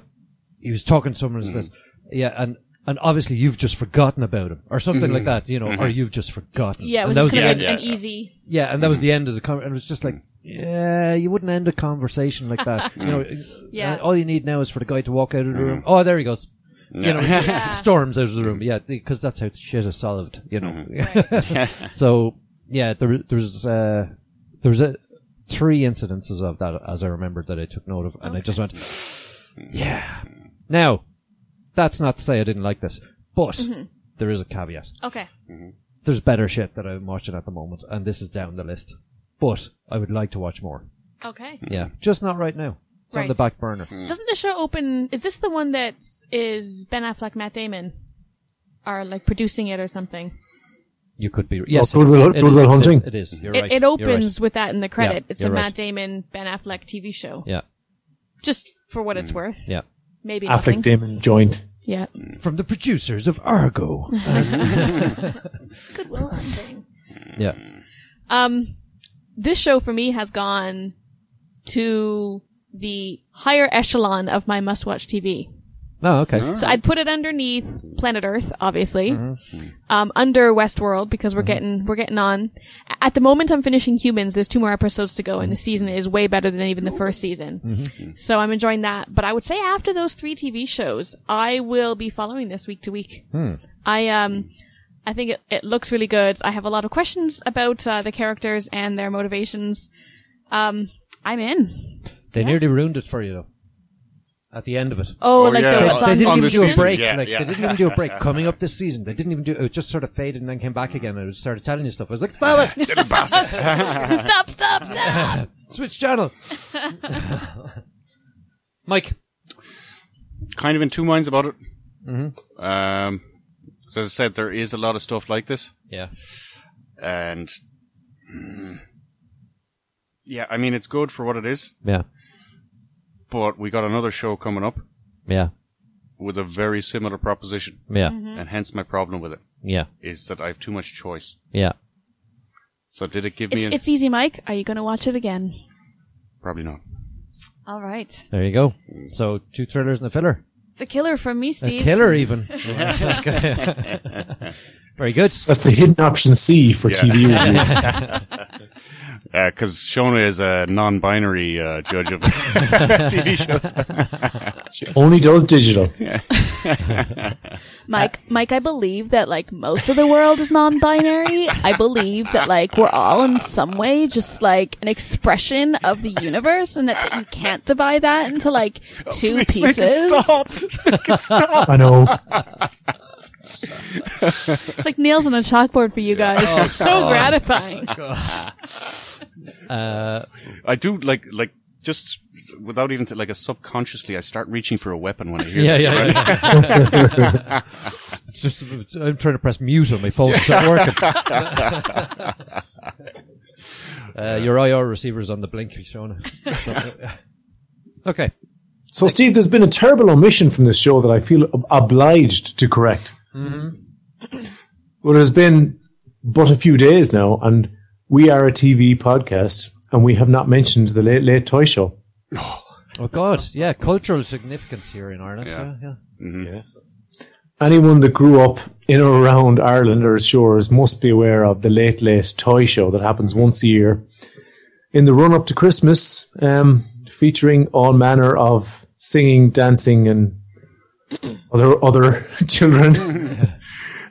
[SPEAKER 4] he was talking to someone. mm
[SPEAKER 2] Mm-hmm.
[SPEAKER 4] yeah, and and obviously you've just forgotten about him or something
[SPEAKER 2] Mm-hmm.
[SPEAKER 4] like that, you know, or you've just forgotten.
[SPEAKER 3] Yeah, it
[SPEAKER 4] And
[SPEAKER 3] was
[SPEAKER 4] that
[SPEAKER 3] just kind
[SPEAKER 4] the
[SPEAKER 3] of
[SPEAKER 4] end-
[SPEAKER 3] an,
[SPEAKER 2] yeah,
[SPEAKER 3] an
[SPEAKER 2] yeah.
[SPEAKER 3] easy.
[SPEAKER 4] yeah, and that was the end of the con- and it was just like, yeah, you wouldn't end a conversation like that. you know,
[SPEAKER 3] Yeah.
[SPEAKER 4] uh, all you need now is for the guy to walk out of the room. Oh, there he goes. You know, he just
[SPEAKER 3] Yeah.
[SPEAKER 4] storms out of the room. Yeah, because that's how shit is solved. You know. <laughs> so yeah, there there was uh, there was a, three incidences of that as I remembered that I took note of, and I just went, yeah. Now, that's not to say I didn't like this, but
[SPEAKER 3] Mm-hmm.
[SPEAKER 4] there is a caveat
[SPEAKER 3] Okay.
[SPEAKER 4] there's better shit that I'm watching at the moment, and this is down the list. But I would like to watch more.
[SPEAKER 3] Okay.
[SPEAKER 4] Yeah, just not right now. It's on
[SPEAKER 3] Right.
[SPEAKER 4] the back burner.
[SPEAKER 2] Hmm.
[SPEAKER 3] Doesn't the show open? Is this the one that is Ben Affleck, Matt Damon, are like producing it or something?
[SPEAKER 4] You could be yes.
[SPEAKER 5] Oh, Good Will-
[SPEAKER 4] it is,
[SPEAKER 5] Good Will
[SPEAKER 4] it is,
[SPEAKER 5] Hunting.
[SPEAKER 4] It is. You're
[SPEAKER 3] It,
[SPEAKER 4] right.
[SPEAKER 3] it
[SPEAKER 4] you're
[SPEAKER 3] opens
[SPEAKER 4] right.
[SPEAKER 3] with that in the credit. it's a
[SPEAKER 4] you're right.
[SPEAKER 3] Matt Damon, Ben Affleck TV show.
[SPEAKER 4] Yeah,
[SPEAKER 3] Just for what it's worth,
[SPEAKER 4] yeah.
[SPEAKER 3] maybe nothing.
[SPEAKER 5] Affleck Damon joint.
[SPEAKER 3] yeah.
[SPEAKER 2] Hmm.
[SPEAKER 4] From the producers of
[SPEAKER 3] <laughs>
[SPEAKER 4] Argo. <laughs>
[SPEAKER 3] Good Will Hunting.
[SPEAKER 4] yeah.
[SPEAKER 3] Um, this show for me has gone to the higher echelon of my must-watch TV.
[SPEAKER 4] Oh, okay.
[SPEAKER 3] So I'd put it underneath Planet Earth, obviously,
[SPEAKER 4] Mm-hmm.
[SPEAKER 3] um, under Westworld because we're getting we're getting on. A- At the moment, I'm finishing Humans. There's two more episodes to go,
[SPEAKER 4] Mm-hmm.
[SPEAKER 3] and the season is way better than even the first season. So I'm enjoying that. But I would say after those three TV shows, I will be following this week to week.
[SPEAKER 4] Hmm.
[SPEAKER 3] I um. I think it, it looks really good. I have a lot of questions about uh, the characters and their motivations. Um, I'm in.
[SPEAKER 4] They nearly ruined it for you though. At the end of it.
[SPEAKER 3] Oh,
[SPEAKER 2] Oh,
[SPEAKER 3] like
[SPEAKER 2] yeah.
[SPEAKER 3] the
[SPEAKER 4] They,
[SPEAKER 3] what's
[SPEAKER 4] they
[SPEAKER 3] on
[SPEAKER 4] didn't
[SPEAKER 2] on
[SPEAKER 4] even
[SPEAKER 2] the
[SPEAKER 4] do a
[SPEAKER 2] season,
[SPEAKER 4] break.
[SPEAKER 2] yeah,
[SPEAKER 4] like
[SPEAKER 2] yeah.
[SPEAKER 4] they didn't even do
[SPEAKER 2] <laughs>
[SPEAKER 4] a break coming up this season. They didn't even do it. Just sort of faded and then came back again and it started telling you stuff. I was like, stop it,
[SPEAKER 3] stop, stop, stop.
[SPEAKER 4] switch channel. Mike,
[SPEAKER 2] kind of in two minds about it. Mm-hmm. Um, so as I said, there is a lot of stuff like this,
[SPEAKER 4] Yeah.
[SPEAKER 2] and mm, yeah, I mean it's good for what it is.
[SPEAKER 4] Yeah.
[SPEAKER 2] But we got another show coming up
[SPEAKER 4] Yeah.
[SPEAKER 2] with a very similar proposition,
[SPEAKER 4] Yeah.
[SPEAKER 2] and hence my problem with it
[SPEAKER 4] Yeah.
[SPEAKER 2] is that I have too much choice.
[SPEAKER 4] Yeah.
[SPEAKER 2] So did it give me?
[SPEAKER 3] It's,
[SPEAKER 2] An,
[SPEAKER 3] it's easy, Mike. Are you going to watch it again?
[SPEAKER 2] probably not.
[SPEAKER 3] All right.
[SPEAKER 4] There you go. So two thrillers and a filler.
[SPEAKER 3] It's a killer from me, Steve.
[SPEAKER 4] A killer even. <laughs> Very good.
[SPEAKER 5] That's the hidden option C for TV reviews.
[SPEAKER 2] Because Uh, Shona is a non-binary uh, judge of <laughs> TV shows.
[SPEAKER 5] She only does digital.
[SPEAKER 3] Mike, Mike, I believe that like most of the world is non-binary. I believe that like we're all in some way just like an expression of the universe and that, that you can't divide that into like two pieces.
[SPEAKER 5] I know.
[SPEAKER 3] It's like nails on a chalkboard for you guys. it's so gratifying.
[SPEAKER 4] <laughs> Uh,
[SPEAKER 2] I do like like just without even t- like a subconsciously, I start reaching for a weapon when I hear.
[SPEAKER 4] Yeah,
[SPEAKER 2] that.
[SPEAKER 4] yeah. yeah. It's just, it's- I'm trying to press mute on my phone. It's not working. uh, your IR receiver's on the blink, Shona. okay.
[SPEAKER 5] So, Steve, there's been a terrible omission from this show that I feel ob- obliged to correct. Well, there's been but a few days now, and we are a TV podcast, and we have not mentioned the Late Late Toy Show.
[SPEAKER 4] Oh God, yeah. Cultural significance here in Ireland. Yeah, yeah.
[SPEAKER 5] Anyone that grew up in or around Ireland or its shores must be aware of the Late Late Toy Show that happens once a year. In the run up to Christmas, um, featuring all manner of singing, dancing, and other other <laughs> children,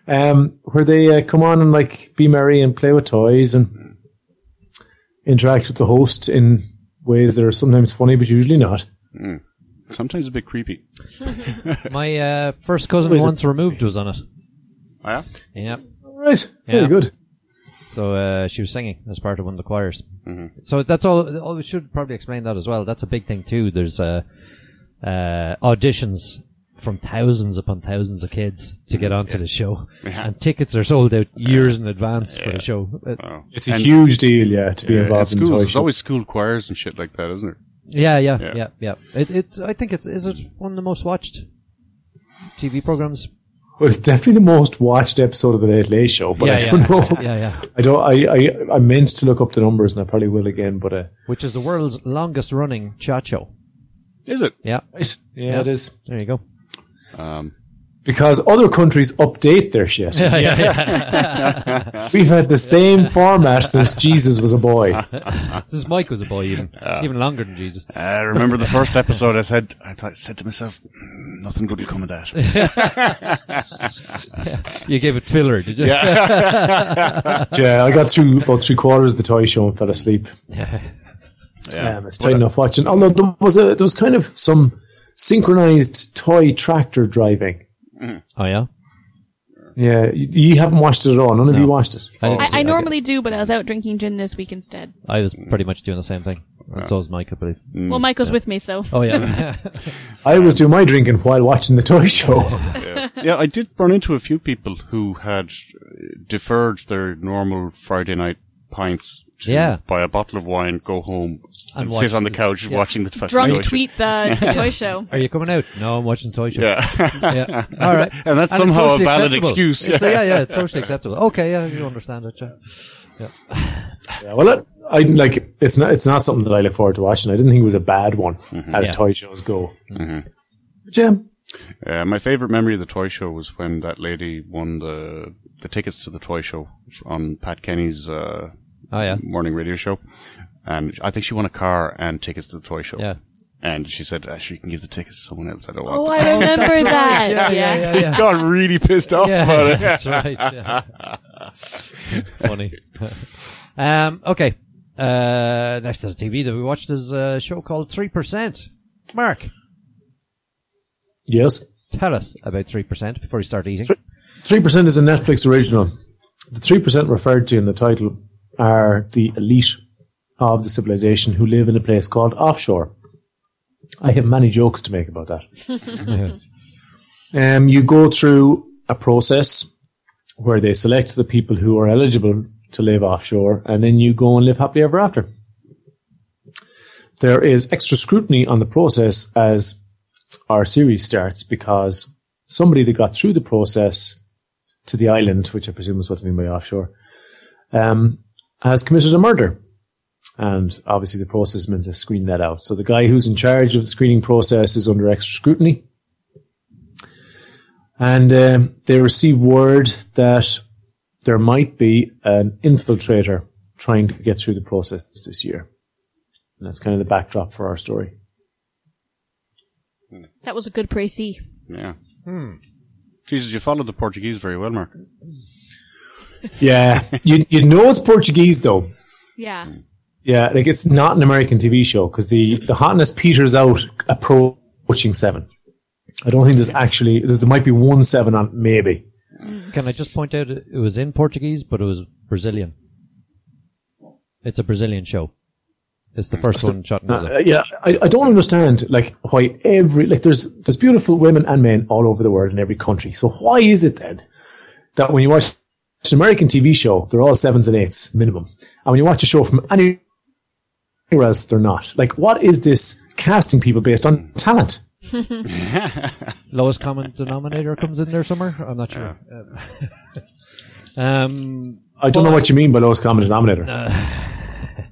[SPEAKER 5] um, where they uh, come on and like be merry and play with toys and interact with the host in ways that are sometimes funny but usually not.
[SPEAKER 2] <laughs> Sometimes a bit creepy.
[SPEAKER 4] My uh, first cousin
[SPEAKER 5] Always a-
[SPEAKER 4] once removed was on it.
[SPEAKER 2] Oh, Yeah.
[SPEAKER 4] Yeah.
[SPEAKER 5] All right,
[SPEAKER 4] Yeah.
[SPEAKER 5] very good.
[SPEAKER 4] So uh, she was singing as part of one of the choirs. So that's all. Oh, we should probably explain that as well. That's a big thing too. There's uh, uh, auditions from thousands upon thousands of kids to get onto the show, and tickets are sold out years in advance for the show. Uh,
[SPEAKER 2] Oh.
[SPEAKER 5] It's a huge deal, yeah, to be
[SPEAKER 2] At
[SPEAKER 5] involved in
[SPEAKER 2] schools,
[SPEAKER 5] toy
[SPEAKER 2] there's
[SPEAKER 5] show.
[SPEAKER 2] always school choirs and shit like that, isn't there?
[SPEAKER 4] yeah, yeah, yeah,
[SPEAKER 2] Yeah.
[SPEAKER 4] yeah. It, it. I think it's is it one of the most watched TV programs.
[SPEAKER 5] Well, it's definitely the most watched episode of the Late Late Show, but I
[SPEAKER 4] yeah,
[SPEAKER 5] don't know.
[SPEAKER 4] <laughs> yeah, yeah.
[SPEAKER 5] I don't. I, I I meant to look up the numbers, and I probably will again. But uh,
[SPEAKER 4] Which is the world's longest running chat show.
[SPEAKER 2] Is it?
[SPEAKER 4] Yeah,
[SPEAKER 5] it's- yeah,
[SPEAKER 4] Yeah.
[SPEAKER 5] it is
[SPEAKER 4] there you go.
[SPEAKER 2] Um,
[SPEAKER 5] because other countries update their shit.
[SPEAKER 4] <laughs> yeah, yeah.
[SPEAKER 5] We've had
[SPEAKER 4] <laughs>
[SPEAKER 5] the same format since Jesus was a boy.
[SPEAKER 4] Since Mike was a boy, even
[SPEAKER 2] <laughs> Ah.
[SPEAKER 4] even longer than Jesus.
[SPEAKER 2] I remember the
[SPEAKER 4] <laughs>
[SPEAKER 2] first episode. I said, I thought, said to myself, "Mm, nothing good will come of
[SPEAKER 4] <laughs>
[SPEAKER 2] that.
[SPEAKER 4] You gave it filler, did you? <laughs> Yeah.
[SPEAKER 5] Yeah, I got through about three quarters of the toy show and fell asleep. Um, it's tight enough watching. Although there was a there was kind of some synchronized toy tractor driving.
[SPEAKER 4] <laughs> Oh yeah.
[SPEAKER 5] Yeah, you, you haven't watched it at all. None of you watched it.
[SPEAKER 2] Oh.
[SPEAKER 4] didn't see
[SPEAKER 3] I, I
[SPEAKER 4] it.
[SPEAKER 3] normally do, but I was out drinking gin this week instead.
[SPEAKER 4] I was pretty much doing the same thing. And so was Mike, I believe.
[SPEAKER 3] Well, Michael's with me, so
[SPEAKER 4] Oh
[SPEAKER 2] <laughs>
[SPEAKER 4] yeah.
[SPEAKER 5] I was
[SPEAKER 4] Um,
[SPEAKER 5] doing my drinking while watching the toy
[SPEAKER 4] <laughs>
[SPEAKER 5] show.
[SPEAKER 2] yeah, I did run into a few people who had uh, deferred their normal Friday night pints to
[SPEAKER 4] Yeah.
[SPEAKER 2] buy a bottle of wine, go home, and,
[SPEAKER 4] watch
[SPEAKER 2] sit on the
[SPEAKER 4] the-
[SPEAKER 2] couch
[SPEAKER 4] yeah.
[SPEAKER 2] watching the fucking
[SPEAKER 3] drunk
[SPEAKER 2] Deutsche.
[SPEAKER 3] tweet the, the toy show.
[SPEAKER 4] Are you coming out? No, I'm watching Toy Show.
[SPEAKER 2] Yeah. <laughs>
[SPEAKER 4] Yeah. All right.
[SPEAKER 2] And that's
[SPEAKER 4] it's
[SPEAKER 2] somehow a
[SPEAKER 4] socially
[SPEAKER 2] valid
[SPEAKER 4] acceptable.
[SPEAKER 2] excuse.
[SPEAKER 4] It's- yeah, yeah, it's socially acceptable. Okay, yeah, you understand it, yeah.
[SPEAKER 5] Yeah, well, it, I like it's not it's not something that I look forward to watching. I didn't think it was a bad one as
[SPEAKER 4] Yeah.
[SPEAKER 5] toy shows go. But yeah,
[SPEAKER 2] Uh, my favorite memory of the toy show was when that lady won the the tickets to the toy show on Pat Kenny's uh,
[SPEAKER 4] Oh yeah.
[SPEAKER 2] morning radio show, and I think she won a car and tickets to the toy show.
[SPEAKER 4] Yeah.
[SPEAKER 2] And she said, "Actually, you can give the tickets to someone else. I don't
[SPEAKER 3] Oh,
[SPEAKER 2] want."
[SPEAKER 3] I remember that.
[SPEAKER 4] Yeah, yeah, yeah,
[SPEAKER 2] them." <laughs>
[SPEAKER 4] yeah.
[SPEAKER 2] Got really pissed off
[SPEAKER 4] Yeah,
[SPEAKER 2] about it.
[SPEAKER 4] <laughs> that's right. yeah.
[SPEAKER 2] <laughs>
[SPEAKER 4] Funny. <laughs> um, okay. Uh, next to the TV that we watched is a show called Three Percent. Mark,
[SPEAKER 5] yes,
[SPEAKER 4] tell us about Three Percent before you start eating.
[SPEAKER 5] three percent is a Netflix original. The three percent referred to in the title are the elite of the civilization who live in a place called offshore. I have many jokes to make about that. um, you go through a process where they select the people who are eligible to live offshore, and then you go and live happily ever after. There is extra scrutiny on the process as our series starts because somebody that got through the process to the island, which I presume is what I mean by offshore, um, has committed a murder. And obviously, the process is meant to screen that out. So the guy who's in charge of the screening process is under extra scrutiny. And um, they receive word that there might be an infiltrator trying to get through the process this year. And that's kind of the backdrop for our story.
[SPEAKER 3] That was a good pre C.
[SPEAKER 2] Yeah. Jesus, you followed the Portuguese very well, Mark.
[SPEAKER 5] Yeah, <laughs> you you know it's Portuguese though.
[SPEAKER 3] Yeah.
[SPEAKER 4] Mm.
[SPEAKER 5] Yeah, like it's not an American TV show because the the hotness peters out approaching seven. I don't think there's actually there's, there might be one seven on it, maybe.
[SPEAKER 4] Can I just point out it was in Portuguese, but it was Brazilian. It's a Brazilian show. It's the first one shot in
[SPEAKER 5] Uh,
[SPEAKER 4] Brazil.
[SPEAKER 5] yeah, I, I don't understand like why every like there's there's beautiful women and men all over the world in every country. So why is it then that when you watch an American TV show, they're all sevens and eights minimum, and when you watch a show from any- anywhere else, they're not. Like, what is this casting people based on talent?
[SPEAKER 4] Lowest common denominator comes in there somewhere. I'm not sure. <laughs> Um,
[SPEAKER 5] I don't know what you mean by lowest common denominator.
[SPEAKER 4] uh,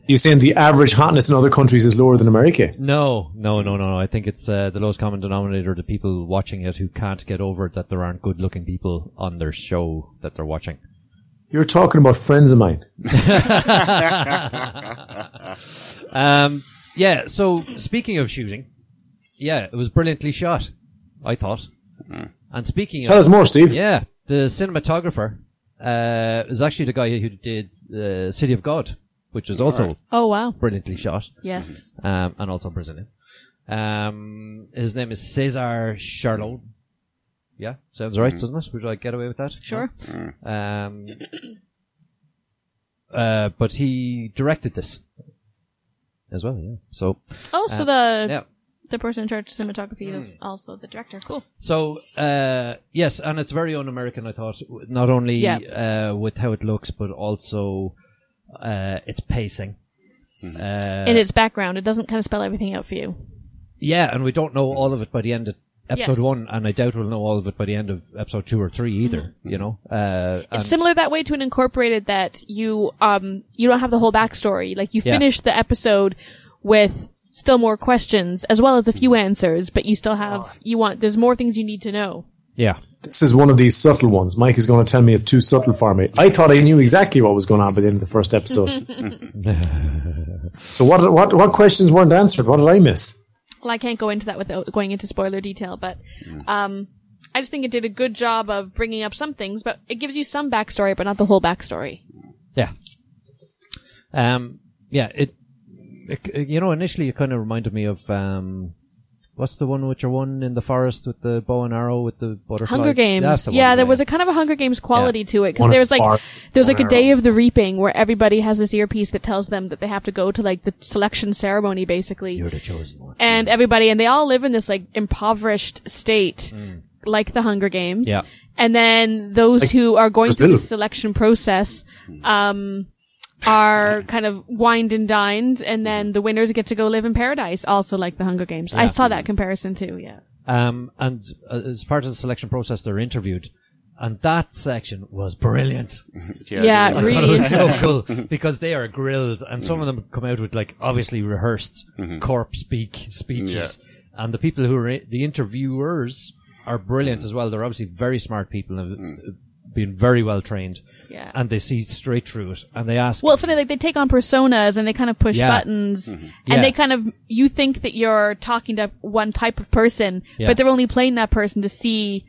[SPEAKER 5] <laughs> You're saying the average hotness in other countries is lower than America?
[SPEAKER 4] no, no, no, no, no. I think it's uh, the lowest common denominator. The people watching it who can't get over that there aren't good-looking people on their show that they're watching.
[SPEAKER 5] You're talking about friends of mine.
[SPEAKER 4] Um, Yeah. So speaking of shooting, yeah, it was brilliantly shot. I thought. And speaking
[SPEAKER 5] Tell
[SPEAKER 4] of,
[SPEAKER 5] us more, Steve.
[SPEAKER 4] yeah, the cinematographer uh, is actually the guy who did uh, City of God, which was also
[SPEAKER 3] Oh wow.
[SPEAKER 4] brilliantly shot
[SPEAKER 3] Yes.
[SPEAKER 4] um, and also Brazilian. Um, his name is Cesar Charlot. Yeah, sounds right, doesn't it? Would I get away with that?
[SPEAKER 3] Sure.
[SPEAKER 4] Um, uh, but he directed this as well. Yeah. So
[SPEAKER 3] Oh, so
[SPEAKER 4] Uh,
[SPEAKER 3] the
[SPEAKER 4] yeah. Mm.
[SPEAKER 3] the person in charge of cinematography is also the director. Cool.
[SPEAKER 4] So uh, yes, and it's very un-American. I thought w- not only uh, with how it looks, but also uh, its pacing. Uh,
[SPEAKER 3] In its background, it doesn't kind of spell everything out for you.
[SPEAKER 4] Yeah, and we don't know all of it by the end of episode
[SPEAKER 3] Yes. Mm-hmm.
[SPEAKER 4] one, and I doubt we'll know all of it by the end of episode two or three either. You know, uh, and
[SPEAKER 3] It's similar that way to an incorporated that you um you don't have the whole backstory. Like you
[SPEAKER 4] Yeah.
[SPEAKER 3] finish the episode with still more questions as well as a
[SPEAKER 4] Mm-hmm.
[SPEAKER 3] few answers, but you still have you want there's more things you need to know.
[SPEAKER 4] yeah,
[SPEAKER 5] This is one of these subtle ones. Mike is going to tell me it's too subtle for me. I thought I knew exactly what was going on by the end of the first
[SPEAKER 4] <laughs>
[SPEAKER 5] episode. so what, what, what questions weren't answered? What did I miss?
[SPEAKER 3] Well, I can't go into that without going into spoiler detail, but
[SPEAKER 4] Mm.
[SPEAKER 3] um I just think it did a good job of bringing up some things, but it gives you some backstory, but not the whole backstory.
[SPEAKER 4] yeah, um, yeah. It, it, you know, initially it kind of reminded me of um, what's the one which are one in the forest with the bow and arrow with the butterfly.
[SPEAKER 3] Hunger Games.
[SPEAKER 4] That's the one,
[SPEAKER 3] yeah, there was a kind of a Hunger Games quality to it because
[SPEAKER 5] One
[SPEAKER 3] there was like
[SPEAKER 5] bar-
[SPEAKER 3] there was like a
[SPEAKER 5] one
[SPEAKER 3] day
[SPEAKER 5] arrow.
[SPEAKER 3] of the reaping where everybody has this earpiece that tells them that they have to go to like the selection ceremony basically,
[SPEAKER 4] You're the chosen one.
[SPEAKER 3] and everybody and they all live in this like impoverished state, like the Hunger Games.
[SPEAKER 4] Yeah.
[SPEAKER 3] And then those who are going through the
[SPEAKER 5] Brazil.
[SPEAKER 3] selection process, um, are kind of wined and dined, and then the winners get to go live in paradise, also like the Hunger Games. I saw that comparison too. Yeah.
[SPEAKER 4] Um, and uh, as part of the selection process, they're interviewed, and that section was brilliant.
[SPEAKER 2] Yeah,
[SPEAKER 3] Yeah,
[SPEAKER 4] I
[SPEAKER 3] really
[SPEAKER 4] <laughs> thought it was so
[SPEAKER 3] interesting.
[SPEAKER 4] cool because they are grilled, and some of them come out with like obviously rehearsed corp speak speeches, and the people who are i- the interviewers are brilliant as well. They're obviously very smart people and have uh, been very well trained,
[SPEAKER 3] Yeah.
[SPEAKER 4] and they see straight through it, and they ask,
[SPEAKER 3] Well, it's funny, like they take on personas and they kind of push
[SPEAKER 4] Yeah.
[SPEAKER 3] buttons
[SPEAKER 4] Yeah.
[SPEAKER 3] and they kind of, you think that you're talking to one type of person,
[SPEAKER 4] Yeah.
[SPEAKER 3] but they're only playing that person to see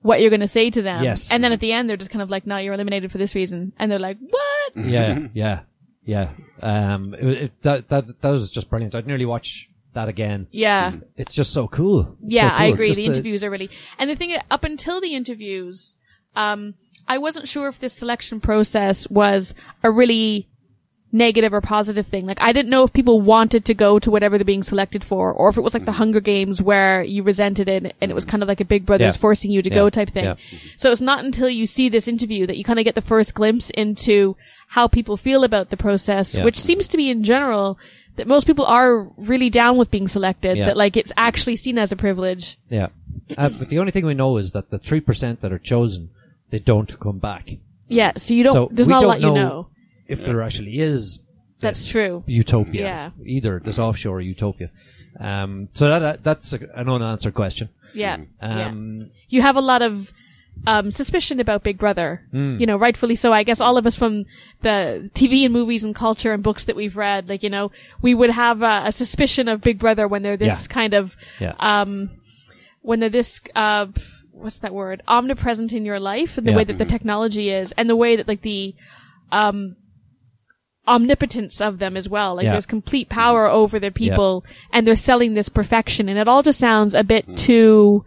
[SPEAKER 3] what you're going to say to them.
[SPEAKER 4] Yes.
[SPEAKER 3] And then at the end, they're just kind of like, no, you're eliminated for this reason. And they're like,
[SPEAKER 4] Mm-hmm.
[SPEAKER 3] what?
[SPEAKER 4] <laughs> yeah, yeah, yeah. Um, it, it, that that that was just brilliant. I'd nearly watch that again.
[SPEAKER 3] Yeah.
[SPEAKER 4] It's just so cool.
[SPEAKER 3] Yeah,
[SPEAKER 4] So
[SPEAKER 3] I
[SPEAKER 4] cool.
[SPEAKER 3] agree.
[SPEAKER 4] Just
[SPEAKER 3] the interviews are really, and the thing up until the interviews, um, I wasn't sure if this selection process was a really negative or positive thing. Like, I didn't know if people wanted to go to whatever they're being selected for, or if it was like the
[SPEAKER 4] Mm-hmm.
[SPEAKER 3] Hunger Games where you resented it and it was kind of like a Big Brother
[SPEAKER 4] Yeah.
[SPEAKER 3] was forcing you to
[SPEAKER 4] Yeah.
[SPEAKER 3] go type thing.
[SPEAKER 4] Yeah.
[SPEAKER 3] So it's not until you see this interview that you kind of get the first glimpse into how people feel about the process,
[SPEAKER 4] Yeah.
[SPEAKER 3] which seems to be in general that most people are really down with being selected,
[SPEAKER 4] Yeah.
[SPEAKER 3] that like it's actually seen as a privilege.
[SPEAKER 4] Yeah. Uh, but the only thing we know is that the 3% that are chosen, they don't come back.
[SPEAKER 3] Yeah, so you don't.
[SPEAKER 4] So
[SPEAKER 3] there's
[SPEAKER 4] we
[SPEAKER 3] not
[SPEAKER 4] don't
[SPEAKER 3] a lot
[SPEAKER 4] know-
[SPEAKER 3] you know.
[SPEAKER 4] If there actually is
[SPEAKER 3] That's true.
[SPEAKER 4] utopia,
[SPEAKER 3] Yeah.
[SPEAKER 4] either this offshore utopia. Um, so that, uh, that's a, an unanswered question.
[SPEAKER 3] Yeah, yeah.
[SPEAKER 4] Um,
[SPEAKER 3] You have a lot of um, suspicion about Big Brother.
[SPEAKER 4] Mm.
[SPEAKER 3] You know, rightfully so. I guess all of us from the TV and movies and culture and books that we've read, like you know, we would have a, a suspicion of Big Brother when they're this
[SPEAKER 4] Yeah.
[SPEAKER 3] kind of
[SPEAKER 4] yeah.
[SPEAKER 3] um, when they're this uh, p- what's that word omnipresent in your life and the
[SPEAKER 4] Yeah.
[SPEAKER 3] way that the technology is and the way that like the um, omnipotence of them as well like
[SPEAKER 4] Yeah.
[SPEAKER 3] there's complete power over their people and they're selling this perfection and it all just sounds a
[SPEAKER 4] Mm-hmm.
[SPEAKER 3] bit too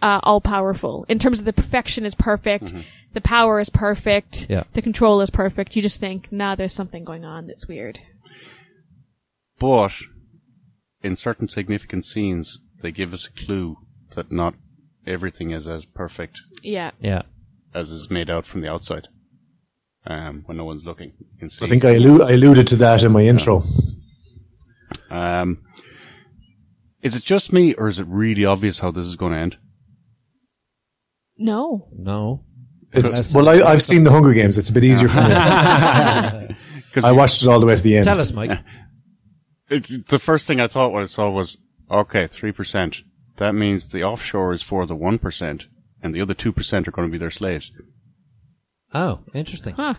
[SPEAKER 3] uh, all powerful in terms of the perfection is perfect the power is perfect
[SPEAKER 4] Mm-hmm. Yeah.
[SPEAKER 3] the control is perfect you just think nah there's something going on that's weird
[SPEAKER 2] But in certain significant scenes, they give us a clue that not everything is as perfect
[SPEAKER 3] yeah
[SPEAKER 4] yeah.
[SPEAKER 2] as is made out from the outside um, when no one's looking. You can see.
[SPEAKER 5] I think I, allu- I alluded to that in my intro.
[SPEAKER 2] um, is it just me, or is it really obvious how this is going to end?
[SPEAKER 3] no
[SPEAKER 4] No.
[SPEAKER 5] It's, well, I, I've seen the Hunger Games. It's a bit easier for me. I
[SPEAKER 2] 'Cause
[SPEAKER 5] watched it all the way to the end.
[SPEAKER 4] Tell us, Mike.
[SPEAKER 2] it's, the first thing I thought when I saw was, okay, 3%. That means the offshore is for the 1%, and the other 2% are going to be their slaves.
[SPEAKER 4] Oh, interesting.
[SPEAKER 3] huh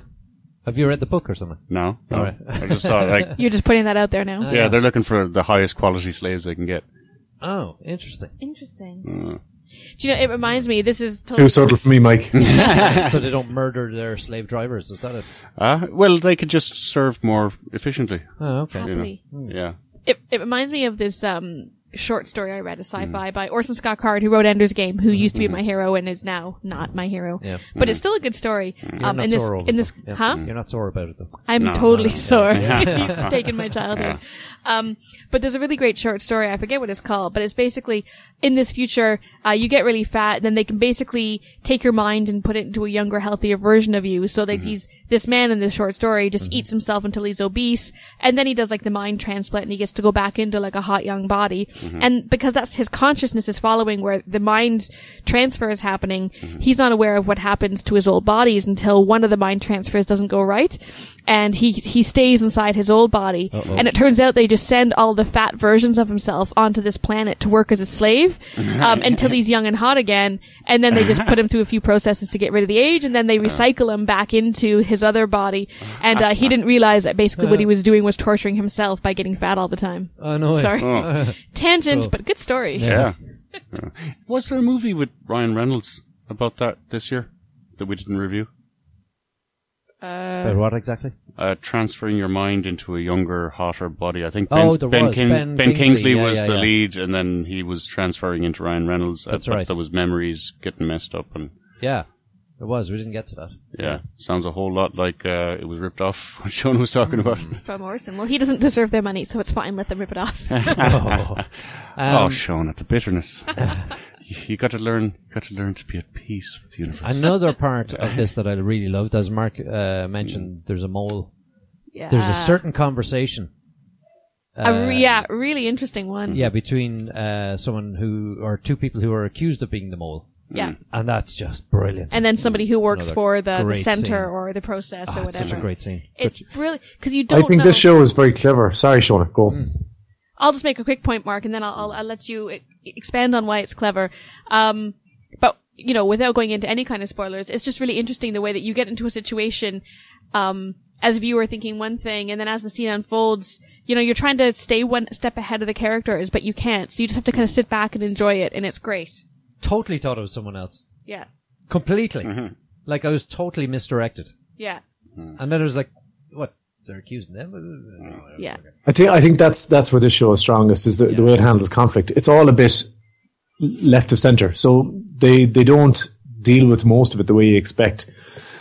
[SPEAKER 4] Have you read the book or something?
[SPEAKER 2] No, no.
[SPEAKER 4] Alright.
[SPEAKER 2] I just saw it,
[SPEAKER 5] <laughs>
[SPEAKER 2] like
[SPEAKER 3] You're just putting that out there now.
[SPEAKER 2] yeah, they're looking for the highest quality slaves they can get.
[SPEAKER 4] Oh, interesting.
[SPEAKER 3] Interesting.
[SPEAKER 2] Hmm.
[SPEAKER 3] Do you know? It reminds me. This is totally
[SPEAKER 5] Too subtle for me, Mike.
[SPEAKER 4] so they don't murder their slave drivers, is that it?
[SPEAKER 2] Uh, well, they could just serve more efficiently.
[SPEAKER 4] Oh, okay.
[SPEAKER 2] You know.
[SPEAKER 3] happily.
[SPEAKER 5] Hmm.
[SPEAKER 2] Yeah.
[SPEAKER 3] It it reminds me of this um short story I read, a
[SPEAKER 2] Hmm.
[SPEAKER 3] sci-fi by Orson Scott Card, who wrote Ender's Game, who used to be my hero and is now not my hero.
[SPEAKER 4] Yeah.
[SPEAKER 3] But
[SPEAKER 2] Hmm.
[SPEAKER 3] it's still a good story. Um,
[SPEAKER 4] You're
[SPEAKER 3] in
[SPEAKER 4] not
[SPEAKER 3] this,
[SPEAKER 4] sore over
[SPEAKER 3] in
[SPEAKER 4] it,
[SPEAKER 3] this,
[SPEAKER 4] though. Yeah.
[SPEAKER 3] huh?
[SPEAKER 4] You're not sore about it though.
[SPEAKER 3] I'm
[SPEAKER 2] No,
[SPEAKER 3] totally
[SPEAKER 2] no, no.
[SPEAKER 3] sore. <laughs>
[SPEAKER 2] Yeah.
[SPEAKER 3] He's taken my childhood. Um, but there's a really great short story. I forget what it's called, but it's basically in this future, uh, you get really fat, then they can basically take your mind and put it into a younger, healthier version of you. So that
[SPEAKER 2] Mm-hmm.
[SPEAKER 3] he's, this man in this short story just eats himself until he's obese, and then he does like the mind transplant and he gets to go back into like a hot young body.
[SPEAKER 2] Mm-hmm.
[SPEAKER 3] And because that's his consciousness is following where the mind transfer is happening,
[SPEAKER 2] Mm-hmm.
[SPEAKER 3] he's not aware of what happens to his old bodies until one of the mind transfers doesn't go right and he he stays inside his old body. And it turns out they just send all the fat versions of himself onto this planet to work as a slave
[SPEAKER 4] <laughs>
[SPEAKER 3] um, until he's young and hot again. And then they just put him through a few processes to get rid of the age, and then
[SPEAKER 4] Uh-huh.
[SPEAKER 3] they recycle him back into his other body. And uh,
[SPEAKER 4] Uh-huh.
[SPEAKER 3] he didn't realize that basically what he was doing was torturing himself by getting fat all the time.
[SPEAKER 4] Oh no. way.
[SPEAKER 3] Sorry,
[SPEAKER 5] <laughs>
[SPEAKER 2] Oh,
[SPEAKER 3] tangent, but good story.
[SPEAKER 2] yeah. Yeah. Was there a movie with Ryan Reynolds about that this year that we didn't review?
[SPEAKER 4] About what exactly?
[SPEAKER 2] Uh, transferring your mind into a younger, hotter body. I think
[SPEAKER 4] Oh,
[SPEAKER 2] Ben's-
[SPEAKER 4] there
[SPEAKER 2] ben,
[SPEAKER 4] was. Ben
[SPEAKER 2] ben
[SPEAKER 4] Kingsley,
[SPEAKER 2] Kingsley
[SPEAKER 4] yeah,
[SPEAKER 2] was
[SPEAKER 4] yeah,
[SPEAKER 2] the
[SPEAKER 4] yeah.
[SPEAKER 2] lead, and then he was transferring into Ryan Reynolds. uh,
[SPEAKER 4] That's
[SPEAKER 2] but
[SPEAKER 4] right.
[SPEAKER 2] There was memories getting messed up, and
[SPEAKER 4] Yeah. It was. We didn't get to that.
[SPEAKER 2] yeah, sounds a whole lot like uh, it was ripped off. <laughs> What Sean was talking about.
[SPEAKER 4] Um,
[SPEAKER 3] From Orson. Well, he doesn't deserve their money, so it's fine. Let them rip it
[SPEAKER 4] <laughs>
[SPEAKER 3] off.
[SPEAKER 2] oh,
[SPEAKER 4] Um,
[SPEAKER 2] Sean, at the bitterness. <laughs> you, you got to learn. You got to learn to be at peace with the universe.
[SPEAKER 4] Another part of this that I really loved, as Mark uh, mentioned, there's a mole.
[SPEAKER 3] yeah.
[SPEAKER 4] There's a certain conversation.
[SPEAKER 3] A re- yeah, really interesting one.
[SPEAKER 4] Yeah, between uh, someone who or two people who are accused of being the mole,
[SPEAKER 3] yeah.
[SPEAKER 4] and that's just brilliant.
[SPEAKER 3] and then somebody who works
[SPEAKER 4] Another
[SPEAKER 3] for the, the
[SPEAKER 4] great
[SPEAKER 3] center
[SPEAKER 4] scene.
[SPEAKER 3] or the process or
[SPEAKER 4] Ah, it's
[SPEAKER 3] whatever.
[SPEAKER 4] such a great scene.
[SPEAKER 3] It's really because you don't.
[SPEAKER 5] I think
[SPEAKER 3] know.
[SPEAKER 5] this show is very clever. Sorry, Shona. Go.
[SPEAKER 4] Hmm.
[SPEAKER 3] I'll just make a quick point, Mark, and then I'll I'll, I'll let you e- expand on why it's clever. Um, but you know, without going into any kind of spoilers, it's just really interesting the way that you get into a situation, um, as a viewer thinking one thing, and then as the scene unfolds, you know, you're trying to stay one step ahead of the characters, but you can't. So you just have to kind of sit back and enjoy it, and it's great.
[SPEAKER 4] Totally thought it was someone else.
[SPEAKER 3] Yeah,
[SPEAKER 4] Completely. Like I was totally misdirected,
[SPEAKER 3] yeah,
[SPEAKER 4] and then it was like, what? They're accusing
[SPEAKER 3] Mm.
[SPEAKER 4] them.
[SPEAKER 3] yeah.
[SPEAKER 5] I think I think that's that's where this show is strongest is the, the way it handles conflict. It's all a bit left of center, so they they don't deal with most of it the way you expect.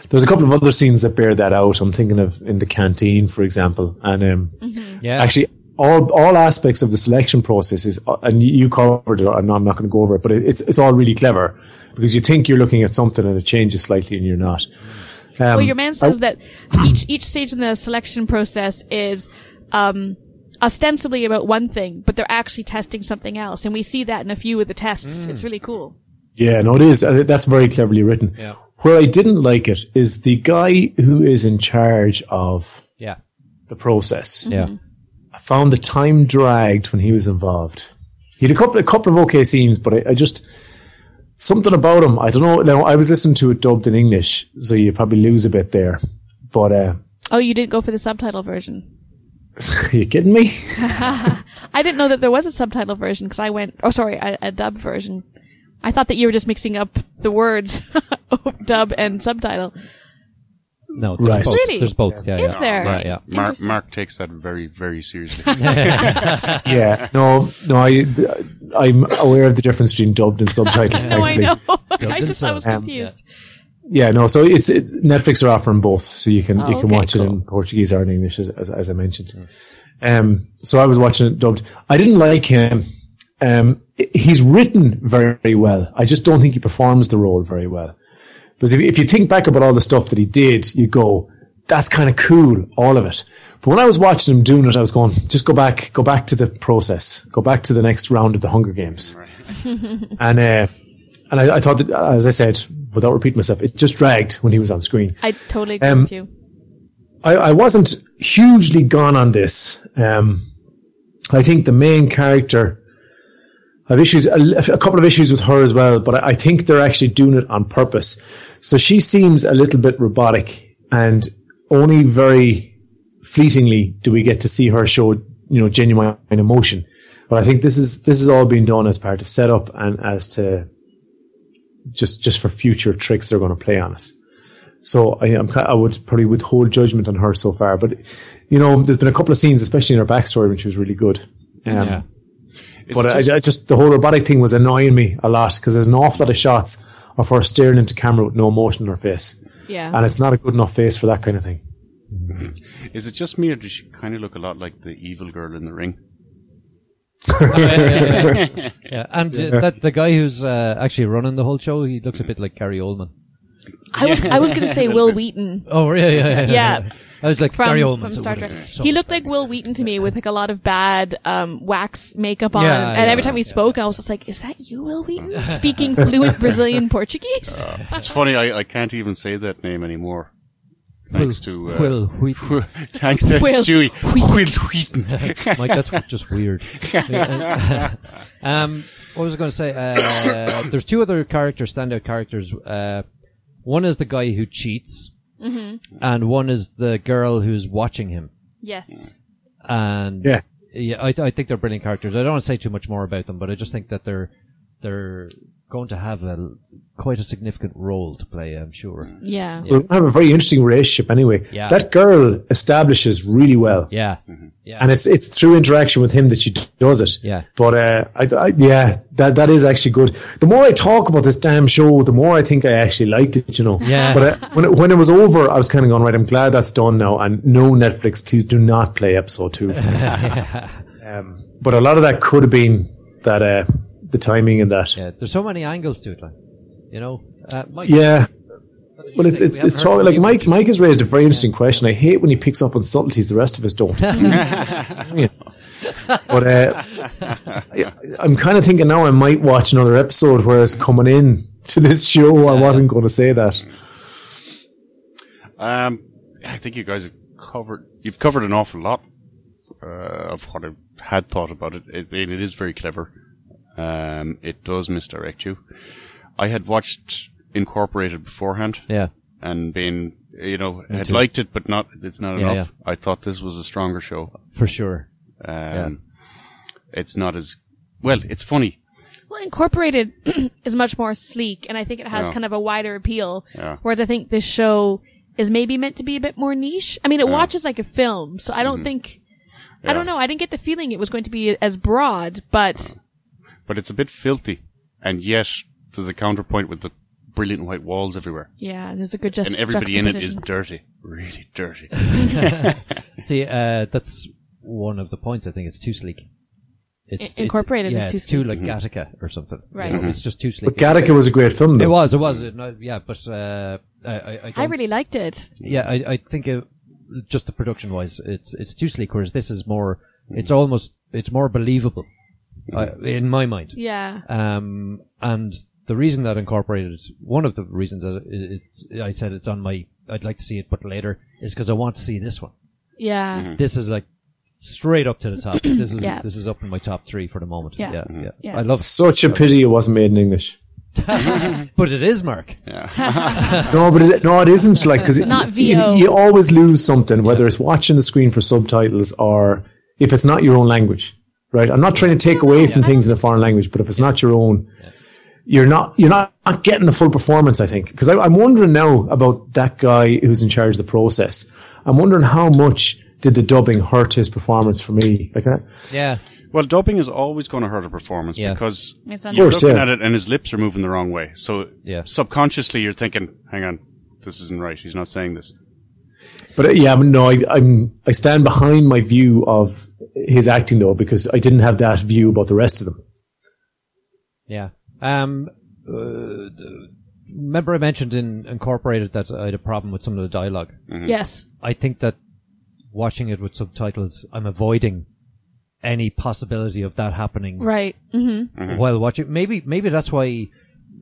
[SPEAKER 5] There's a couple of other scenes that bear that out. I'm thinking of in the canteen, for example, and um,
[SPEAKER 3] Mm-hmm.
[SPEAKER 4] Yeah.
[SPEAKER 5] actually all all aspects of the selection process is uh, and you- you covered it. I'm not, I'm not going to go over it, but it, it's it's all really clever because you think you're looking at something and it changes slightly and you're not. Um,
[SPEAKER 3] Well, your man
[SPEAKER 4] Oh.
[SPEAKER 3] says that each each stage in the selection process is um, ostensibly about one thing, but they're actually testing something else, and we see that in a few of the
[SPEAKER 4] Mm.
[SPEAKER 3] tests. It's really cool.
[SPEAKER 5] Yeah, no, it is. Uh, That's very cleverly written. Where I didn't like it is the guy who is in charge of
[SPEAKER 4] yeah.
[SPEAKER 3] Mm-hmm.
[SPEAKER 5] the process.
[SPEAKER 4] Yeah.
[SPEAKER 5] I found the time dragged when he was involved. He had a couple, a couple of okay scenes, but I, I just something about him. I don't know. Now I was listening to it dubbed in English, so you probably lose a bit there. But uh, <laughs>
[SPEAKER 3] Oh, you didn't go for the subtitle version.
[SPEAKER 5] are you kidding me?
[SPEAKER 3] <laughs> I didn't know that there was a subtitle version because I went. Oh, sorry, a, a dub version. I thought that you were just mixing up the words, <laughs> dub and subtitle.
[SPEAKER 4] No, there's
[SPEAKER 5] Right.
[SPEAKER 4] both.
[SPEAKER 3] Really?
[SPEAKER 4] There's both. Yeah,
[SPEAKER 3] Is
[SPEAKER 4] yeah.
[SPEAKER 3] there?
[SPEAKER 4] Right, yeah.
[SPEAKER 2] Mark,
[SPEAKER 3] Interesting.
[SPEAKER 2] Mark takes that very, very seriously.
[SPEAKER 5] yeah. No, no. I, I'm aware of the difference between dubbed and subtitled.
[SPEAKER 3] <laughs> No, Oh, I
[SPEAKER 5] thankfully.
[SPEAKER 3] know. <laughs> I
[SPEAKER 4] and
[SPEAKER 3] just I was
[SPEAKER 4] sub. Um,
[SPEAKER 3] confused.
[SPEAKER 5] Yeah, no. So it's it, Netflix are offering both, so you can you can
[SPEAKER 3] okay,
[SPEAKER 5] watch it in Portuguese or in English, as, as, as I mentioned. Um, so I was watching it dubbed. I didn't like him. Um, i- he's written very, very well. I just don't think he performs the role very well. Because if, you- if you think back about all the stuff that he did, you go, that's kind of cool, all of it. But when I was watching him doing it, I was going, just go back, go back to the process, go back to the next round of the Hunger Games. and, uh, and I, I thought that, as I said, without repeating myself, it just dragged when he was on screen.
[SPEAKER 3] I totally agree
[SPEAKER 5] Um,
[SPEAKER 3] with you.
[SPEAKER 5] I, I wasn't hugely gone on this. Um, I think the main character, I have issues, a, li- a couple of issues with her as well, but I, I think they're actually doing it on purpose. So she seems a little bit robotic and only very fleetingly do we get to see her show, you know, genuine emotion. But I think this is this is all being done as part of setup and as to just just for future tricks they're going to play on us. So I, I'm, ki- I would probably withhold judgment on her so far. But you know, there's been a couple of scenes, especially in her backstory, when she was really good. Um,
[SPEAKER 4] Yeah.
[SPEAKER 2] It's
[SPEAKER 5] but I-
[SPEAKER 2] just-
[SPEAKER 5] I, I just the whole robotic thing was annoying me a lot because there's an awful lot of shots of her staring into camera with no emotion in her face,
[SPEAKER 3] Yeah.
[SPEAKER 5] and it's not a good enough face for that kind of thing.
[SPEAKER 2] is it just me, or does she kind of look a lot like the evil girl in the ring?
[SPEAKER 4] Yeah, and uh, that the guy who's uh, actually running the whole show, he looks a bit like Gary Oldman.
[SPEAKER 3] I was I was going
[SPEAKER 4] <laughs>
[SPEAKER 3] to say Will Wheaton.
[SPEAKER 4] Oh, yeah, <laughs> yeah, yeah.
[SPEAKER 3] Yeah.
[SPEAKER 4] I was like
[SPEAKER 3] From,
[SPEAKER 4] Gary Oldman.
[SPEAKER 3] from
[SPEAKER 4] so
[SPEAKER 3] Star
[SPEAKER 4] it
[SPEAKER 3] Trek.
[SPEAKER 4] would've been so
[SPEAKER 3] he
[SPEAKER 4] much
[SPEAKER 3] looked
[SPEAKER 4] better.
[SPEAKER 3] like Will Wheaton to me with like a lot of bad um, wax makeup on.
[SPEAKER 4] Yeah,
[SPEAKER 3] and
[SPEAKER 4] yeah,
[SPEAKER 3] every time we
[SPEAKER 4] yeah.
[SPEAKER 3] spoke, I was just like, is that you, Will
[SPEAKER 4] <laughs>
[SPEAKER 3] Wheaton? Speaking fluent Brazilian Portuguese?
[SPEAKER 4] Uh.
[SPEAKER 2] It's funny, I, I can't even say that name anymore. Thanks to uh,
[SPEAKER 4] Will Wheaton.
[SPEAKER 2] <laughs> thanks to
[SPEAKER 3] Will
[SPEAKER 2] Stewie Will Wheaton.
[SPEAKER 4] Mike, that's just weird.
[SPEAKER 5] <laughs>
[SPEAKER 4] um, what was I going to say? Uh, there's two other characters, standout characters. Uh, one is the guy who cheats,
[SPEAKER 3] Mm-hmm.
[SPEAKER 4] and one is the girl who's watching him.
[SPEAKER 3] yes.
[SPEAKER 4] And
[SPEAKER 5] Yeah.
[SPEAKER 4] yeah, I, I think they're brilliant characters. I don't want to say too much more about them, but I just think that they're they're going to have a quite a significant role to play. I'm sure.
[SPEAKER 5] Mm-hmm.
[SPEAKER 3] Yeah.
[SPEAKER 5] We're gonna have a very interesting relationship anyway.
[SPEAKER 4] Yeah.
[SPEAKER 5] That girl establishes really well,
[SPEAKER 4] Yeah,
[SPEAKER 5] Mm-hmm. and it's it's through interaction with him that she d- does it.
[SPEAKER 4] Yeah.
[SPEAKER 5] But uh, I, I, yeah, that that is actually good. The more I talk about this damn show, the more I think I actually liked it. You know.
[SPEAKER 4] Yeah.
[SPEAKER 5] But uh, when it, when it was over, I was kind of going right. I'm glad that's done now. And no Netflix, please do not play episode two. For me.
[SPEAKER 4] <laughs>
[SPEAKER 5] um, but a lot of that could have been that uh, the timing and that.
[SPEAKER 4] yeah. There's so many angles to it, like you know. Uh, Mike,
[SPEAKER 5] Yeah.
[SPEAKER 4] what did you
[SPEAKER 5] Well, it's
[SPEAKER 4] think?
[SPEAKER 5] it's,
[SPEAKER 4] We haven't
[SPEAKER 5] it's
[SPEAKER 4] heard
[SPEAKER 5] talking
[SPEAKER 4] from
[SPEAKER 5] like
[SPEAKER 4] you
[SPEAKER 5] Mike.
[SPEAKER 4] much.
[SPEAKER 5] Mike has raised a very interesting question. I hate when he picks up on subtleties the rest of
[SPEAKER 4] <laughs>
[SPEAKER 5] us don't. Yeah. But uh, I, I'm kind of thinking now I might watch another episode. Whereas coming in to this show, I wasn't going to say that.
[SPEAKER 2] Um, I think you guys have covered. You've covered an awful lot uh, of what I had thought about it. It, it is very clever. Um, it does misdirect you. I had watched Incorporated beforehand
[SPEAKER 4] Yeah.
[SPEAKER 2] and been, you know, had liked it, but not. It's not
[SPEAKER 4] Yeah,
[SPEAKER 2] enough. I thought this was a stronger show.
[SPEAKER 4] for sure.
[SPEAKER 2] Um, It's not as well. It's funny.
[SPEAKER 3] Well, Incorporated <clears throat> is much more sleek, and I think it has
[SPEAKER 2] Yeah.
[SPEAKER 3] kind of a wider appeal.
[SPEAKER 2] Yeah.
[SPEAKER 3] Whereas I think this show is maybe meant to be a bit more niche. I mean, it watches like a film, so I don't think. I don't
[SPEAKER 2] Mm-hmm. Yeah.
[SPEAKER 3] know. I didn't get the feeling it was going to be as broad,
[SPEAKER 2] Uh-huh.
[SPEAKER 3] but
[SPEAKER 2] but it's a bit filthy, and yet there's a counterpoint with the brilliant white walls everywhere,
[SPEAKER 3] yeah, there's a good just
[SPEAKER 2] and everybody in it is dirty, really dirty.
[SPEAKER 4] See, uh, that's one of the points. I think it's too sleek.
[SPEAKER 3] I- incorporated
[SPEAKER 4] It's,
[SPEAKER 3] is
[SPEAKER 4] yeah,
[SPEAKER 3] too
[SPEAKER 4] it's too
[SPEAKER 3] sleek.
[SPEAKER 4] like Gattaca or something. You
[SPEAKER 3] Right.
[SPEAKER 4] know, It's just too sleek.
[SPEAKER 5] Mm-hmm. But Gattaca was a great film,
[SPEAKER 4] It
[SPEAKER 5] though.
[SPEAKER 4] was. It was. It, no, yeah, but uh, I, I, I,
[SPEAKER 3] I
[SPEAKER 4] don't-
[SPEAKER 3] really liked it.
[SPEAKER 4] yeah, I, I think it, just the production wise, it's it's too sleek. Whereas this is more.
[SPEAKER 5] Mm-hmm.
[SPEAKER 4] It's almost. It's more believable, uh, in my mind.
[SPEAKER 3] Yeah.
[SPEAKER 4] Um, and the reason that incorporated one of the reasons that it, it's I said it's on my. I'd like to see it, but later is because I want to see this one.
[SPEAKER 3] Yeah.
[SPEAKER 4] this is like straight up to the
[SPEAKER 3] <coughs>
[SPEAKER 4] top. This is
[SPEAKER 3] Yeah.
[SPEAKER 4] this is up in my top three for the moment.
[SPEAKER 3] Yeah.
[SPEAKER 4] Yeah, yeah.
[SPEAKER 3] Yeah.
[SPEAKER 4] I love,
[SPEAKER 5] Such a pity it wasn't made in English.
[SPEAKER 4] but it is Mark.
[SPEAKER 5] No, but it, no, it isn't like because
[SPEAKER 3] Not
[SPEAKER 5] you,
[SPEAKER 3] VO.
[SPEAKER 5] you always lose something, whether it's watching the screen for subtitles or if it's not your own language, right? I'm not trying to take away from things in a foreign language, but if it's not your own, you're not you're not, not getting the full performance. I think because I'm wondering now about that guy who's in charge of the process. I'm wondering how much did the dubbing hurt his performance for me? Like, I,
[SPEAKER 4] Yeah,
[SPEAKER 2] well, doping is always going to hurt a performance
[SPEAKER 4] Yeah.
[SPEAKER 2] because
[SPEAKER 3] It's
[SPEAKER 2] you're
[SPEAKER 5] Of course,
[SPEAKER 2] looking
[SPEAKER 5] yeah.
[SPEAKER 2] at it, and his lips are moving the wrong way. So
[SPEAKER 4] Yeah.
[SPEAKER 2] subconsciously, you're thinking, "Hang on, this isn't right. He's not saying this."
[SPEAKER 5] But uh, yeah, I mean, no, I, I'm I stand behind my view of his acting though because I didn't have that view about the rest of them.
[SPEAKER 4] yeah. Um, uh, remember I mentioned in Incorporated that I had a problem with some of the dialogue.
[SPEAKER 3] Yes.
[SPEAKER 4] I think that watching it with subtitles, I'm avoiding any possibility of that happening
[SPEAKER 3] Right. hmm
[SPEAKER 4] while watching. Maybe maybe that's why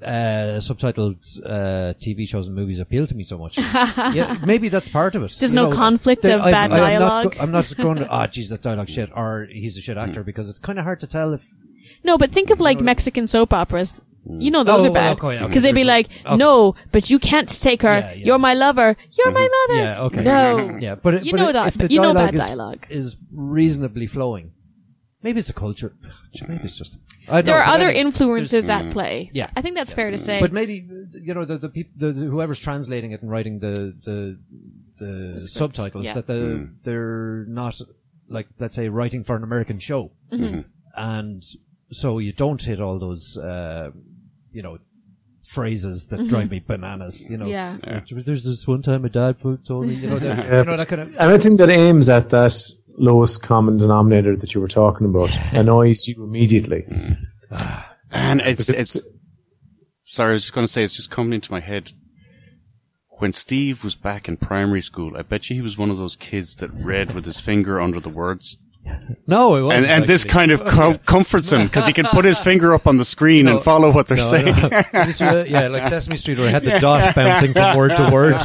[SPEAKER 4] uh, subtitled uh, TV shows and movies appeal to me so
[SPEAKER 3] <laughs>
[SPEAKER 4] much. yeah, maybe that's part of it.
[SPEAKER 3] There's
[SPEAKER 4] You
[SPEAKER 3] no conflict of bad
[SPEAKER 4] I'm not go-
[SPEAKER 3] dialogue.
[SPEAKER 4] I'm not going.
[SPEAKER 3] <laughs>
[SPEAKER 4] to, Ah, geez, that dialogue shit, or he's a shit actor because it's kind of hard to tell if.
[SPEAKER 3] No, but think of like Mexican soap operas. You know those
[SPEAKER 4] Oh,
[SPEAKER 3] are bad.
[SPEAKER 4] okay, yeah,
[SPEAKER 3] Because
[SPEAKER 4] okay,
[SPEAKER 3] they'd be
[SPEAKER 4] there's-
[SPEAKER 3] like,
[SPEAKER 4] okay.
[SPEAKER 3] no, but you can't take her.
[SPEAKER 4] Yeah, yeah.
[SPEAKER 3] You're my lover. You're my mother.
[SPEAKER 4] Yeah, okay.
[SPEAKER 3] No.
[SPEAKER 4] Yeah, but it,
[SPEAKER 3] You
[SPEAKER 4] but
[SPEAKER 3] know
[SPEAKER 4] it-
[SPEAKER 3] that-
[SPEAKER 4] if the
[SPEAKER 3] you know
[SPEAKER 4] dialogue
[SPEAKER 3] bad
[SPEAKER 4] is,
[SPEAKER 3] dialogue.
[SPEAKER 4] is reasonably flowing. Maybe it's a culture. Maybe it's just. I don't
[SPEAKER 3] There
[SPEAKER 4] know,
[SPEAKER 3] are
[SPEAKER 4] but
[SPEAKER 3] other
[SPEAKER 4] anyway,
[SPEAKER 3] influences
[SPEAKER 4] there's-
[SPEAKER 3] at play.
[SPEAKER 4] Yeah.
[SPEAKER 3] I think that's fair to say.
[SPEAKER 4] But maybe you know the the, peop- the, the whoever's translating it and writing the the, the, subtitles
[SPEAKER 3] yeah.
[SPEAKER 4] that the,
[SPEAKER 2] Hmm.
[SPEAKER 4] they're not like let's say writing for an American show,
[SPEAKER 3] Mm-hmm.
[SPEAKER 2] Hmm.
[SPEAKER 4] and so you don't hit all those uh, you know phrases that drive me bananas. You know,
[SPEAKER 3] Mm-hmm. Yeah.
[SPEAKER 4] There's this one time my dad told me, you
[SPEAKER 2] <laughs>
[SPEAKER 4] know, that, you know that kind of.
[SPEAKER 5] And I think that aims at that lowest common denominator that you were talking about, annoys you immediately.
[SPEAKER 2] And Mm. it's, it's, sorry, I was just going to say, it's just coming into my head. When Steve was back in primary school, I bet you he was one of those kids that read with his finger under the words.
[SPEAKER 4] No, it wasn't.
[SPEAKER 2] And, and this
[SPEAKER 4] actually.
[SPEAKER 2] kind of com- comforts him because he can put his finger up on the screen and follow what they're
[SPEAKER 4] No,
[SPEAKER 2] saying.
[SPEAKER 4] no. <laughs> This was, uh,
[SPEAKER 2] <laughs>
[SPEAKER 4] yeah, like Sesame Street, where I had the dot bouncing from word to word.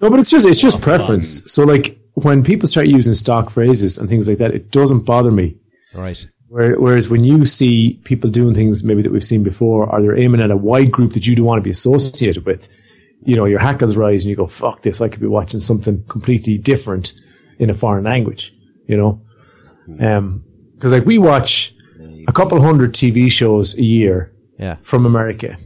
[SPEAKER 5] No, but it's just it's just preference. So like when people start using stock phrases and things like that, it doesn't bother me.
[SPEAKER 4] right.
[SPEAKER 5] Where- Whereas when you see people doing things maybe that we've seen before, or they're aiming at a wide group that you don't want to be associated with, you know, your hackles rise and you go, fuck this, I could be watching something completely different in a foreign language, you know? Um 'cause cause like we watch a couple hundred TV shows a year
[SPEAKER 4] Yeah.
[SPEAKER 5] from America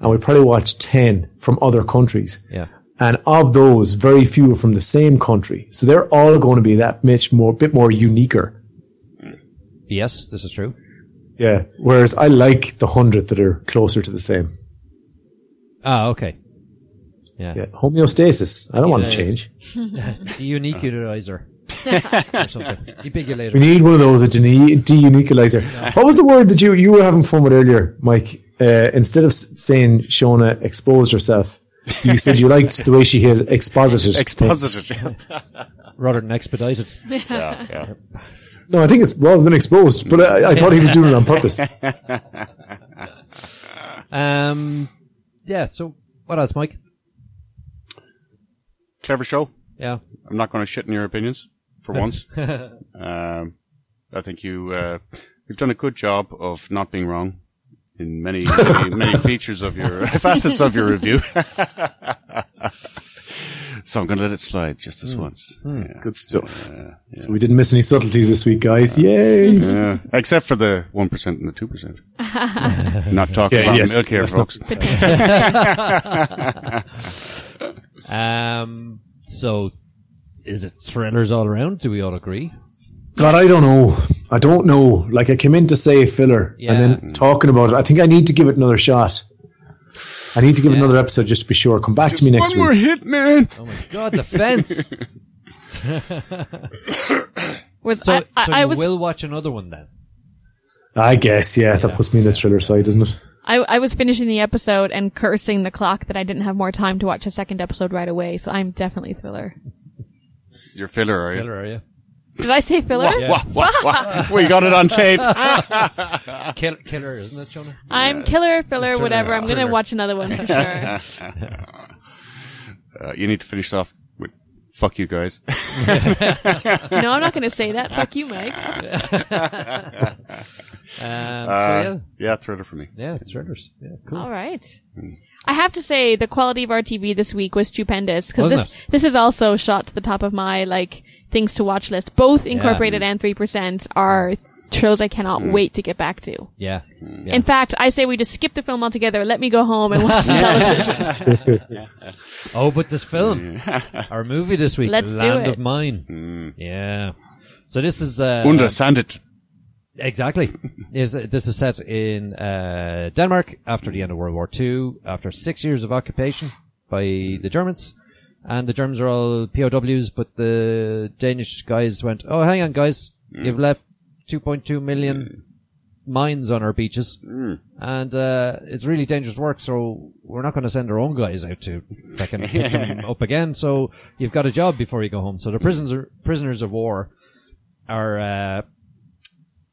[SPEAKER 5] and we probably watch 10 from other countries.
[SPEAKER 4] Yeah.
[SPEAKER 5] And of those, very few are from the same country. So they're all going to be that much more, bit more uniquer.
[SPEAKER 4] Yes, this is true.
[SPEAKER 5] Yeah. Whereas I like the hundred that are closer to the same.
[SPEAKER 4] Ah, okay.
[SPEAKER 5] Yeah. Homeostasis. I don't want to change.
[SPEAKER 4] Deuniculizer. or something.
[SPEAKER 5] We
[SPEAKER 4] Debigulator.
[SPEAKER 5] need one of those, a de- de-uniquilizer. What was the word that you, you were having fun with earlier, Mike? Uh, instead of s- saying Shona exposed herself, you said you liked the way she had exposited.
[SPEAKER 2] Exposited.
[SPEAKER 4] Rather than expedited.
[SPEAKER 2] yeah, <laughs> yeah.
[SPEAKER 5] No, I think it's rather than exposed, but I, I thought he was doing it on purpose.
[SPEAKER 4] Um, yeah, so what else, Mike?
[SPEAKER 2] Clever show.
[SPEAKER 4] Yeah.
[SPEAKER 2] I'm not going to shit in your opinions for <laughs> once. um, I think you uh, you've done a good job of not being wrong in many many, <laughs> many features of your facets of your review. <laughs> so I'm going to let it slide just this once, Yeah.
[SPEAKER 5] Hmm. Good stuff. So we didn't miss any subtleties this week, guys. Yay!
[SPEAKER 2] Yeah. except for the one percent and the two
[SPEAKER 5] <laughs>
[SPEAKER 2] percent. not talking
[SPEAKER 5] Yeah,
[SPEAKER 2] about
[SPEAKER 5] yes.
[SPEAKER 2] milk here,
[SPEAKER 5] That's not-
[SPEAKER 2] folks.
[SPEAKER 4] Um, so is it thrillers all around? Do we all agree?
[SPEAKER 5] God, I don't know. I don't know. Like I came in to say filler,
[SPEAKER 4] Yeah.
[SPEAKER 5] and then talking about it, I think I need to give it another shot. I need to give it another episode just to be sure. Come back to me
[SPEAKER 2] one
[SPEAKER 5] next week.
[SPEAKER 2] more hit, man.
[SPEAKER 4] Oh my god,
[SPEAKER 3] <laughs>
[SPEAKER 4] the fence!
[SPEAKER 3] was
[SPEAKER 4] So,
[SPEAKER 3] I, I,
[SPEAKER 4] so
[SPEAKER 3] I
[SPEAKER 4] you
[SPEAKER 3] was
[SPEAKER 4] will watch another one then.
[SPEAKER 5] I guess, yeah, that puts me in the thriller side, doesn't it?
[SPEAKER 3] I, I was finishing the episode and cursing the clock that I didn't have more time to watch a second episode right away. So I'm definitely thriller.
[SPEAKER 2] You're filler, are you?
[SPEAKER 4] Thriller, are you?
[SPEAKER 3] Did I say filler?
[SPEAKER 2] Wah, wah, <laughs>
[SPEAKER 5] <laughs>
[SPEAKER 2] wah. we got it on tape. Uh,
[SPEAKER 4] Kill, killer, isn't it, Jonah?
[SPEAKER 3] I'm killer, filler, whatever. I'm gonna
[SPEAKER 4] Thriller.
[SPEAKER 3] watch another one for sure.
[SPEAKER 2] Uh, you need to finish off with "fuck you guys."
[SPEAKER 3] no, I'm not gonna say that. Fuck you, Mike.
[SPEAKER 4] Um,
[SPEAKER 2] Uh,
[SPEAKER 4] so
[SPEAKER 2] yeah, thriller for me.
[SPEAKER 4] yeah, yeah, thrillers. Yeah, cool.
[SPEAKER 3] All right.
[SPEAKER 4] Hmm.
[SPEAKER 3] I have to say the quality of our TV this week was stupendous because
[SPEAKER 4] Wasn't
[SPEAKER 3] this this is also shot to the top of my like things to watch list. Both Incorporated and Three Percent are shows I cannot wait to get back to.
[SPEAKER 4] Yeah. Hmm. yeah.
[SPEAKER 3] In fact, I say we just skip the film altogether. Let me go home and watch
[SPEAKER 4] <laughs>
[SPEAKER 3] some television.
[SPEAKER 4] Oh, but this film, our movie this week,
[SPEAKER 3] Let's do
[SPEAKER 4] Land
[SPEAKER 3] it. Mm.
[SPEAKER 4] of Mine. Yeah. So this is uh,
[SPEAKER 2] Understand it.
[SPEAKER 4] exactly. Is this is set in uh, Denmark after the end of World War II, after six years of occupation by the Germans, and the Germans are all POWs, but the Danish guys went, "Oh, hang on, guys, you've left 2.2 million mines on our beaches, and uh, it's really dangerous work. So we're not going to send our own guys out to fucking pick them up again. So you've got a job before you go home. So the prisoners are, prisoners of war are uh,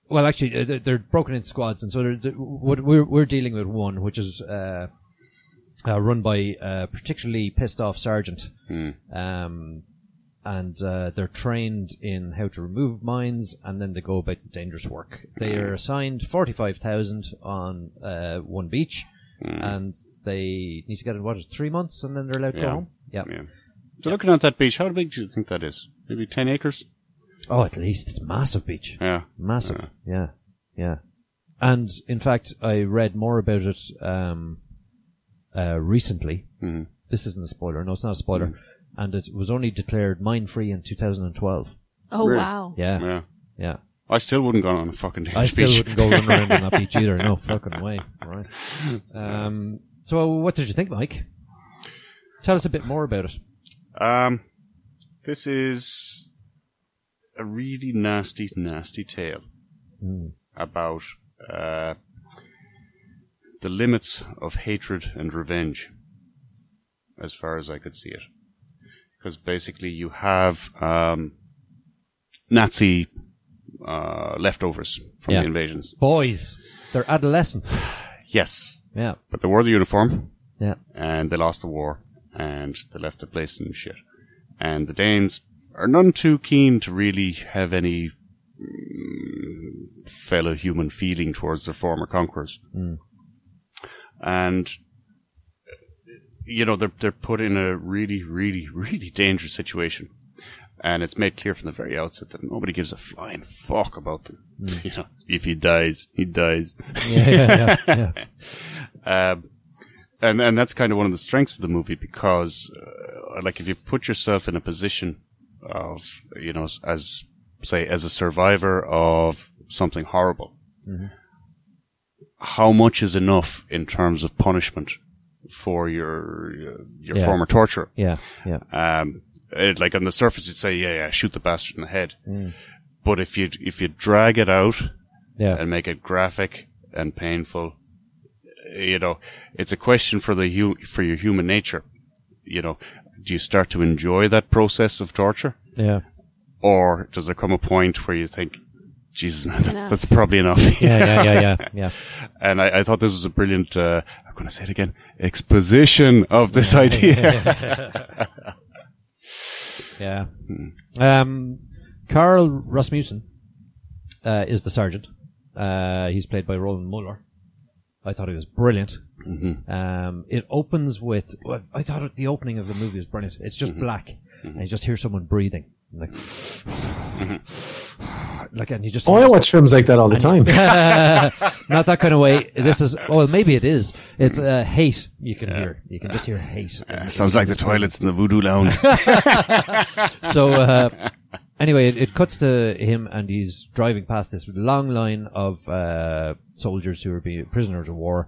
[SPEAKER 4] well, actually, uh, they're, they're broken into squads, and so they're, they're, what we're we're dealing with one, which is. Uh,
[SPEAKER 2] Hmm.
[SPEAKER 4] uh, run by a particularly pissed off sergeant um, and uh, they're trained in how to remove mines, and then they go about dangerous work. They
[SPEAKER 2] Hmm.
[SPEAKER 4] are assigned forty-five thousand on uh, one beach,
[SPEAKER 2] Hmm.
[SPEAKER 4] and they need to get in what three months, and then they're allowed to go
[SPEAKER 2] Yeah.
[SPEAKER 4] home. Yeah.
[SPEAKER 2] Yeah. So looking at that beach, how big do you think that is? Maybe 10 acres?
[SPEAKER 4] Oh, at least it's a massive beach.
[SPEAKER 2] Yeah.
[SPEAKER 4] Massive. Yeah. Yeah. And in fact, I read more about it um, uh, recently. Mm. This isn't a spoiler. No, it's not a spoiler. And it was only declared mine free in 2012.
[SPEAKER 3] Oh
[SPEAKER 2] Really?
[SPEAKER 3] wow.
[SPEAKER 4] Yeah. Yeah.
[SPEAKER 2] Yeah.
[SPEAKER 4] <laughs>
[SPEAKER 2] I still wouldn't go on a fucking
[SPEAKER 4] Mm. I
[SPEAKER 2] beach.
[SPEAKER 4] still wouldn't go run around on that beach either. <laughs> No fucking way. <laughs> Right. Um, so, what did you think, Mike? Tell us a bit more about it.
[SPEAKER 2] Um, this is a really nasty, nasty tale about uh, the limits of hatred and revenge, as far as I could see it. Because basically, you have um, Nazi uh, leftovers from
[SPEAKER 4] Yeah.
[SPEAKER 2] the invasions.
[SPEAKER 4] Boys, they're <sighs> adolescents.
[SPEAKER 2] Yes,
[SPEAKER 4] Yeah.
[SPEAKER 2] but they wore the uniform.
[SPEAKER 4] Yeah.
[SPEAKER 2] and they lost the war and they left the place in shit. And the Danes are none too keen to really have any mm, fellow human feeling towards their former conquerors. And uh, you know they're they're put in a really really really dangerous situation. And it's made clear from the very outset that nobody gives a flying fuck about them. <laughs> You know, if he dies, he dies.
[SPEAKER 4] Mm. Yeah. Yeah. Yeah. yeah.
[SPEAKER 2] <laughs> Um, and and that's kind of one of the strengths of the movie because, uh, like, if you put yourself in a position of you know s- as say as a survivor of something horrible,
[SPEAKER 4] Mm-hmm.
[SPEAKER 2] how much is enough in terms of punishment for your your, your
[SPEAKER 4] Yeah.
[SPEAKER 2] former torturer?
[SPEAKER 4] yeah. yeah.
[SPEAKER 2] Um, it, like on the surface, you'd say, yeah, yeah, shoot the bastard in the head.
[SPEAKER 4] Mm.
[SPEAKER 2] But if you if you drag it out
[SPEAKER 4] Yeah.
[SPEAKER 2] and make it graphic and painful. You know, it's a question for the hu- for your human nature. You know, do you start to enjoy that process of torture,
[SPEAKER 4] yeah.
[SPEAKER 2] or does there come a point where you think, "Jesus, <laughs> man, that's, that's probably enough."
[SPEAKER 4] <laughs> yeah, yeah, yeah, yeah, yeah.
[SPEAKER 2] and I, I thought this was a brilliant. Uh, I'm going to say it again: exposition of this idea.
[SPEAKER 4] yeah. Um, Carl Rasmussen uh, is the sergeant. Uh, he's played by Roland Muller. I thought he was brilliant. Um, it opens with well, I thought it- the opening of the movie was brilliant. It's just black, and you just hear someone breathing, like, like, and you just
[SPEAKER 5] Oh, I watch films like that all the time.
[SPEAKER 4] not that kind of way. This is well, maybe it is. It's uh, hate. You can hear. You can just hear hate.
[SPEAKER 2] <laughs> Sounds like the toilets in the voodoo
[SPEAKER 4] <laughs>
[SPEAKER 2] lounge.
[SPEAKER 4] so uh, anyway, it, it cuts to him, and he's driving past this long line of uh, soldiers who are being prisoners of war.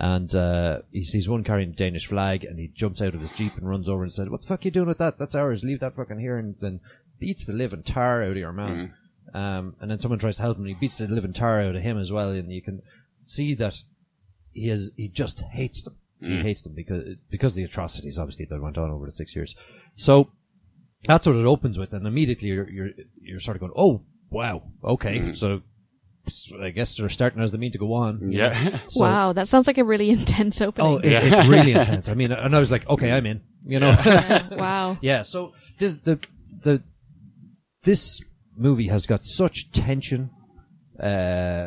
[SPEAKER 4] And uh, he sees one carrying a Danish flag, and he jumps out of his jeep and runs over and said, "What the fuck are you doing with that? That's ours. Leave that fucking here." And then beats the living tar out of your man. Um, and then someone tries to help him, and he beats the living tar out of him as well. And you can see that he is he just hates them. He hates them because because of the atrocities obviously that went on over the six years. So that's what it opens with, and immediately you're you're, you're sort of going, oh wow, okay, so. so I guess they're starting as they mean to go on. you
[SPEAKER 2] Yeah.
[SPEAKER 4] know? So-
[SPEAKER 3] Wow, that sounds like a really <laughs> intense
[SPEAKER 4] Oh,
[SPEAKER 3] opening.
[SPEAKER 4] it, it's really intense. I mean, and I was like, okay, I'm in. You know. <laughs>
[SPEAKER 3] Yeah, wow.
[SPEAKER 4] Yeah, so the, the the this movie has got such tension, uh,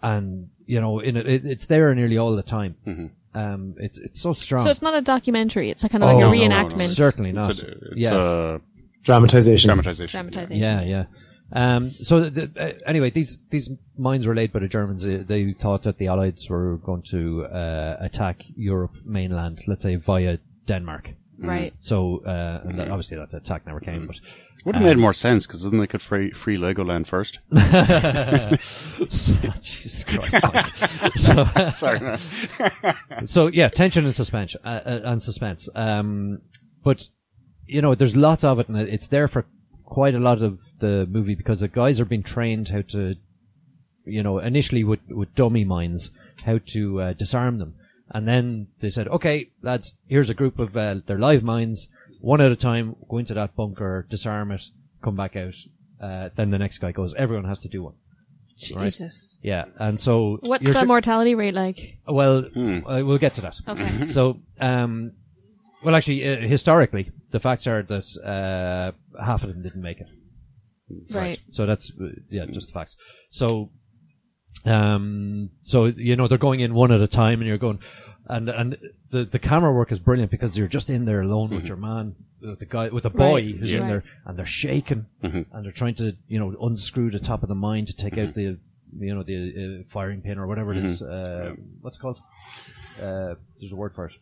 [SPEAKER 4] and you know, in it, it, it's there nearly all the time.
[SPEAKER 2] Mm-hmm.
[SPEAKER 4] Um, it's it's so strong.
[SPEAKER 3] So it's not a documentary, it's a kind of like a
[SPEAKER 4] Oh, no, no, no,
[SPEAKER 3] reenactment.
[SPEAKER 4] Certainly not.
[SPEAKER 2] It's a, uh, it's
[SPEAKER 4] yeah,
[SPEAKER 2] a
[SPEAKER 5] Dramatization.
[SPEAKER 2] dramatization.
[SPEAKER 3] Dramatization.
[SPEAKER 4] yeah, yeah. Um, so the, uh, anyway, these these mines were laid by the Germans. Uh, They thought that the Allies were going to uh, attack Europe mainland, let's say via Denmark.
[SPEAKER 3] Right.
[SPEAKER 4] So uh, and
[SPEAKER 2] Mm-hmm.
[SPEAKER 4] that- obviously that attack never came, but.
[SPEAKER 2] Would have made more sense because then they could free free Legoland first.
[SPEAKER 4] So- <laughs> Jesus Christ! Mike. so,
[SPEAKER 2] Sorry.
[SPEAKER 4] <laughs> so yeah, tension and suspense uh, uh, and suspense. Um, but you know, there's lots of it, and it's there for quite a lot of the movie because the guys are being trained how to, you know, initially with with dummy mines, how to uh, disarm them, and then they said, okay, lads, here's a group of uh, their live mines, one at a time, go into that bunker, disarm it, come back out. Uh, then the next guy goes. Everyone has to do one.
[SPEAKER 3] Jesus.
[SPEAKER 4] Yeah, and so
[SPEAKER 3] What's
[SPEAKER 4] Mm. you're
[SPEAKER 3] the
[SPEAKER 4] tr- <laughs>
[SPEAKER 3] mortality rate like?
[SPEAKER 4] well, uh, we'll get to that.
[SPEAKER 3] Okay.
[SPEAKER 4] So, um, Well, actually, uh, historically, the facts are that uh, half of them didn't make it.
[SPEAKER 3] Right.
[SPEAKER 4] So that's uh, yeah, just the facts. So, um, so you know they're going in one at a time, and you're going, and and the the camera work is brilliant because you're just in there alone with your man, with the guy, with the boy
[SPEAKER 3] Right.
[SPEAKER 4] who's in
[SPEAKER 3] Yeah.
[SPEAKER 4] there, and they're shaking, and they're trying to you know unscrew the top of the mine to take out the you know the uh, firing pin or whatever it is. Uh, what's it called? Uh, there's a word for it.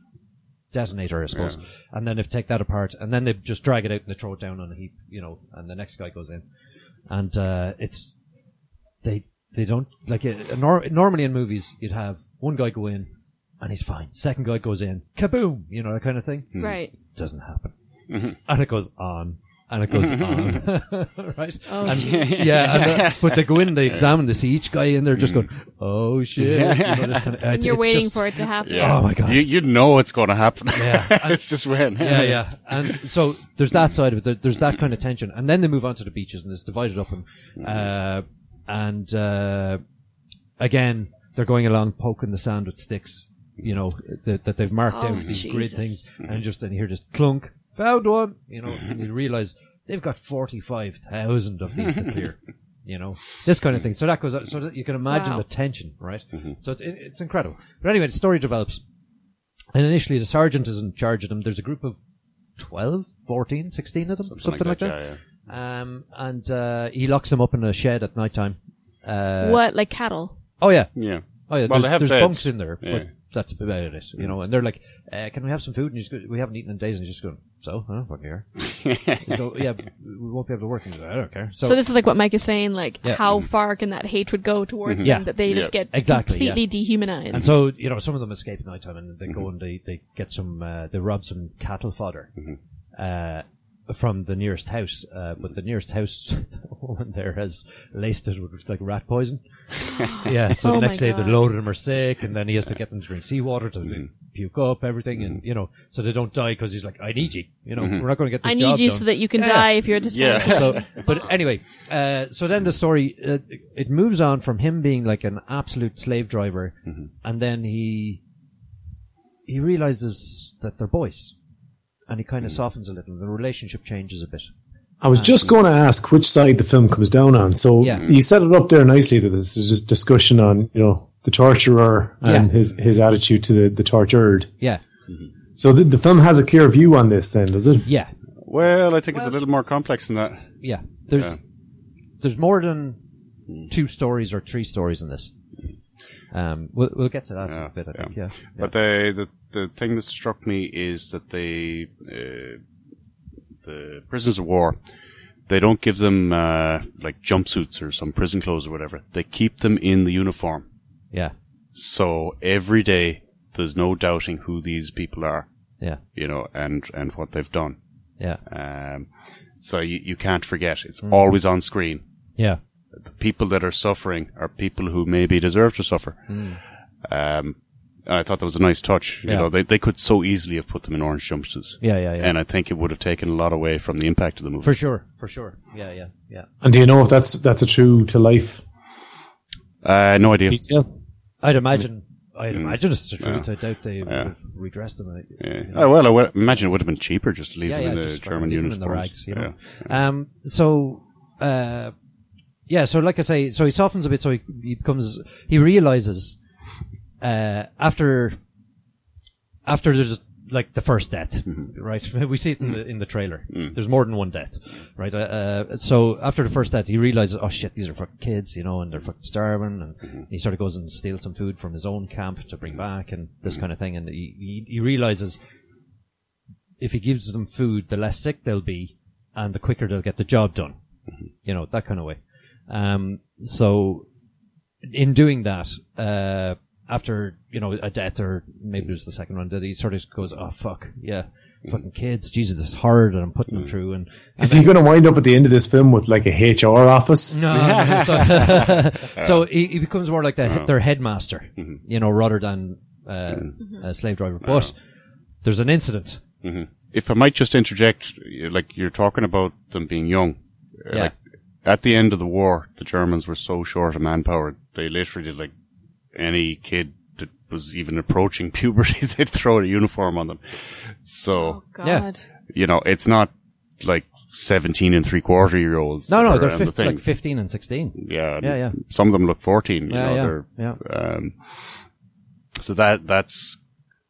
[SPEAKER 4] Detonator, I suppose, and then they take that apart, and then they just drag it out and they throw it down on a heap, you know, and the next guy goes in and uh, it's they they don't like it, nor, normally in movies you'd have one guy go in and he's fine second guy goes in kaboom you know that kind of thing
[SPEAKER 3] Right.
[SPEAKER 4] doesn't happen and it goes on and it goes on <laughs> right
[SPEAKER 3] Oh,
[SPEAKER 4] and,
[SPEAKER 3] jeez.
[SPEAKER 4] yeah and the- but they go in they examine they see each guy in there just going oh shit you know, this kind of- it's-
[SPEAKER 3] You're
[SPEAKER 4] it's
[SPEAKER 3] waiting
[SPEAKER 4] just-
[SPEAKER 3] for it to happen.
[SPEAKER 2] Yeah.
[SPEAKER 4] Oh my God.
[SPEAKER 2] You, you know what's going to happen.
[SPEAKER 4] Yeah.
[SPEAKER 2] <laughs> it's just when.
[SPEAKER 4] yeah, yeah. And so there's that side of it. There- There's that kind of tension, and then they move on to the beaches, and it's divided up. And uh, and uh, again, they're going along poking the sand with sticks, you know, that, that they've marked
[SPEAKER 3] Oh,
[SPEAKER 4] out these grid
[SPEAKER 3] Jesus.
[SPEAKER 4] things, and just and you hear just clunk, found one, you know, and you realize they've got forty five thousand of these to clear. You know this kind of thing, so that goes. So that you can imagine
[SPEAKER 3] Wow.
[SPEAKER 4] the tension, right? So it's it's incredible. But anyway, the story develops. And initially, the sergeant is in charge of them. There's a group of 12, 14, 16 of them, something, like that.
[SPEAKER 2] yeah, yeah.
[SPEAKER 4] Um, and uh, he locks them up in a shed at night time. Uh,
[SPEAKER 3] What? Like cattle?
[SPEAKER 4] Oh, yeah.
[SPEAKER 2] Yeah.
[SPEAKER 4] Oh, yeah.
[SPEAKER 2] Well,
[SPEAKER 4] there's
[SPEAKER 2] they have
[SPEAKER 4] there's
[SPEAKER 2] beds.
[SPEAKER 4] bunks in there,
[SPEAKER 2] Yeah.
[SPEAKER 4] but that's about it, you know. And they're like, uh, can we have some food? And he's go, we haven't eaten in days. And he's just going, so? Huh? What here?
[SPEAKER 2] <laughs>
[SPEAKER 4] so, yeah, we won't be able to work. And he's like, I don't care. So,
[SPEAKER 3] So, this is like what Mike is saying. Like,
[SPEAKER 4] Yeah. Mm-hmm.
[SPEAKER 3] how far can that hatred go towards
[SPEAKER 4] Yeah.
[SPEAKER 3] them that they just
[SPEAKER 2] Yeah.
[SPEAKER 3] get
[SPEAKER 4] Exactly, yeah.
[SPEAKER 3] completely dehumanized?
[SPEAKER 4] And so, Mm-hmm. you know, some of them escape at night time and they go and they, they get some, uh, they rob some cattle fodder, uh, from the nearest house. Uh, but the nearest house <laughs> woman there has laced it with like rat <laughs> poison. yeah. So
[SPEAKER 3] Oh
[SPEAKER 4] the
[SPEAKER 3] my
[SPEAKER 4] next day the
[SPEAKER 3] God.
[SPEAKER 4] load of them are sick and then he has to get them to drink seawater to puke up everything and, you know, so they don't die because he's like, I need you. You know, we're not going to get this
[SPEAKER 3] I
[SPEAKER 4] job
[SPEAKER 3] need you
[SPEAKER 4] done.
[SPEAKER 3] so that you can
[SPEAKER 4] Yeah.
[SPEAKER 3] die if you're a
[SPEAKER 2] Yeah.
[SPEAKER 3] disappointment.
[SPEAKER 4] <laughs> So, but anyway, uh, so then the story uh, it moves on from him being like an absolute slave driver, and then he he realizes that they're boys, and he kind of softens a little. The relationship changes a bit.
[SPEAKER 5] I was just going to ask which side the film comes down on. So
[SPEAKER 4] Yeah.
[SPEAKER 5] you set it up there nicely that this is just discussion on, you know, the torturer and
[SPEAKER 4] Yeah.
[SPEAKER 5] his, his attitude to the, the tortured.
[SPEAKER 4] Yeah,
[SPEAKER 5] So the, the film has a clear view on this then, does it?
[SPEAKER 4] yeah,
[SPEAKER 2] Well, I think it's a little more complex than that.
[SPEAKER 4] yeah. There's Mm. there's more than two stories or three stories in this. Um, we'll, we'll get to that in a bit. I think. Yeah, yeah.
[SPEAKER 2] But they, the the thing that struck me is that they uh, the prisoners of war they don't give them uh, like jumpsuits or some prison clothes or whatever. They keep them in the uniform,
[SPEAKER 4] yeah,
[SPEAKER 2] so every day there's no doubting who these people are,
[SPEAKER 4] yeah,
[SPEAKER 2] you know, and and what they've done.
[SPEAKER 4] yeah,
[SPEAKER 2] Um, so you, you can't forget. It's
[SPEAKER 4] Mm.
[SPEAKER 2] always on screen.
[SPEAKER 4] yeah.
[SPEAKER 2] The people that are suffering are people who maybe deserve to suffer. Um, and I thought that was a nice touch. You
[SPEAKER 4] Mm. Yeah.
[SPEAKER 2] know, they, they could so easily have put them in orange jumpsuits.
[SPEAKER 4] Yeah, yeah, yeah.
[SPEAKER 2] And I think it would have taken a lot away from the impact of the movie.
[SPEAKER 4] For sure, for sure. Yeah, yeah, yeah.
[SPEAKER 5] And do you know if that's, that's a true to life
[SPEAKER 2] Uh, no idea.
[SPEAKER 5] detail?
[SPEAKER 4] I'd imagine. I'd imagine it's the truth. I doubt they would redress them. I-
[SPEAKER 2] Yeah.
[SPEAKER 4] you know.
[SPEAKER 2] Oh, well, I would imagine it would have been cheaper just to leave
[SPEAKER 4] yeah,
[SPEAKER 2] them
[SPEAKER 4] yeah,
[SPEAKER 2] in the
[SPEAKER 4] just
[SPEAKER 2] German
[SPEAKER 4] fucking leave them
[SPEAKER 2] unit.
[SPEAKER 4] in the rags. You know.
[SPEAKER 2] Yeah.
[SPEAKER 4] Um. So, uh, yeah. So, like I say, so he softens a bit. So he, he becomes. He realizes uh, after after there's like the first death,
[SPEAKER 2] Mm-hmm.
[SPEAKER 4] right? <laughs> We see it in the, in the trailer.
[SPEAKER 2] Mm.
[SPEAKER 4] There's more than one death, right? Uh, uh, so after the first death, he realizes, oh shit, these are fucking kids, you know, and they're fucking starving, and
[SPEAKER 2] Mm-hmm.
[SPEAKER 4] he sort of goes and steals some food from his own camp to bring back, and this
[SPEAKER 2] Mm-hmm.
[SPEAKER 4] kind of thing. And he, he, he realizes if he gives them food, the less sick they'll be, and the quicker they'll get the job done. You know, that kind of way. Um, so in doing that, uh, after you know a death or maybe it was the second one, that he sort of goes, "Oh fuck, yeah, fucking kids, Jesus, it's hard that I'm putting them through." And
[SPEAKER 5] Is he going to wind up at the end of this film with like a HR office?
[SPEAKER 4] no, no, no, <laughs> so, <laughs> so he, he becomes more like the, their headmaster, you know, rather than uh, a slave driver. But there's an incident.
[SPEAKER 2] If I might just interject, you- like you're talking about them being young. Uh,
[SPEAKER 4] Yeah.
[SPEAKER 2] Like, at the end of the war, the Germans were so short of manpower, they literally did like any kid that was even approaching <laughs> puberty, they'd throw a uniform on them. So,
[SPEAKER 3] God.
[SPEAKER 4] Yeah.
[SPEAKER 2] you know, it's not like 17 and three quarter year olds. that
[SPEAKER 4] No, no,
[SPEAKER 2] are
[SPEAKER 4] they're
[SPEAKER 2] on
[SPEAKER 4] 15, like 15 and 16.
[SPEAKER 2] yeah, and
[SPEAKER 4] Yeah, yeah.
[SPEAKER 2] Some of them look 14, you
[SPEAKER 4] Yeah,
[SPEAKER 2] know,
[SPEAKER 4] yeah,
[SPEAKER 2] they're,
[SPEAKER 4] yeah.
[SPEAKER 2] um, so that, that's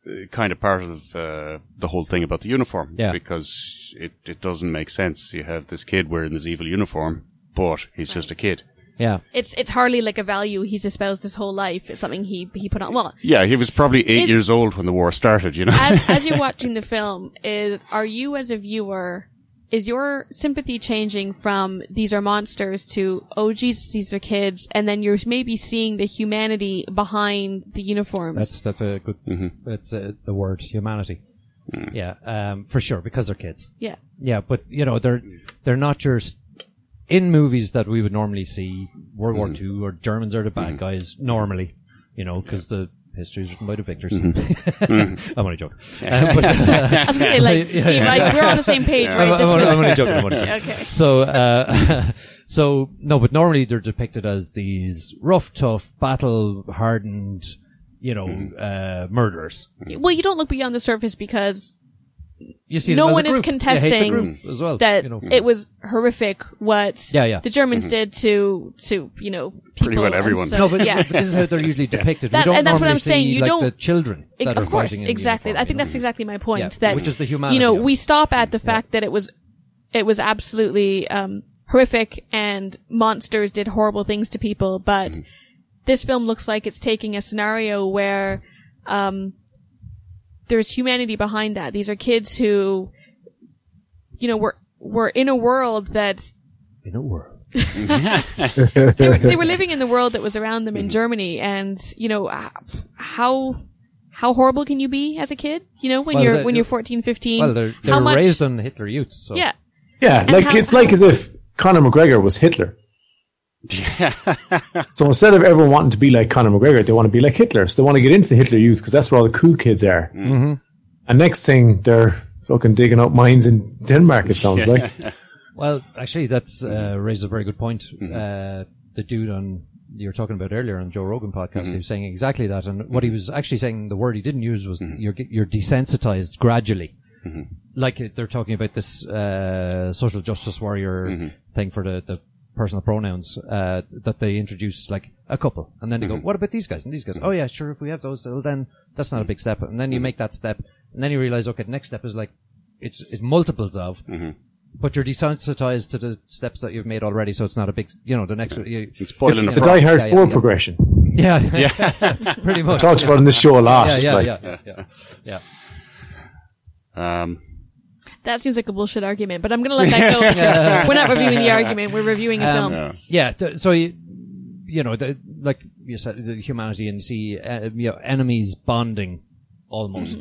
[SPEAKER 2] uh, kind of part of, uh, the whole thing about the uniform.
[SPEAKER 4] Yeah.
[SPEAKER 2] Because it, it doesn't make sense. You have this kid wearing this evil uniform, but he's just a kid.
[SPEAKER 4] Yeah.
[SPEAKER 3] It's it's hardly like a value he's espoused his whole life. It's something he he put on.
[SPEAKER 4] <laughs>
[SPEAKER 3] Well,
[SPEAKER 2] Yeah, he was probably eight
[SPEAKER 3] Is-
[SPEAKER 2] years old when the war started, you know?
[SPEAKER 3] as, as you're watching the film, is are you as a viewer? Is your sympathy changing from these are monsters to oh Jesus these are kids, and then you're maybe seeing the humanity behind the uniforms?
[SPEAKER 4] That's that's a good.
[SPEAKER 2] Mm-hmm.
[SPEAKER 4] That's uh the word humanity.
[SPEAKER 2] Mm.
[SPEAKER 4] Yeah, um, for sure because they're kids.
[SPEAKER 3] yeah,
[SPEAKER 4] Yeah, but you know they're they're not your s- in movies that we would normally see World
[SPEAKER 2] Mm.
[SPEAKER 4] War Two or Germans are the
[SPEAKER 2] Mm-hmm.
[SPEAKER 4] bad guys normally. You know because the history is written by the victors.
[SPEAKER 2] Mm-hmm.
[SPEAKER 4] <laughs> I'm only joking. Uh, but- <laughs>
[SPEAKER 3] I was gonna say like
[SPEAKER 4] Yeah,
[SPEAKER 3] Steve,
[SPEAKER 4] yeah.
[SPEAKER 3] like we're on the same page, right?
[SPEAKER 4] I'm,
[SPEAKER 3] This
[SPEAKER 4] I'm only,
[SPEAKER 3] was-
[SPEAKER 4] I'm only joking. I'm only <laughs> joking.
[SPEAKER 3] Okay.
[SPEAKER 4] So, uh, <laughs> so no, but normally they're depicted as these rough, tough, battle-hardened, you know, uh, murderers.
[SPEAKER 3] well, you don't look beyond the surface because
[SPEAKER 4] You see,
[SPEAKER 3] No
[SPEAKER 4] them as a
[SPEAKER 3] one is
[SPEAKER 4] group. You hate the
[SPEAKER 3] contesting
[SPEAKER 4] group as well,
[SPEAKER 3] that
[SPEAKER 4] you know.
[SPEAKER 3] it was horrific what
[SPEAKER 4] Yeah, yeah.
[SPEAKER 3] the Germans did to to you know people
[SPEAKER 2] well
[SPEAKER 3] and
[SPEAKER 2] everyone.
[SPEAKER 3] so-
[SPEAKER 4] no, but <laughs>
[SPEAKER 3] yeah.
[SPEAKER 4] but this is how they're usually depicted.
[SPEAKER 3] That's-
[SPEAKER 4] we don't
[SPEAKER 3] and that's what
[SPEAKER 4] normally
[SPEAKER 3] I'm saying,
[SPEAKER 4] see,
[SPEAKER 3] you
[SPEAKER 4] like,
[SPEAKER 3] don't-
[SPEAKER 4] the children.
[SPEAKER 3] It-
[SPEAKER 4] that
[SPEAKER 3] of
[SPEAKER 4] are
[SPEAKER 3] course,
[SPEAKER 4] fighting in
[SPEAKER 3] exactly.
[SPEAKER 4] uniform,
[SPEAKER 3] I think that's exactly my point.
[SPEAKER 4] Yeah,
[SPEAKER 3] That
[SPEAKER 4] which is the
[SPEAKER 3] You
[SPEAKER 4] humanity
[SPEAKER 3] know,
[SPEAKER 4] of it.
[SPEAKER 3] we stop at the fact that it was, it was absolutely um, horrific, and monsters did horrible things to people. But
[SPEAKER 4] Mm-hmm.
[SPEAKER 3] this film looks like it's taking a scenario where um, there's humanity behind that. These are kids who, you know, were were in a world
[SPEAKER 4] <laughs>
[SPEAKER 3] that
[SPEAKER 4] in a world.
[SPEAKER 3] they were, they were living in the world that was around them in
[SPEAKER 4] Mm-hmm.
[SPEAKER 3] Germany, and you know h- how how horrible can you be as a kid? You know, when
[SPEAKER 4] Well,
[SPEAKER 3] you're
[SPEAKER 4] they-
[SPEAKER 3] when you're 14, 15.
[SPEAKER 4] Well, they're, they
[SPEAKER 3] how
[SPEAKER 4] were
[SPEAKER 3] much?
[SPEAKER 4] raised on Hitler Youth. So.
[SPEAKER 3] yeah,
[SPEAKER 5] Yeah, like
[SPEAKER 3] how-
[SPEAKER 5] it's like as if Conor McGregor was Hitler. so instead of everyone wanting to be like Conor McGregor, they want to be like Hitler. So they want to get into the Hitler Youth because that's where all the cool kids are. Mm-hmm. And next thing, they're fucking digging up mines in Denmark. It sounds like.
[SPEAKER 4] Well, actually, that's uh, raises a very good point. Uh, the dude on you were talking about earlier on Joe Rogan podcast, he was saying exactly that, and what he was actually saying, the word he didn't use was you're ge- you're desensitized gradually. Like uh, they're talking about this uh, social justice warrior thing for the, the personal pronouns uh, that they introduce, like a couple, and then they go, "What about these guys?" And these guys, "Oh yeah, sure, if we have those, well, then that's not a big step." And then you make that step, and then you realize, okay, the next step is like it's it's multiples of but you're desensitized to the steps that you've made already, so it's not a big, you know, the next. You,
[SPEAKER 2] it's boiling
[SPEAKER 5] The
[SPEAKER 2] a
[SPEAKER 5] Die Hard
[SPEAKER 4] Yeah, yeah,
[SPEAKER 5] Four
[SPEAKER 4] yeah.
[SPEAKER 5] progression
[SPEAKER 4] yeah, yeah, <laughs> pretty much.
[SPEAKER 5] talked about in this show a lot.
[SPEAKER 4] yeah, yeah,
[SPEAKER 5] like,
[SPEAKER 4] yeah, yeah, yeah, yeah.
[SPEAKER 2] Um,
[SPEAKER 3] that seems like a bullshit argument, but I'm gonna let that go. we're not reviewing the argument; we're reviewing a film.
[SPEAKER 4] Yeah, th- so you, you know, the, like you said, the humanity and you see uh, you know, enemies bonding almost,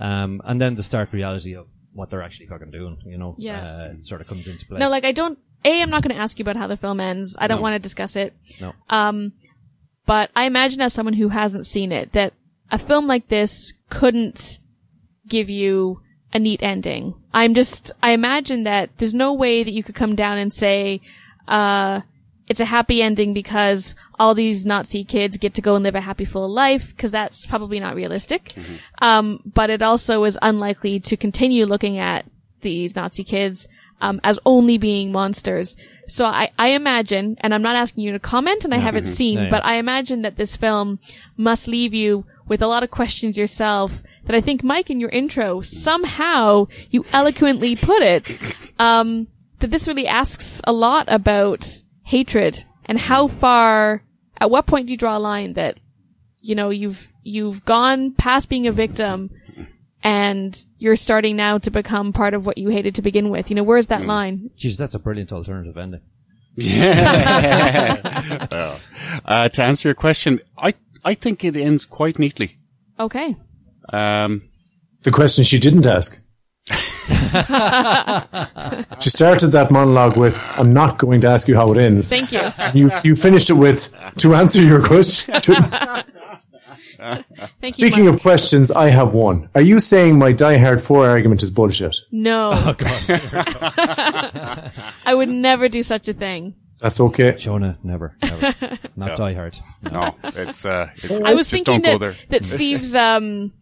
[SPEAKER 3] Mm-hmm.
[SPEAKER 4] um, and then the stark reality of what they're actually fucking doing, you know,
[SPEAKER 3] Yeah.
[SPEAKER 4] uh, sort of comes into play.
[SPEAKER 3] No, like I don't. A, I'm not going to ask you about how the film ends. I don't want to discuss it.
[SPEAKER 4] No.
[SPEAKER 3] Um, but I imagine as someone who hasn't seen it that a film like this couldn't give you a neat ending. I'm just. I imagine that there's no way that you could come down and say, uh, it's a happy ending because all these Nazi kids get to go and live a happy full life because that's probably not realistic. Um, but it also is unlikely to continue looking at these Nazi kids um, as only being monsters. So I, I imagine, and I'm not asking you to comment, and I haven't seen,
[SPEAKER 4] Yeah, yeah.
[SPEAKER 3] but I imagine that this film must leave you with a lot of questions yourself. That I think, Mike, in your intro, somehow you eloquently put it um, that this really asks a lot about hatred and how far, at what point do you draw a line that, you know, you've, you've gone past being a victim and you're starting now to become part of what you hated to begin with. You know, where's
[SPEAKER 2] Mm.
[SPEAKER 3] that line?
[SPEAKER 4] Jeez, that's a brilliant alternative ending.
[SPEAKER 2] uh, to answer your question, I, I think it ends quite neatly.
[SPEAKER 3] Okay.
[SPEAKER 2] Um,
[SPEAKER 5] The question she
[SPEAKER 4] <laughs>
[SPEAKER 5] didn't ask. she started that monologue with, "I'm not going to ask you how it ends."
[SPEAKER 3] Thank
[SPEAKER 5] <laughs>
[SPEAKER 3] you.
[SPEAKER 5] you you finished it with to answer your question.
[SPEAKER 3] Thank
[SPEAKER 5] Speaking
[SPEAKER 3] you.
[SPEAKER 5] of questions, I have one. Are you saying my Die Hard Four argument is <laughs> bullshit?
[SPEAKER 3] <laughs> no. I would never do such a thing.
[SPEAKER 5] That's okay.
[SPEAKER 4] Jonah, never,
[SPEAKER 3] <laughs>
[SPEAKER 4] never. Not Die Hard.
[SPEAKER 2] No, it's. Uh, it's
[SPEAKER 3] I was
[SPEAKER 2] just
[SPEAKER 3] thinking
[SPEAKER 2] don't go
[SPEAKER 3] that,
[SPEAKER 2] there. <laughs>
[SPEAKER 3] that Steve's um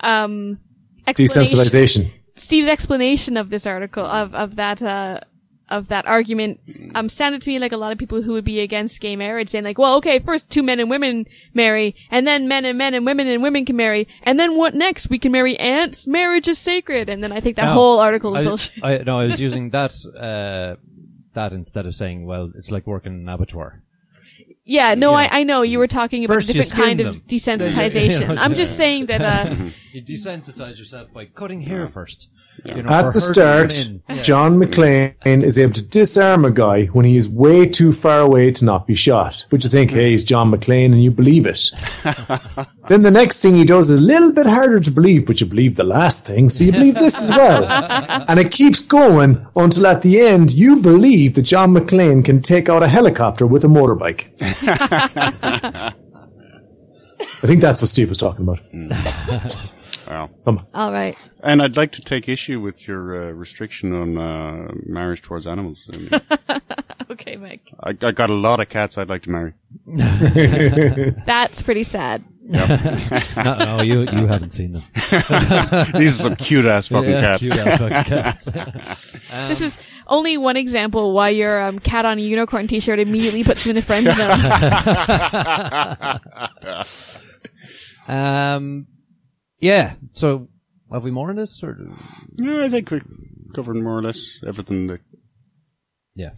[SPEAKER 3] um explanation,
[SPEAKER 5] Desensitization.
[SPEAKER 3] Steve's explanation of this article of of that uh of that argument um sounded to me like a lot of people who would be against gay marriage saying like, well, okay, first two men and women marry, and then men and men and women and women can marry, and then what next? We can marry ants. Marriage is sacred, and then I think that
[SPEAKER 4] No.
[SPEAKER 3] whole article is
[SPEAKER 4] I-
[SPEAKER 3] bullshit.
[SPEAKER 4] I,
[SPEAKER 3] <laughs>
[SPEAKER 4] no, I was using that uh, that instead of saying, well, it's like working in an abattoir.
[SPEAKER 3] Yeah, no,
[SPEAKER 4] Yeah.
[SPEAKER 3] I, I know you were talking about
[SPEAKER 4] First
[SPEAKER 3] a
[SPEAKER 4] you
[SPEAKER 3] different
[SPEAKER 4] skin
[SPEAKER 3] kind
[SPEAKER 4] them.
[SPEAKER 3] of desensitization.
[SPEAKER 4] Yeah, yeah, yeah.
[SPEAKER 3] I'm just saying that uh
[SPEAKER 4] You desensitize yourself by cutting hair first. You know, or
[SPEAKER 5] At the
[SPEAKER 4] herding it
[SPEAKER 5] start,
[SPEAKER 4] in. Yeah.
[SPEAKER 5] John McClane is able to disarm a guy when he is way too far away to not be shot. But you think, hey, he's John McClane, and you believe it. then the next thing he does is a little bit harder to believe, but you believe the last thing, so you believe this as
[SPEAKER 4] <laughs>
[SPEAKER 5] well. and it keeps going until at the end you believe that John McClane can take out a helicopter with a motorbike. I think that's what Steve was talking about.
[SPEAKER 2] Wow.
[SPEAKER 5] Some-
[SPEAKER 3] all right.
[SPEAKER 2] And I'd like to take issue with your uh, restriction on uh, marriage towards animals. I, mean,
[SPEAKER 3] Okay, Mike.
[SPEAKER 2] <laughs> I, I got a lot of cats I'd like to marry.
[SPEAKER 3] That's pretty sad.
[SPEAKER 4] No, no, you you haven't seen them.
[SPEAKER 2] These are some cute
[SPEAKER 4] <laughs>
[SPEAKER 2] ass fucking
[SPEAKER 4] Yeah,
[SPEAKER 2] cats.
[SPEAKER 4] cute ass fucking cats.
[SPEAKER 3] this is only one example why your um, cat on a unicorn t-shirt immediately puts him in the
[SPEAKER 4] <laughs>
[SPEAKER 3] friend zone.
[SPEAKER 4] Um, yeah. So, have we more on this? Or do-
[SPEAKER 2] Yeah, I think we covered more or less everything that
[SPEAKER 4] yeah.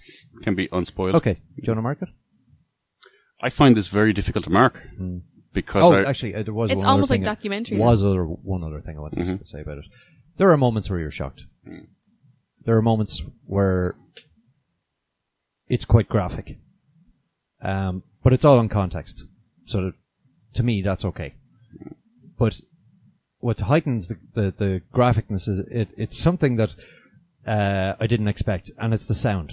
[SPEAKER 2] can be unspoiled.
[SPEAKER 4] Okay. Do you want to mark it?
[SPEAKER 2] I find this very difficult to mark because
[SPEAKER 4] Oh,
[SPEAKER 2] I,
[SPEAKER 4] actually, uh, there was.
[SPEAKER 3] It's
[SPEAKER 4] one other
[SPEAKER 3] almost like
[SPEAKER 4] thing I-
[SPEAKER 3] documentary,
[SPEAKER 4] Was other one other thing I wanted
[SPEAKER 2] Mm-hmm.
[SPEAKER 4] to say about it? There are moments where you're shocked.
[SPEAKER 2] Mm.
[SPEAKER 4] There are moments where it's quite graphic, um, but it's all in context. So that, to me, that's okay. But what heightens the the, the graphicness is it, it's something that uh, I didn't expect, and it's the sound.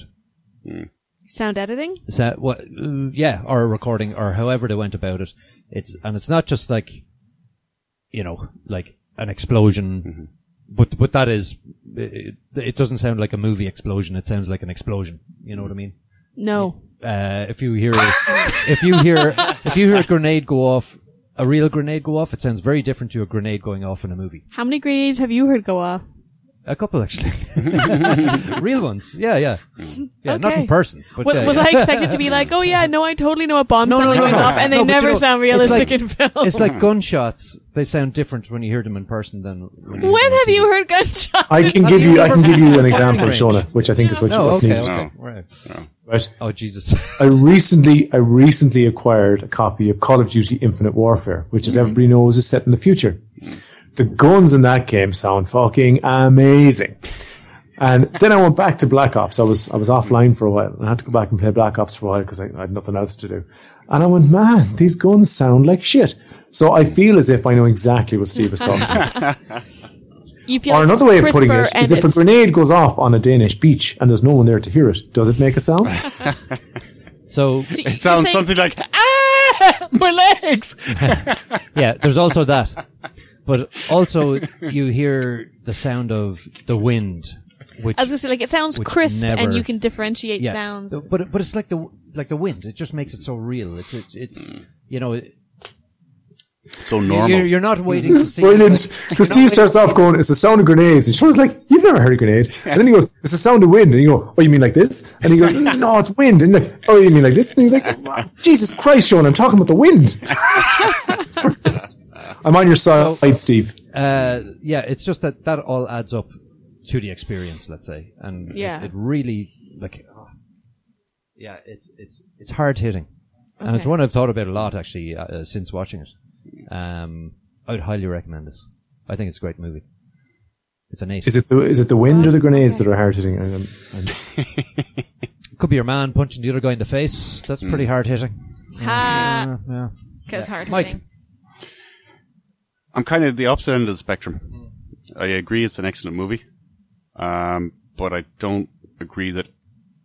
[SPEAKER 3] Sound editing?
[SPEAKER 4] Is that what? uh, yeah, or a recording, or however they went about it. It's and it's not just like, you know, like an explosion, but but that is, it, it doesn't sound like a movie explosion. It sounds like an explosion. You know what I mean?
[SPEAKER 3] No.
[SPEAKER 4] Uh, if you hear, if you hear, if you hear a grenade go off, a real grenade go off, it sounds very different to a grenade going off in a movie.
[SPEAKER 3] How many grades have you heard go off?
[SPEAKER 4] A couple actually, <laughs> real ones. Yeah, yeah, yeah. Not in
[SPEAKER 3] Okay.
[SPEAKER 4] person. But uh,
[SPEAKER 3] What,
[SPEAKER 4] yeah,
[SPEAKER 3] was
[SPEAKER 4] yeah.
[SPEAKER 3] I expected to be like, oh yeah, no, I totally know a bomb
[SPEAKER 4] No,
[SPEAKER 3] sound
[SPEAKER 4] no, no,
[SPEAKER 3] going
[SPEAKER 4] no.
[SPEAKER 3] off, and they
[SPEAKER 4] No, but you
[SPEAKER 3] never
[SPEAKER 4] know,
[SPEAKER 3] sound
[SPEAKER 4] it's
[SPEAKER 3] realistic
[SPEAKER 4] like-
[SPEAKER 3] in film.
[SPEAKER 4] It's like gunshots. They sound different when you hear them in person than when. You
[SPEAKER 3] <laughs> when
[SPEAKER 4] hear
[SPEAKER 3] have
[SPEAKER 4] them
[SPEAKER 3] you heard gunshots?
[SPEAKER 5] I can
[SPEAKER 4] Have
[SPEAKER 5] give
[SPEAKER 4] you
[SPEAKER 5] you. I can
[SPEAKER 4] ever-
[SPEAKER 5] give you an example,
[SPEAKER 4] range?
[SPEAKER 5] Shona, which I think is what
[SPEAKER 4] on TV? Oh,
[SPEAKER 5] what's
[SPEAKER 4] okay,
[SPEAKER 5] needed.
[SPEAKER 4] okay. Right.
[SPEAKER 5] Right.
[SPEAKER 4] Oh, Jesus. <laughs>
[SPEAKER 5] I recently, I recently acquired a copy of Call of Duty Infinite Warfare, which,
[SPEAKER 4] Mm-hmm.
[SPEAKER 5] as everybody knows, is set in the future. The guns in that game sound fucking amazing. And then I went back to Black Ops. I was, I was offline for a while. I had to go back and play Black Ops for a while because I, I had nothing else to do. And I went, man, these guns sound like shit. So I feel as if I know exactly what Steve is talking about.
[SPEAKER 3] You feel
[SPEAKER 5] Or
[SPEAKER 3] like
[SPEAKER 5] another way of putting it
[SPEAKER 3] crisper
[SPEAKER 5] is
[SPEAKER 3] and
[SPEAKER 5] if a
[SPEAKER 3] it's-
[SPEAKER 5] grenade goes off on a Danish beach and there's no one there to hear it, does it make a sound? <laughs>
[SPEAKER 4] So
[SPEAKER 3] So you're
[SPEAKER 2] it sounds
[SPEAKER 3] saying-
[SPEAKER 2] something
[SPEAKER 3] <laughs>
[SPEAKER 2] like ah, my legs.
[SPEAKER 4] yeah,
[SPEAKER 3] <laughs>
[SPEAKER 4] there's also that, but also you hear the sound of the wind, which
[SPEAKER 3] I was gonna say, like, it sounds
[SPEAKER 4] Which
[SPEAKER 3] crisp,
[SPEAKER 4] never-
[SPEAKER 3] and you can differentiate
[SPEAKER 4] yeah,
[SPEAKER 3] sounds.
[SPEAKER 4] But but it's like the like the wind. It just makes it so real. It's it's, it's
[SPEAKER 3] Hmm.
[SPEAKER 4] you know it-
[SPEAKER 2] So normal.
[SPEAKER 4] you're, you're not waiting to see.
[SPEAKER 5] Brilliant. Because Steve starts off going, it's the sound of grenades. And Sean's like, you've never heard a grenade. And then he goes, it's the sound of wind. And you go, oh, you mean like this? And he goes, no, it's wind. And like, oh, you mean like this? And he's like, Jesus Christ, Sean, I'm talking about the wind. <laughs> It's brilliant. I'm on your side, Steve.
[SPEAKER 4] uh, yeah, it's just that that all adds up to the experience, let's say, and it-
[SPEAKER 3] Yeah.
[SPEAKER 4] it, really like, oh, yeah, it's it's it's hard hitting, and it's
[SPEAKER 3] Okay.
[SPEAKER 4] one I've thought about a lot actually uh, uh, since watching it. Um, I would highly recommend this. I think it's a great movie. It's an eight.
[SPEAKER 5] Is it the, is it the wind or the grenades that are hard hitting? Um, I don't-
[SPEAKER 4] Could be your man punching the other guy in the face. That's pretty hard hitting.
[SPEAKER 3] Ah,
[SPEAKER 4] Yeah, yeah.
[SPEAKER 3] because hard
[SPEAKER 4] Mike.
[SPEAKER 3] hitting.
[SPEAKER 2] I'm kind of the opposite end of the spectrum. I agree it's an excellent movie, um, but I don't agree that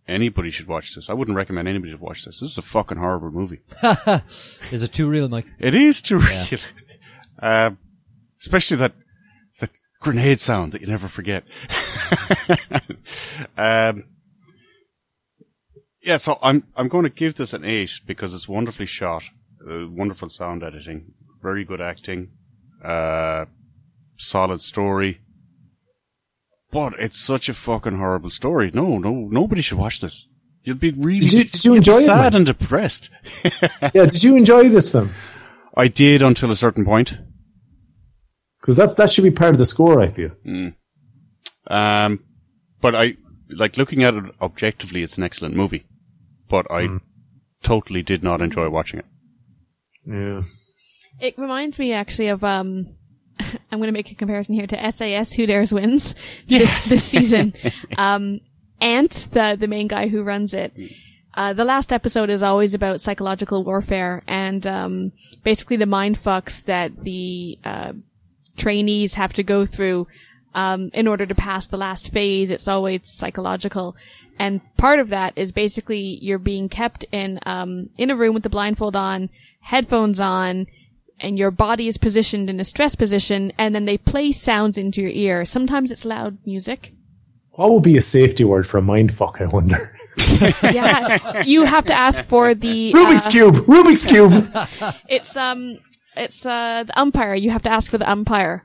[SPEAKER 2] anybody should watch this. I wouldn't recommend anybody to watch this. This is a fucking horrible movie.
[SPEAKER 4] Is it too real, Mike?
[SPEAKER 2] It is too <laughs> real, um, especially that that grenade sound <laughs> that you never forget. um, Yeah, so I'm I'm going to give this an eight because it's wonderfully shot, uh, wonderful sound editing, very good acting, uh, solid story. But it's such a fucking horrible story. No, no, nobody should watch this. You'd be really
[SPEAKER 5] Did you- did you
[SPEAKER 2] you'd be
[SPEAKER 5] enjoy it,
[SPEAKER 2] sad
[SPEAKER 5] Mike?
[SPEAKER 2] and depressed.
[SPEAKER 5] Yeah, did you enjoy this film?
[SPEAKER 2] I did until a certain point.
[SPEAKER 5] Because that's that should be part of the score. I feel.
[SPEAKER 2] Um, but I like looking at it objectively, it's an excellent movie. But I totally did not enjoy watching it.
[SPEAKER 5] Yeah.
[SPEAKER 3] It reminds me actually of um <laughs> I'm going to make a comparison here to SAS Who Dares Wins this this season. um Ant, the the main guy who runs it. Uh, the last episode is always about psychological warfare and um, basically the mind fucks that the uh, trainees have to go through um, in order to pass the last phase. It's always psychological. And part of that is basically you're being kept in, um, in a room with the blindfold on, headphones on, and your body is positioned in a stress position, and then they play sounds into your ear. Sometimes it's loud music.
[SPEAKER 5] What would be a safety word for a mind fuck? I wonder.
[SPEAKER 3] Yeah. you have to ask for the,
[SPEAKER 5] <laughs> Rubik's
[SPEAKER 3] uh,
[SPEAKER 4] <laughs>
[SPEAKER 5] cube. Rubik's cube.
[SPEAKER 3] it's, um, it's, uh, the umpire. You have to ask for the umpire.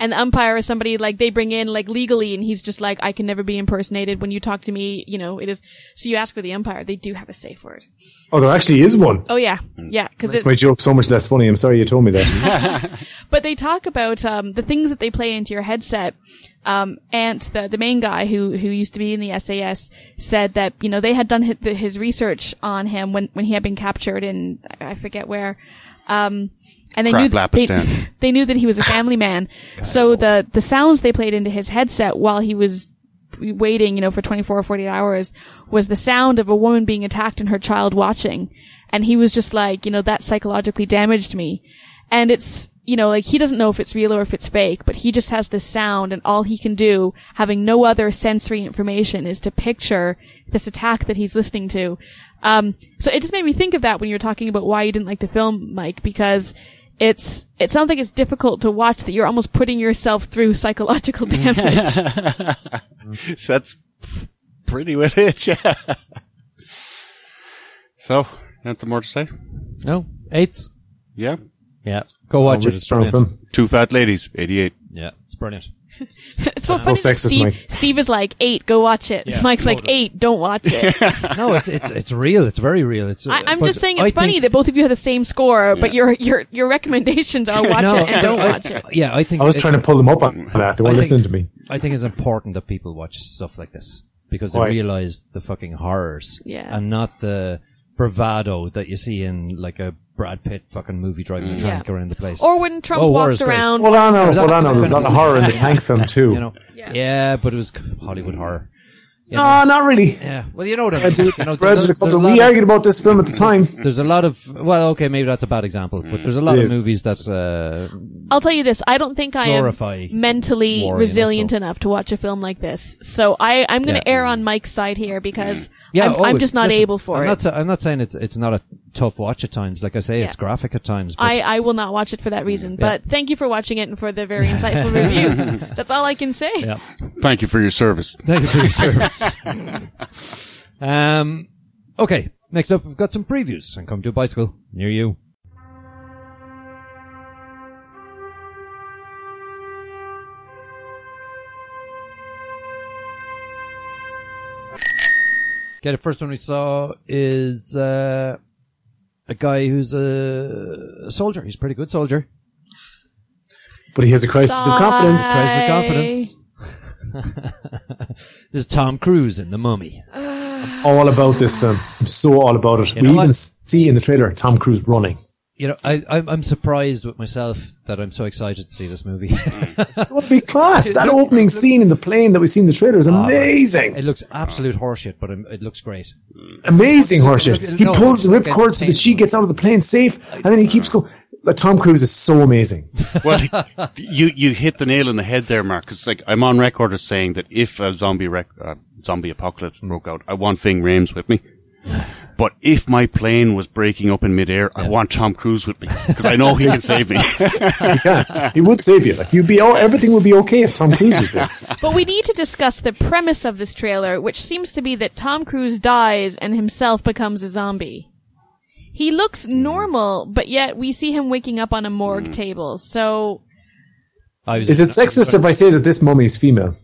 [SPEAKER 3] And the umpire is somebody like they bring in like legally and he's just like, I can never be impersonated. When you talk to me, you know, it is. So you ask for the umpire. They do have a safe word.
[SPEAKER 5] Oh, there actually is one.
[SPEAKER 3] Oh yeah, yeah. Because
[SPEAKER 5] That's my joke so much less funny. I'm sorry you
[SPEAKER 4] <laughs>
[SPEAKER 5] told me that.
[SPEAKER 3] but they talk about um, the things that they play into your headset. Um, Ant, the the main guy who who used to be in the SAS, said that you know they had done his, his research on him when when he had been captured in I I forget where. Um, and they
[SPEAKER 2] Crap,
[SPEAKER 3] knew that
[SPEAKER 2] Lapistan.
[SPEAKER 3] <laughs> they, they knew that he was a family man. so the the sounds they played into his headset while he was waiting, you know, for 24 or 48 hours was the sound of a woman being attacked and her child watching. And he was just like, you know, that psychologically damaged me. And it's, you know, like he doesn't know if it's real or if it's fake, but he just has this sound and all he can do, having no other sensory information, is to picture this attack that he's listening to. Um, so it just made me think of that when you were talking about why you didn't like the film, Mike, because it's, it sounds like it's difficult to watch that you're almost putting yourself through psychological <laughs> damage.
[SPEAKER 2] <laughs> That's pretty with it, yeah. So, anything more to say?
[SPEAKER 4] No, eights.
[SPEAKER 2] Yeah.
[SPEAKER 4] Yeah, go watch it.
[SPEAKER 5] Really
[SPEAKER 4] It's
[SPEAKER 5] strong
[SPEAKER 4] brilliant.
[SPEAKER 5] film.
[SPEAKER 2] Two fat ladies, 88.
[SPEAKER 4] Yeah, it's brilliant.
[SPEAKER 3] It's so
[SPEAKER 5] so
[SPEAKER 3] funny. that
[SPEAKER 5] sexist,
[SPEAKER 3] Steve,
[SPEAKER 5] Mike.
[SPEAKER 3] Steve is like eight, go watch it.
[SPEAKER 4] Yeah,
[SPEAKER 3] Mike's like
[SPEAKER 4] loaded.
[SPEAKER 3] eight, don't watch
[SPEAKER 4] <laughs>
[SPEAKER 3] it.
[SPEAKER 4] No, it's it's it's real. It's very real. It's.
[SPEAKER 3] I, I'm
[SPEAKER 4] but
[SPEAKER 3] just saying it's
[SPEAKER 4] I
[SPEAKER 3] funny
[SPEAKER 4] think-
[SPEAKER 3] that both of you have the same score, but your your your recommendations are watch
[SPEAKER 4] No,
[SPEAKER 3] it and don't
[SPEAKER 4] <laughs> I-
[SPEAKER 3] watch it.
[SPEAKER 4] Yeah, I think
[SPEAKER 5] I was
[SPEAKER 4] it's-
[SPEAKER 5] trying to pull them up on that. They
[SPEAKER 4] I
[SPEAKER 5] weren't
[SPEAKER 4] think-
[SPEAKER 5] listening to me.
[SPEAKER 4] I think it's important that people watch stuff like this because they
[SPEAKER 5] Right.
[SPEAKER 4] realize the fucking horrors,
[SPEAKER 3] Yeah.
[SPEAKER 4] and not the bravado that you see in like a Brad Pitt fucking movie driving a tank
[SPEAKER 3] Mm. Yeah.
[SPEAKER 4] around the place.
[SPEAKER 3] Or when Trump
[SPEAKER 4] Oh, war
[SPEAKER 3] walks
[SPEAKER 4] is great.
[SPEAKER 3] around,
[SPEAKER 5] Hold on, now,
[SPEAKER 4] that-
[SPEAKER 5] hold on. now. There's a lot of horror
[SPEAKER 4] <laughs>
[SPEAKER 5] in the tank film too.
[SPEAKER 4] you know, yeah. but it was Hollywood horror.
[SPEAKER 5] no, not really.
[SPEAKER 4] Yeah, well, you know what I
[SPEAKER 5] I
[SPEAKER 4] mean.
[SPEAKER 5] did-
[SPEAKER 4] You
[SPEAKER 5] <laughs>
[SPEAKER 4] know, there's,
[SPEAKER 5] Brad did a
[SPEAKER 4] there's, a
[SPEAKER 5] couple-
[SPEAKER 4] lot
[SPEAKER 5] we
[SPEAKER 4] of,
[SPEAKER 5] argued about this film at the time.
[SPEAKER 4] there's a lot of well, okay, maybe that's a bad example, but there's a lot of
[SPEAKER 5] It is.
[SPEAKER 4] movies that uh,
[SPEAKER 3] I'll tell you this: I don't think I
[SPEAKER 4] Glorify
[SPEAKER 3] am mentally
[SPEAKER 4] war, you know,
[SPEAKER 3] resilient
[SPEAKER 4] so-
[SPEAKER 3] enough to watch a film like this. So I I'm going to
[SPEAKER 4] Yeah.
[SPEAKER 3] err on Mike's side here because
[SPEAKER 4] Yeah,
[SPEAKER 3] I'm, I'm
[SPEAKER 4] always.
[SPEAKER 3] just not
[SPEAKER 4] Listen,
[SPEAKER 3] able for
[SPEAKER 4] I'm
[SPEAKER 3] it.
[SPEAKER 4] Not, sa- I'm not saying it's it's not a tough watch at times. Like I say, it's
[SPEAKER 3] Yeah.
[SPEAKER 4] graphic at times. But
[SPEAKER 3] I, I will not watch it for that reason, but thank you for watching it and for the very insightful
[SPEAKER 4] <laughs>
[SPEAKER 3] review. That's all I can say.
[SPEAKER 4] yeah,
[SPEAKER 2] Thank you for your service.
[SPEAKER 4] thank you for your service. um, okay. Next up, we've got some previews and come to a bicycle near you. Okay, the first one we saw is uh, a guy who's a, a soldier. He's a pretty good soldier.
[SPEAKER 5] But he has a crisis of confidence.
[SPEAKER 4] Crisis
[SPEAKER 3] Bye.
[SPEAKER 4] of confidence. <laughs> this is Tom Cruise in The Mummy.
[SPEAKER 5] All about this film. I'm so all about it. we
[SPEAKER 4] know
[SPEAKER 5] even
[SPEAKER 4] what?
[SPEAKER 5] see in the trailer Tom Cruise running.
[SPEAKER 4] You know, I, I'm, I'm surprised with myself that I'm so excited to see this movie.
[SPEAKER 2] Mm.
[SPEAKER 5] It's going to be class. That opening scene in the plane that we see in the trailer
[SPEAKER 4] <laughs>
[SPEAKER 5] is
[SPEAKER 4] it
[SPEAKER 5] amazing.
[SPEAKER 4] looks absolute horseshit, but i it looks great.
[SPEAKER 5] Amazing horseshit.
[SPEAKER 4] look,
[SPEAKER 5] He
[SPEAKER 4] no,
[SPEAKER 5] pulls the
[SPEAKER 4] it's like
[SPEAKER 5] ripcord so that she
[SPEAKER 4] entertainment.
[SPEAKER 5] gets out of the plane safe, and then he keeps going. Like, Tom Cruise is so amazing.
[SPEAKER 2] Well, <laughs> you, you hit the nail on the head there, Mark. 'cause, like, I'm on record as
[SPEAKER 4] <sighs>
[SPEAKER 2] saying that if a zombie rec- uh, zombie apocalypse broke out, I want Ving Rhames with me. But if my plane was breaking up in midair, I want Tom Cruise with
[SPEAKER 4] <laughs>
[SPEAKER 2] me because I know he can save me.
[SPEAKER 5] Yeah, he would save you. Like you'd be all, everything would be okay if Tom Cruise was there.
[SPEAKER 3] But we need to discuss the premise of this trailer, which seems to be that Tom Cruise dies and himself becomes a zombie. He looks
[SPEAKER 4] Hmm.
[SPEAKER 3] normal, but yet we see him waking up on a morgue table. So,
[SPEAKER 4] I was
[SPEAKER 5] Is it sexist if I say that this mummy is female?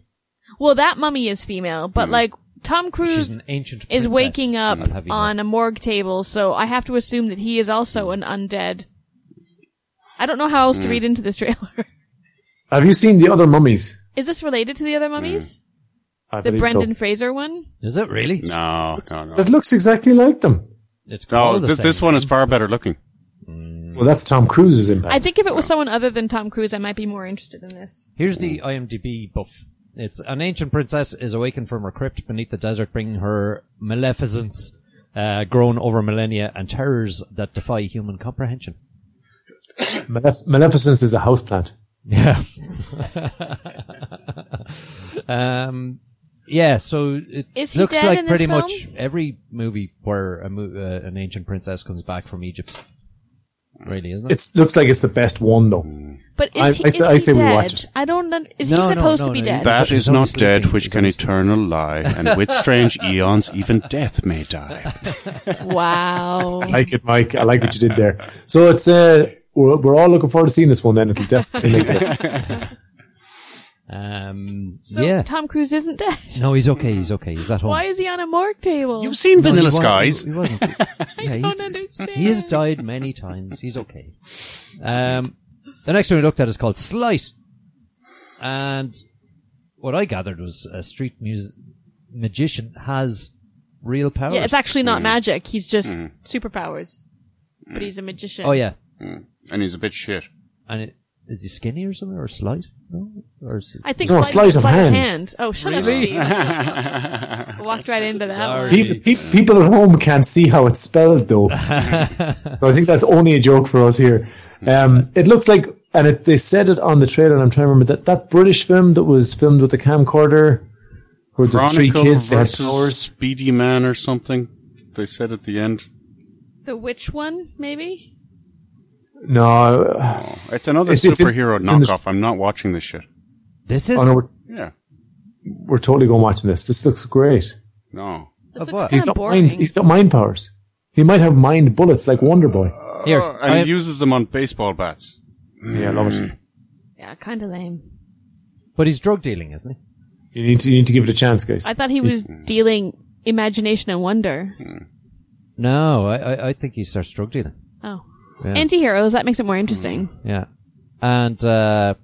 [SPEAKER 3] well, that mummy is female,
[SPEAKER 5] Hmm.
[SPEAKER 3] but like Tom
[SPEAKER 4] She's
[SPEAKER 3] Cruise
[SPEAKER 4] an ancient
[SPEAKER 3] is
[SPEAKER 4] princess,
[SPEAKER 3] waking up
[SPEAKER 4] I'll have you know.
[SPEAKER 3] on a morgue table, so I have to assume that he is also
[SPEAKER 5] Hmm.
[SPEAKER 3] an undead. I don't know how else to read into this trailer. <laughs>
[SPEAKER 5] Have you seen the other mummies?
[SPEAKER 3] Is this related to the other mummies?
[SPEAKER 5] Hmm. I
[SPEAKER 3] The
[SPEAKER 5] believe
[SPEAKER 3] Brendan Fraser one?
[SPEAKER 4] Is it really?
[SPEAKER 2] no, no,
[SPEAKER 5] so.
[SPEAKER 2] no.
[SPEAKER 5] It looks exactly like them.
[SPEAKER 4] It's called
[SPEAKER 2] No,
[SPEAKER 4] the
[SPEAKER 2] th- this
[SPEAKER 4] same.
[SPEAKER 2] one is far better looking.
[SPEAKER 5] Well, that's Tom Cruise's impact.
[SPEAKER 3] I think if it was someone other than Tom Cruise, I might be more interested in this.
[SPEAKER 4] Here's the IMDb buff. It's an ancient princess is awakened from her crypt beneath the desert, bringing her maleficence uh, grown over millennia and terrors that defy human comprehension.
[SPEAKER 5] Malef- Maleficence is a houseplant.
[SPEAKER 4] Yeah. um, yeah. So it
[SPEAKER 3] Is he
[SPEAKER 4] looks
[SPEAKER 3] dead
[SPEAKER 4] like
[SPEAKER 3] in this
[SPEAKER 4] pretty
[SPEAKER 3] film?
[SPEAKER 4] much every movie where a mo- uh, an ancient princess comes back from Egypt. Really, isn't it?
[SPEAKER 5] It looks like it's the best one though.
[SPEAKER 4] Mm.
[SPEAKER 3] But is
[SPEAKER 5] I-
[SPEAKER 3] he,
[SPEAKER 5] I say-
[SPEAKER 3] is
[SPEAKER 5] I
[SPEAKER 3] he
[SPEAKER 5] say we
[SPEAKER 3] dead?
[SPEAKER 5] watch it.
[SPEAKER 3] I don't. un- Is
[SPEAKER 4] No, no,
[SPEAKER 3] he supposed
[SPEAKER 4] no,
[SPEAKER 3] to be
[SPEAKER 4] no,
[SPEAKER 3] dead?
[SPEAKER 2] That is not
[SPEAKER 4] Zombie
[SPEAKER 2] dead,
[SPEAKER 4] sleeping.
[SPEAKER 2] which can eternal lie, and
[SPEAKER 4] <laughs>
[SPEAKER 2] with strange eons, even death may die.
[SPEAKER 5] <laughs> I
[SPEAKER 3] Wow.
[SPEAKER 5] like it, Mike. I like what you did there. So it's uh, we're, we're all looking forward to seeing this one. Then it'll definitely make it.
[SPEAKER 4] um,
[SPEAKER 3] So
[SPEAKER 4] yeah.
[SPEAKER 3] Tom Cruise isn't dead. <laughs>
[SPEAKER 4] no, he's okay. He's okay. He's at home.
[SPEAKER 3] Why is he on a morgue table?
[SPEAKER 2] You've seen
[SPEAKER 4] No, he
[SPEAKER 2] Vanilla
[SPEAKER 4] wa-
[SPEAKER 2] Skies.
[SPEAKER 4] He,
[SPEAKER 3] <laughs>
[SPEAKER 4] he wasn't. Yeah,
[SPEAKER 3] I
[SPEAKER 4] he's-
[SPEAKER 3] don't understand.
[SPEAKER 4] He has died many times. He's okay. Um, the next one we looked at is called Slight. And what I gathered was a street mus- magician has real powers.
[SPEAKER 3] yeah,
[SPEAKER 2] Oh,
[SPEAKER 3] it's actually not magic. He's just
[SPEAKER 2] Mm.
[SPEAKER 3] superpowers. But he's a magician.
[SPEAKER 4] oh, yeah.
[SPEAKER 2] And he's a bit shit.
[SPEAKER 4] And it, is he skinny or something? Or slight? No? Or is it,
[SPEAKER 3] I think
[SPEAKER 5] No,
[SPEAKER 3] sleight,
[SPEAKER 5] sleight of
[SPEAKER 3] sleight
[SPEAKER 5] hand.
[SPEAKER 3] Oh, shut
[SPEAKER 2] <laughs>
[SPEAKER 3] up, Steve. Walked right into that.
[SPEAKER 4] Sorry.
[SPEAKER 3] one.
[SPEAKER 5] Pe- pe- people at home can't see how it's
[SPEAKER 2] <laughs>
[SPEAKER 5] spelled though, so I think that's only a joke for us here.
[SPEAKER 2] Hmm.
[SPEAKER 5] Um, it looks like, and it, they said it on the trailer, and I'm trying to remember that that British film that was filmed with a camcorder, where there's three
[SPEAKER 2] Chronicle
[SPEAKER 5] kids they had
[SPEAKER 2] versus
[SPEAKER 5] powers.
[SPEAKER 2] Speedy Man or something. They said at the end.
[SPEAKER 3] The witch one, maybe?
[SPEAKER 5] No, uh,
[SPEAKER 2] It's another
[SPEAKER 5] It's- it's in-
[SPEAKER 2] superhero
[SPEAKER 5] it's in the-
[SPEAKER 2] knockoff. I'm not watching this shit.
[SPEAKER 4] this is.
[SPEAKER 5] oh no, we're,
[SPEAKER 2] Yeah.
[SPEAKER 5] we're totally going watching this. This looks great.
[SPEAKER 2] No.
[SPEAKER 3] This looks
[SPEAKER 4] what?
[SPEAKER 3] kind
[SPEAKER 5] He's
[SPEAKER 3] of
[SPEAKER 5] got
[SPEAKER 3] boring.
[SPEAKER 5] mind. He's got mind powers. He might have mind bullets like Wonder Boy.
[SPEAKER 4] here.
[SPEAKER 2] And
[SPEAKER 4] I-
[SPEAKER 2] he uses them on baseball bats. Hmm.
[SPEAKER 5] Yeah, I love it.
[SPEAKER 3] yeah, kind of lame.
[SPEAKER 4] but he's drug dealing, isn't he?
[SPEAKER 5] You need to you need to give it a chance, guys.
[SPEAKER 3] I thought he was dealing imagination and wonder.
[SPEAKER 4] No, I, I, I think he starts drug dealing.
[SPEAKER 3] Oh.
[SPEAKER 4] Yeah.
[SPEAKER 3] Anti-heroes, that makes it more interesting.
[SPEAKER 4] Yeah. And, uh,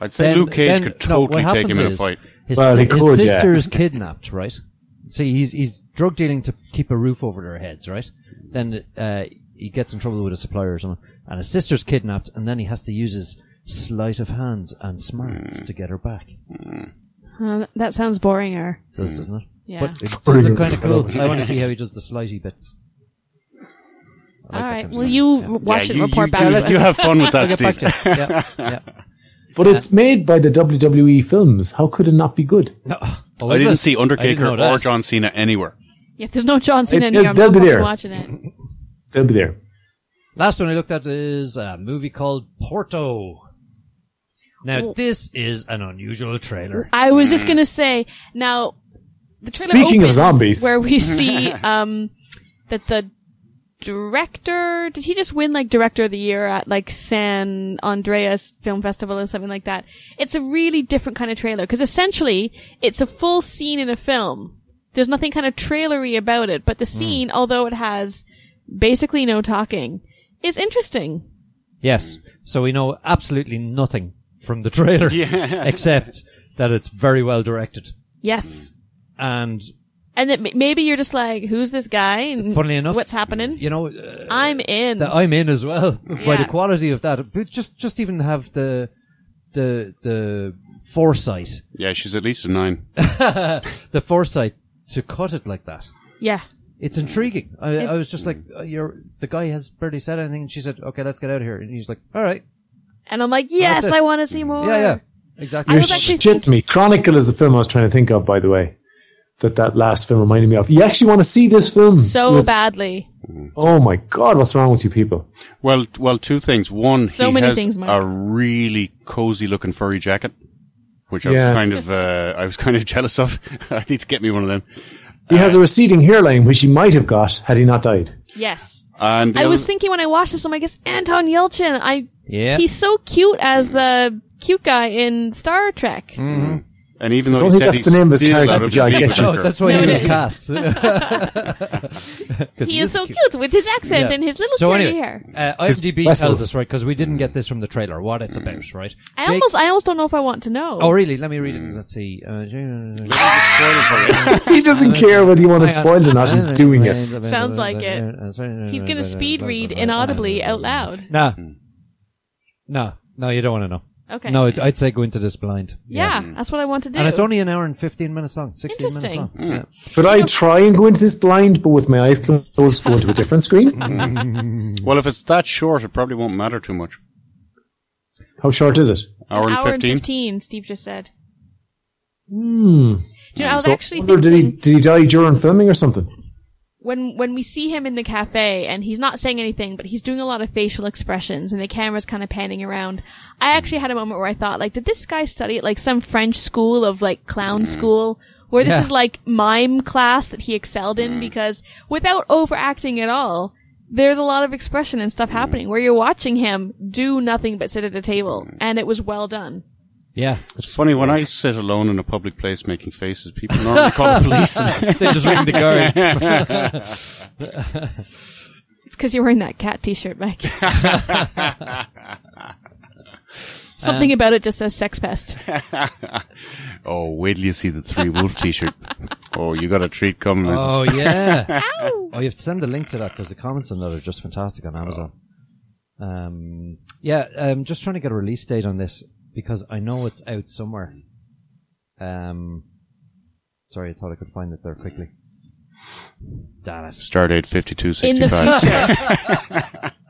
[SPEAKER 2] I'd say
[SPEAKER 4] then-
[SPEAKER 2] Luke Cage
[SPEAKER 4] then-
[SPEAKER 2] could
[SPEAKER 4] no, what
[SPEAKER 2] totally take him
[SPEAKER 4] happens
[SPEAKER 2] in a
[SPEAKER 4] is
[SPEAKER 2] fight.
[SPEAKER 4] His,
[SPEAKER 5] Well,
[SPEAKER 4] si-
[SPEAKER 5] he
[SPEAKER 4] his
[SPEAKER 5] could, yeah.
[SPEAKER 4] sister is kidnapped, right? See, he's he's drug dealing to keep a roof over their heads, right? Then uh, he gets in trouble with a supplier or something, and his sister's kidnapped, and then he has to use his sleight of hand and
[SPEAKER 2] Hmm.
[SPEAKER 4] smarts to get her back.
[SPEAKER 3] Uh, that sounds boringer.
[SPEAKER 4] So
[SPEAKER 2] Hmm.
[SPEAKER 4] this isn't it?
[SPEAKER 3] Yeah.
[SPEAKER 4] But it does look kind of cool. I want to see how he does the sleighty bits. I
[SPEAKER 3] All
[SPEAKER 4] like that
[SPEAKER 3] right.
[SPEAKER 4] kind of
[SPEAKER 3] Well,
[SPEAKER 4] stuff.
[SPEAKER 3] you
[SPEAKER 4] Yeah.
[SPEAKER 3] watch
[SPEAKER 2] Yeah,
[SPEAKER 3] it
[SPEAKER 2] you-
[SPEAKER 3] and report
[SPEAKER 2] you-
[SPEAKER 3] back
[SPEAKER 2] you
[SPEAKER 3] to
[SPEAKER 2] let-
[SPEAKER 3] us.
[SPEAKER 2] You have fun
[SPEAKER 4] <laughs>
[SPEAKER 2] with that,
[SPEAKER 4] I'll get back
[SPEAKER 2] Steve.
[SPEAKER 4] to
[SPEAKER 2] <laughs>
[SPEAKER 4] it. Yeah, yeah.
[SPEAKER 5] But it's made by the WWE films. How could it not be good?
[SPEAKER 4] No. Oh,
[SPEAKER 2] I
[SPEAKER 4] is
[SPEAKER 2] didn't
[SPEAKER 4] it?
[SPEAKER 2] see
[SPEAKER 4] I didn't
[SPEAKER 2] Undertaker
[SPEAKER 4] know
[SPEAKER 2] or
[SPEAKER 4] that.
[SPEAKER 2] John Cena anywhere.
[SPEAKER 3] If there's no John Cena in
[SPEAKER 5] they'll-
[SPEAKER 3] here, I'm
[SPEAKER 5] they'll
[SPEAKER 3] not
[SPEAKER 5] be
[SPEAKER 3] fucking
[SPEAKER 5] there.
[SPEAKER 3] watching it.
[SPEAKER 5] They'll be there.
[SPEAKER 4] Last one I looked at is a movie called Porto. Now
[SPEAKER 3] Oh.
[SPEAKER 4] this is an unusual trailer.
[SPEAKER 3] I was just gonna say now. The trailer
[SPEAKER 5] Mm. Speaking of
[SPEAKER 3] opens
[SPEAKER 5] zombies.
[SPEAKER 3] where
[SPEAKER 5] <laughs>
[SPEAKER 3] we see um, that the director did he just win like director of the year at like San Andreas Film Festival or something like that? It's a really different kind of trailer because essentially it's a full scene in a film. There's nothing kind of trailery about it,
[SPEAKER 5] Mm.
[SPEAKER 3] but the scene, although it has basically no talking, is interesting.
[SPEAKER 4] Yes. So we know absolutely nothing from the trailer <laughs> except that it's very well directed.
[SPEAKER 3] Yes.
[SPEAKER 4] And
[SPEAKER 3] And that m- maybe you're just like, who's this guy? And
[SPEAKER 4] Funnily enough-
[SPEAKER 3] what's happening?
[SPEAKER 4] you know, uh,
[SPEAKER 3] I'm in.
[SPEAKER 4] that I'm in as well <laughs> by the
[SPEAKER 3] Yeah.
[SPEAKER 4] quality of that. But just just even have the the the foresight,
[SPEAKER 2] Yeah, she's at least a nine.
[SPEAKER 4] the foresight to cut it like that.
[SPEAKER 3] yeah.
[SPEAKER 4] It's intriguing. I, I was just like, uh, "You're the guy has barely said anything." And she said, "Okay, let's get out of here." And he's like, "All right,
[SPEAKER 3] And I'm like, yes,
[SPEAKER 4] That's it.
[SPEAKER 3] I want to see more.
[SPEAKER 4] yeah, yeah, exactly."
[SPEAKER 3] I
[SPEAKER 5] You're
[SPEAKER 3] was actually
[SPEAKER 5] shit me. Chronicle is the film I was trying to think of, by the way. that that last film reminded me of. You actually want to see this film?
[SPEAKER 3] so
[SPEAKER 5] With-
[SPEAKER 3] badly.
[SPEAKER 5] Oh my god, what's wrong with you people?
[SPEAKER 2] Well, well, two things. One,
[SPEAKER 3] So
[SPEAKER 2] he
[SPEAKER 3] many
[SPEAKER 2] has
[SPEAKER 3] things, Mike.
[SPEAKER 2] a really cozy looking furry jacket, which I
[SPEAKER 5] Yeah.
[SPEAKER 2] was kind of, uh, I was kind of <laughs> jealous of. I need to get me one of them.
[SPEAKER 5] He has a receding hairline, which he might have got had he not
[SPEAKER 3] <laughs>
[SPEAKER 5] died.
[SPEAKER 3] Yes.
[SPEAKER 2] And the
[SPEAKER 3] I was
[SPEAKER 2] other-
[SPEAKER 3] thinking when I watched this, I'm like, it's Anton Yelchin. I
[SPEAKER 4] Yeah.
[SPEAKER 3] he's so cute as the cute guy in Star Trek.
[SPEAKER 2] and even though
[SPEAKER 5] don't
[SPEAKER 2] he's
[SPEAKER 5] think
[SPEAKER 2] dead,
[SPEAKER 5] that's
[SPEAKER 2] he's
[SPEAKER 5] the name of his
[SPEAKER 2] still
[SPEAKER 5] character,
[SPEAKER 2] out of
[SPEAKER 5] but yeah, I
[SPEAKER 2] his
[SPEAKER 5] get
[SPEAKER 4] <laughs>
[SPEAKER 5] you.
[SPEAKER 2] mind.
[SPEAKER 4] Oh, that's why
[SPEAKER 3] No,
[SPEAKER 4] he
[SPEAKER 3] it
[SPEAKER 4] was
[SPEAKER 3] is.
[SPEAKER 4] cast.
[SPEAKER 3] He is so cute with his accent
[SPEAKER 4] Yeah.
[SPEAKER 3] and his little
[SPEAKER 4] So
[SPEAKER 3] curly
[SPEAKER 4] anyway,
[SPEAKER 3] hair.
[SPEAKER 4] uh, IMDb
[SPEAKER 5] Wessel.
[SPEAKER 4] tells us right because we didn't get this from the trailer what it's about, right?
[SPEAKER 3] I
[SPEAKER 4] Jake-
[SPEAKER 3] almost, I almost don't know if I want to know.
[SPEAKER 4] Oh, really? Let me read it. Let's see. Uh,
[SPEAKER 5] Steve doesn't care whether you want it spoiled or not, he's doing it.
[SPEAKER 3] Sounds like it. He's gonna speed read inaudibly out loud.
[SPEAKER 4] No, no, no. You don't want to know.
[SPEAKER 3] Okay.
[SPEAKER 4] No, I'd- I'd say go into this blind.
[SPEAKER 3] Yeah, that's what I want to do.
[SPEAKER 4] And it's only an hour and 15 minutes long, 16 minutes long.
[SPEAKER 3] Interesting.
[SPEAKER 4] Yeah.
[SPEAKER 5] Should
[SPEAKER 3] <laughs>
[SPEAKER 5] I try and go into this blind, but with my eyes closed, go into a
[SPEAKER 3] <laughs>
[SPEAKER 5] different screen?
[SPEAKER 2] Well, if it's that short, it probably won't matter too much.
[SPEAKER 5] How short is it?
[SPEAKER 2] Hour and
[SPEAKER 3] hour
[SPEAKER 2] fifteen.
[SPEAKER 3] and 15, Steve just said. Hmm. Do you know, I was
[SPEAKER 5] So,
[SPEAKER 3] actually
[SPEAKER 5] or did he
[SPEAKER 3] thinking
[SPEAKER 5] did he die during filming or something?
[SPEAKER 3] when, when we see him in the cafe and he's not saying anything, but he's doing a lot of facial expressions and the camera's kind of panning around. I actually had a moment where I thought, like, did this guy study at like some French school of like clown school? Where this
[SPEAKER 4] Yeah.
[SPEAKER 3] is like mime class that he excelled in because without overacting at all, there's a lot of expression and stuff happening where you're watching him do nothing but sit at a table and it was well done.
[SPEAKER 4] Yeah.
[SPEAKER 2] It's funny when I sit alone in a public place making faces, people normally call the police.
[SPEAKER 4] They just ring the guards.
[SPEAKER 3] It's because you're wearing that cat t-shirt, Mike. Something about it just says sex pest.
[SPEAKER 2] oh, wait till you see the three wolf <laughs> T-shirt. Oh, you got a treat coming. Mrs.
[SPEAKER 4] Oh, yeah. oh, you have to send a link to that because the comments on that are just fantastic on Amazon. Um, yeah, I'm just trying to get a release date on this because I know it's out somewhere. Um, sorry, I thought I could find it there quickly. Damn it.
[SPEAKER 2] Stardate fifty-two
[SPEAKER 3] In the
[SPEAKER 2] sixty-five.
[SPEAKER 3] future. <laughs>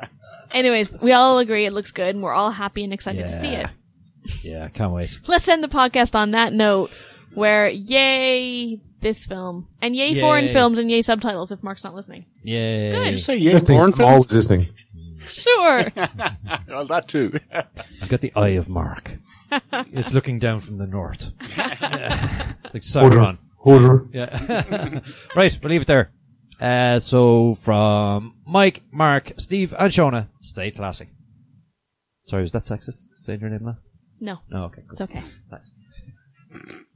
[SPEAKER 3] Anyways, we all agree it looks good and we're all happy and excited to see it.
[SPEAKER 4] Yeah. Yeah, I can't wait.
[SPEAKER 3] Let's end the podcast on that note where yay this film and yay, foreign
[SPEAKER 4] Yay.
[SPEAKER 3] films and yay subtitles if Mark's not <laughs> listening.
[SPEAKER 4] Yay.
[SPEAKER 3] Good.
[SPEAKER 2] Say yeah,
[SPEAKER 5] Listening,
[SPEAKER 2] porn
[SPEAKER 5] I'm
[SPEAKER 2] films?
[SPEAKER 5] always listening.
[SPEAKER 3] Sure.
[SPEAKER 2] Well, that too.
[SPEAKER 4] He's got the eye of Mark. it's looking down from the north. <laughs> like
[SPEAKER 5] Holder,
[SPEAKER 4] Sauron.
[SPEAKER 5] holder.
[SPEAKER 4] Yeah. <laughs> right, we'll leave it there. Uh, so from Mike, Mark, Steve, and Shauna, stay classy. Sorry, was that sexist? Saying your name last?
[SPEAKER 3] no,
[SPEAKER 4] No, okay.
[SPEAKER 3] it's okay.
[SPEAKER 4] Nice.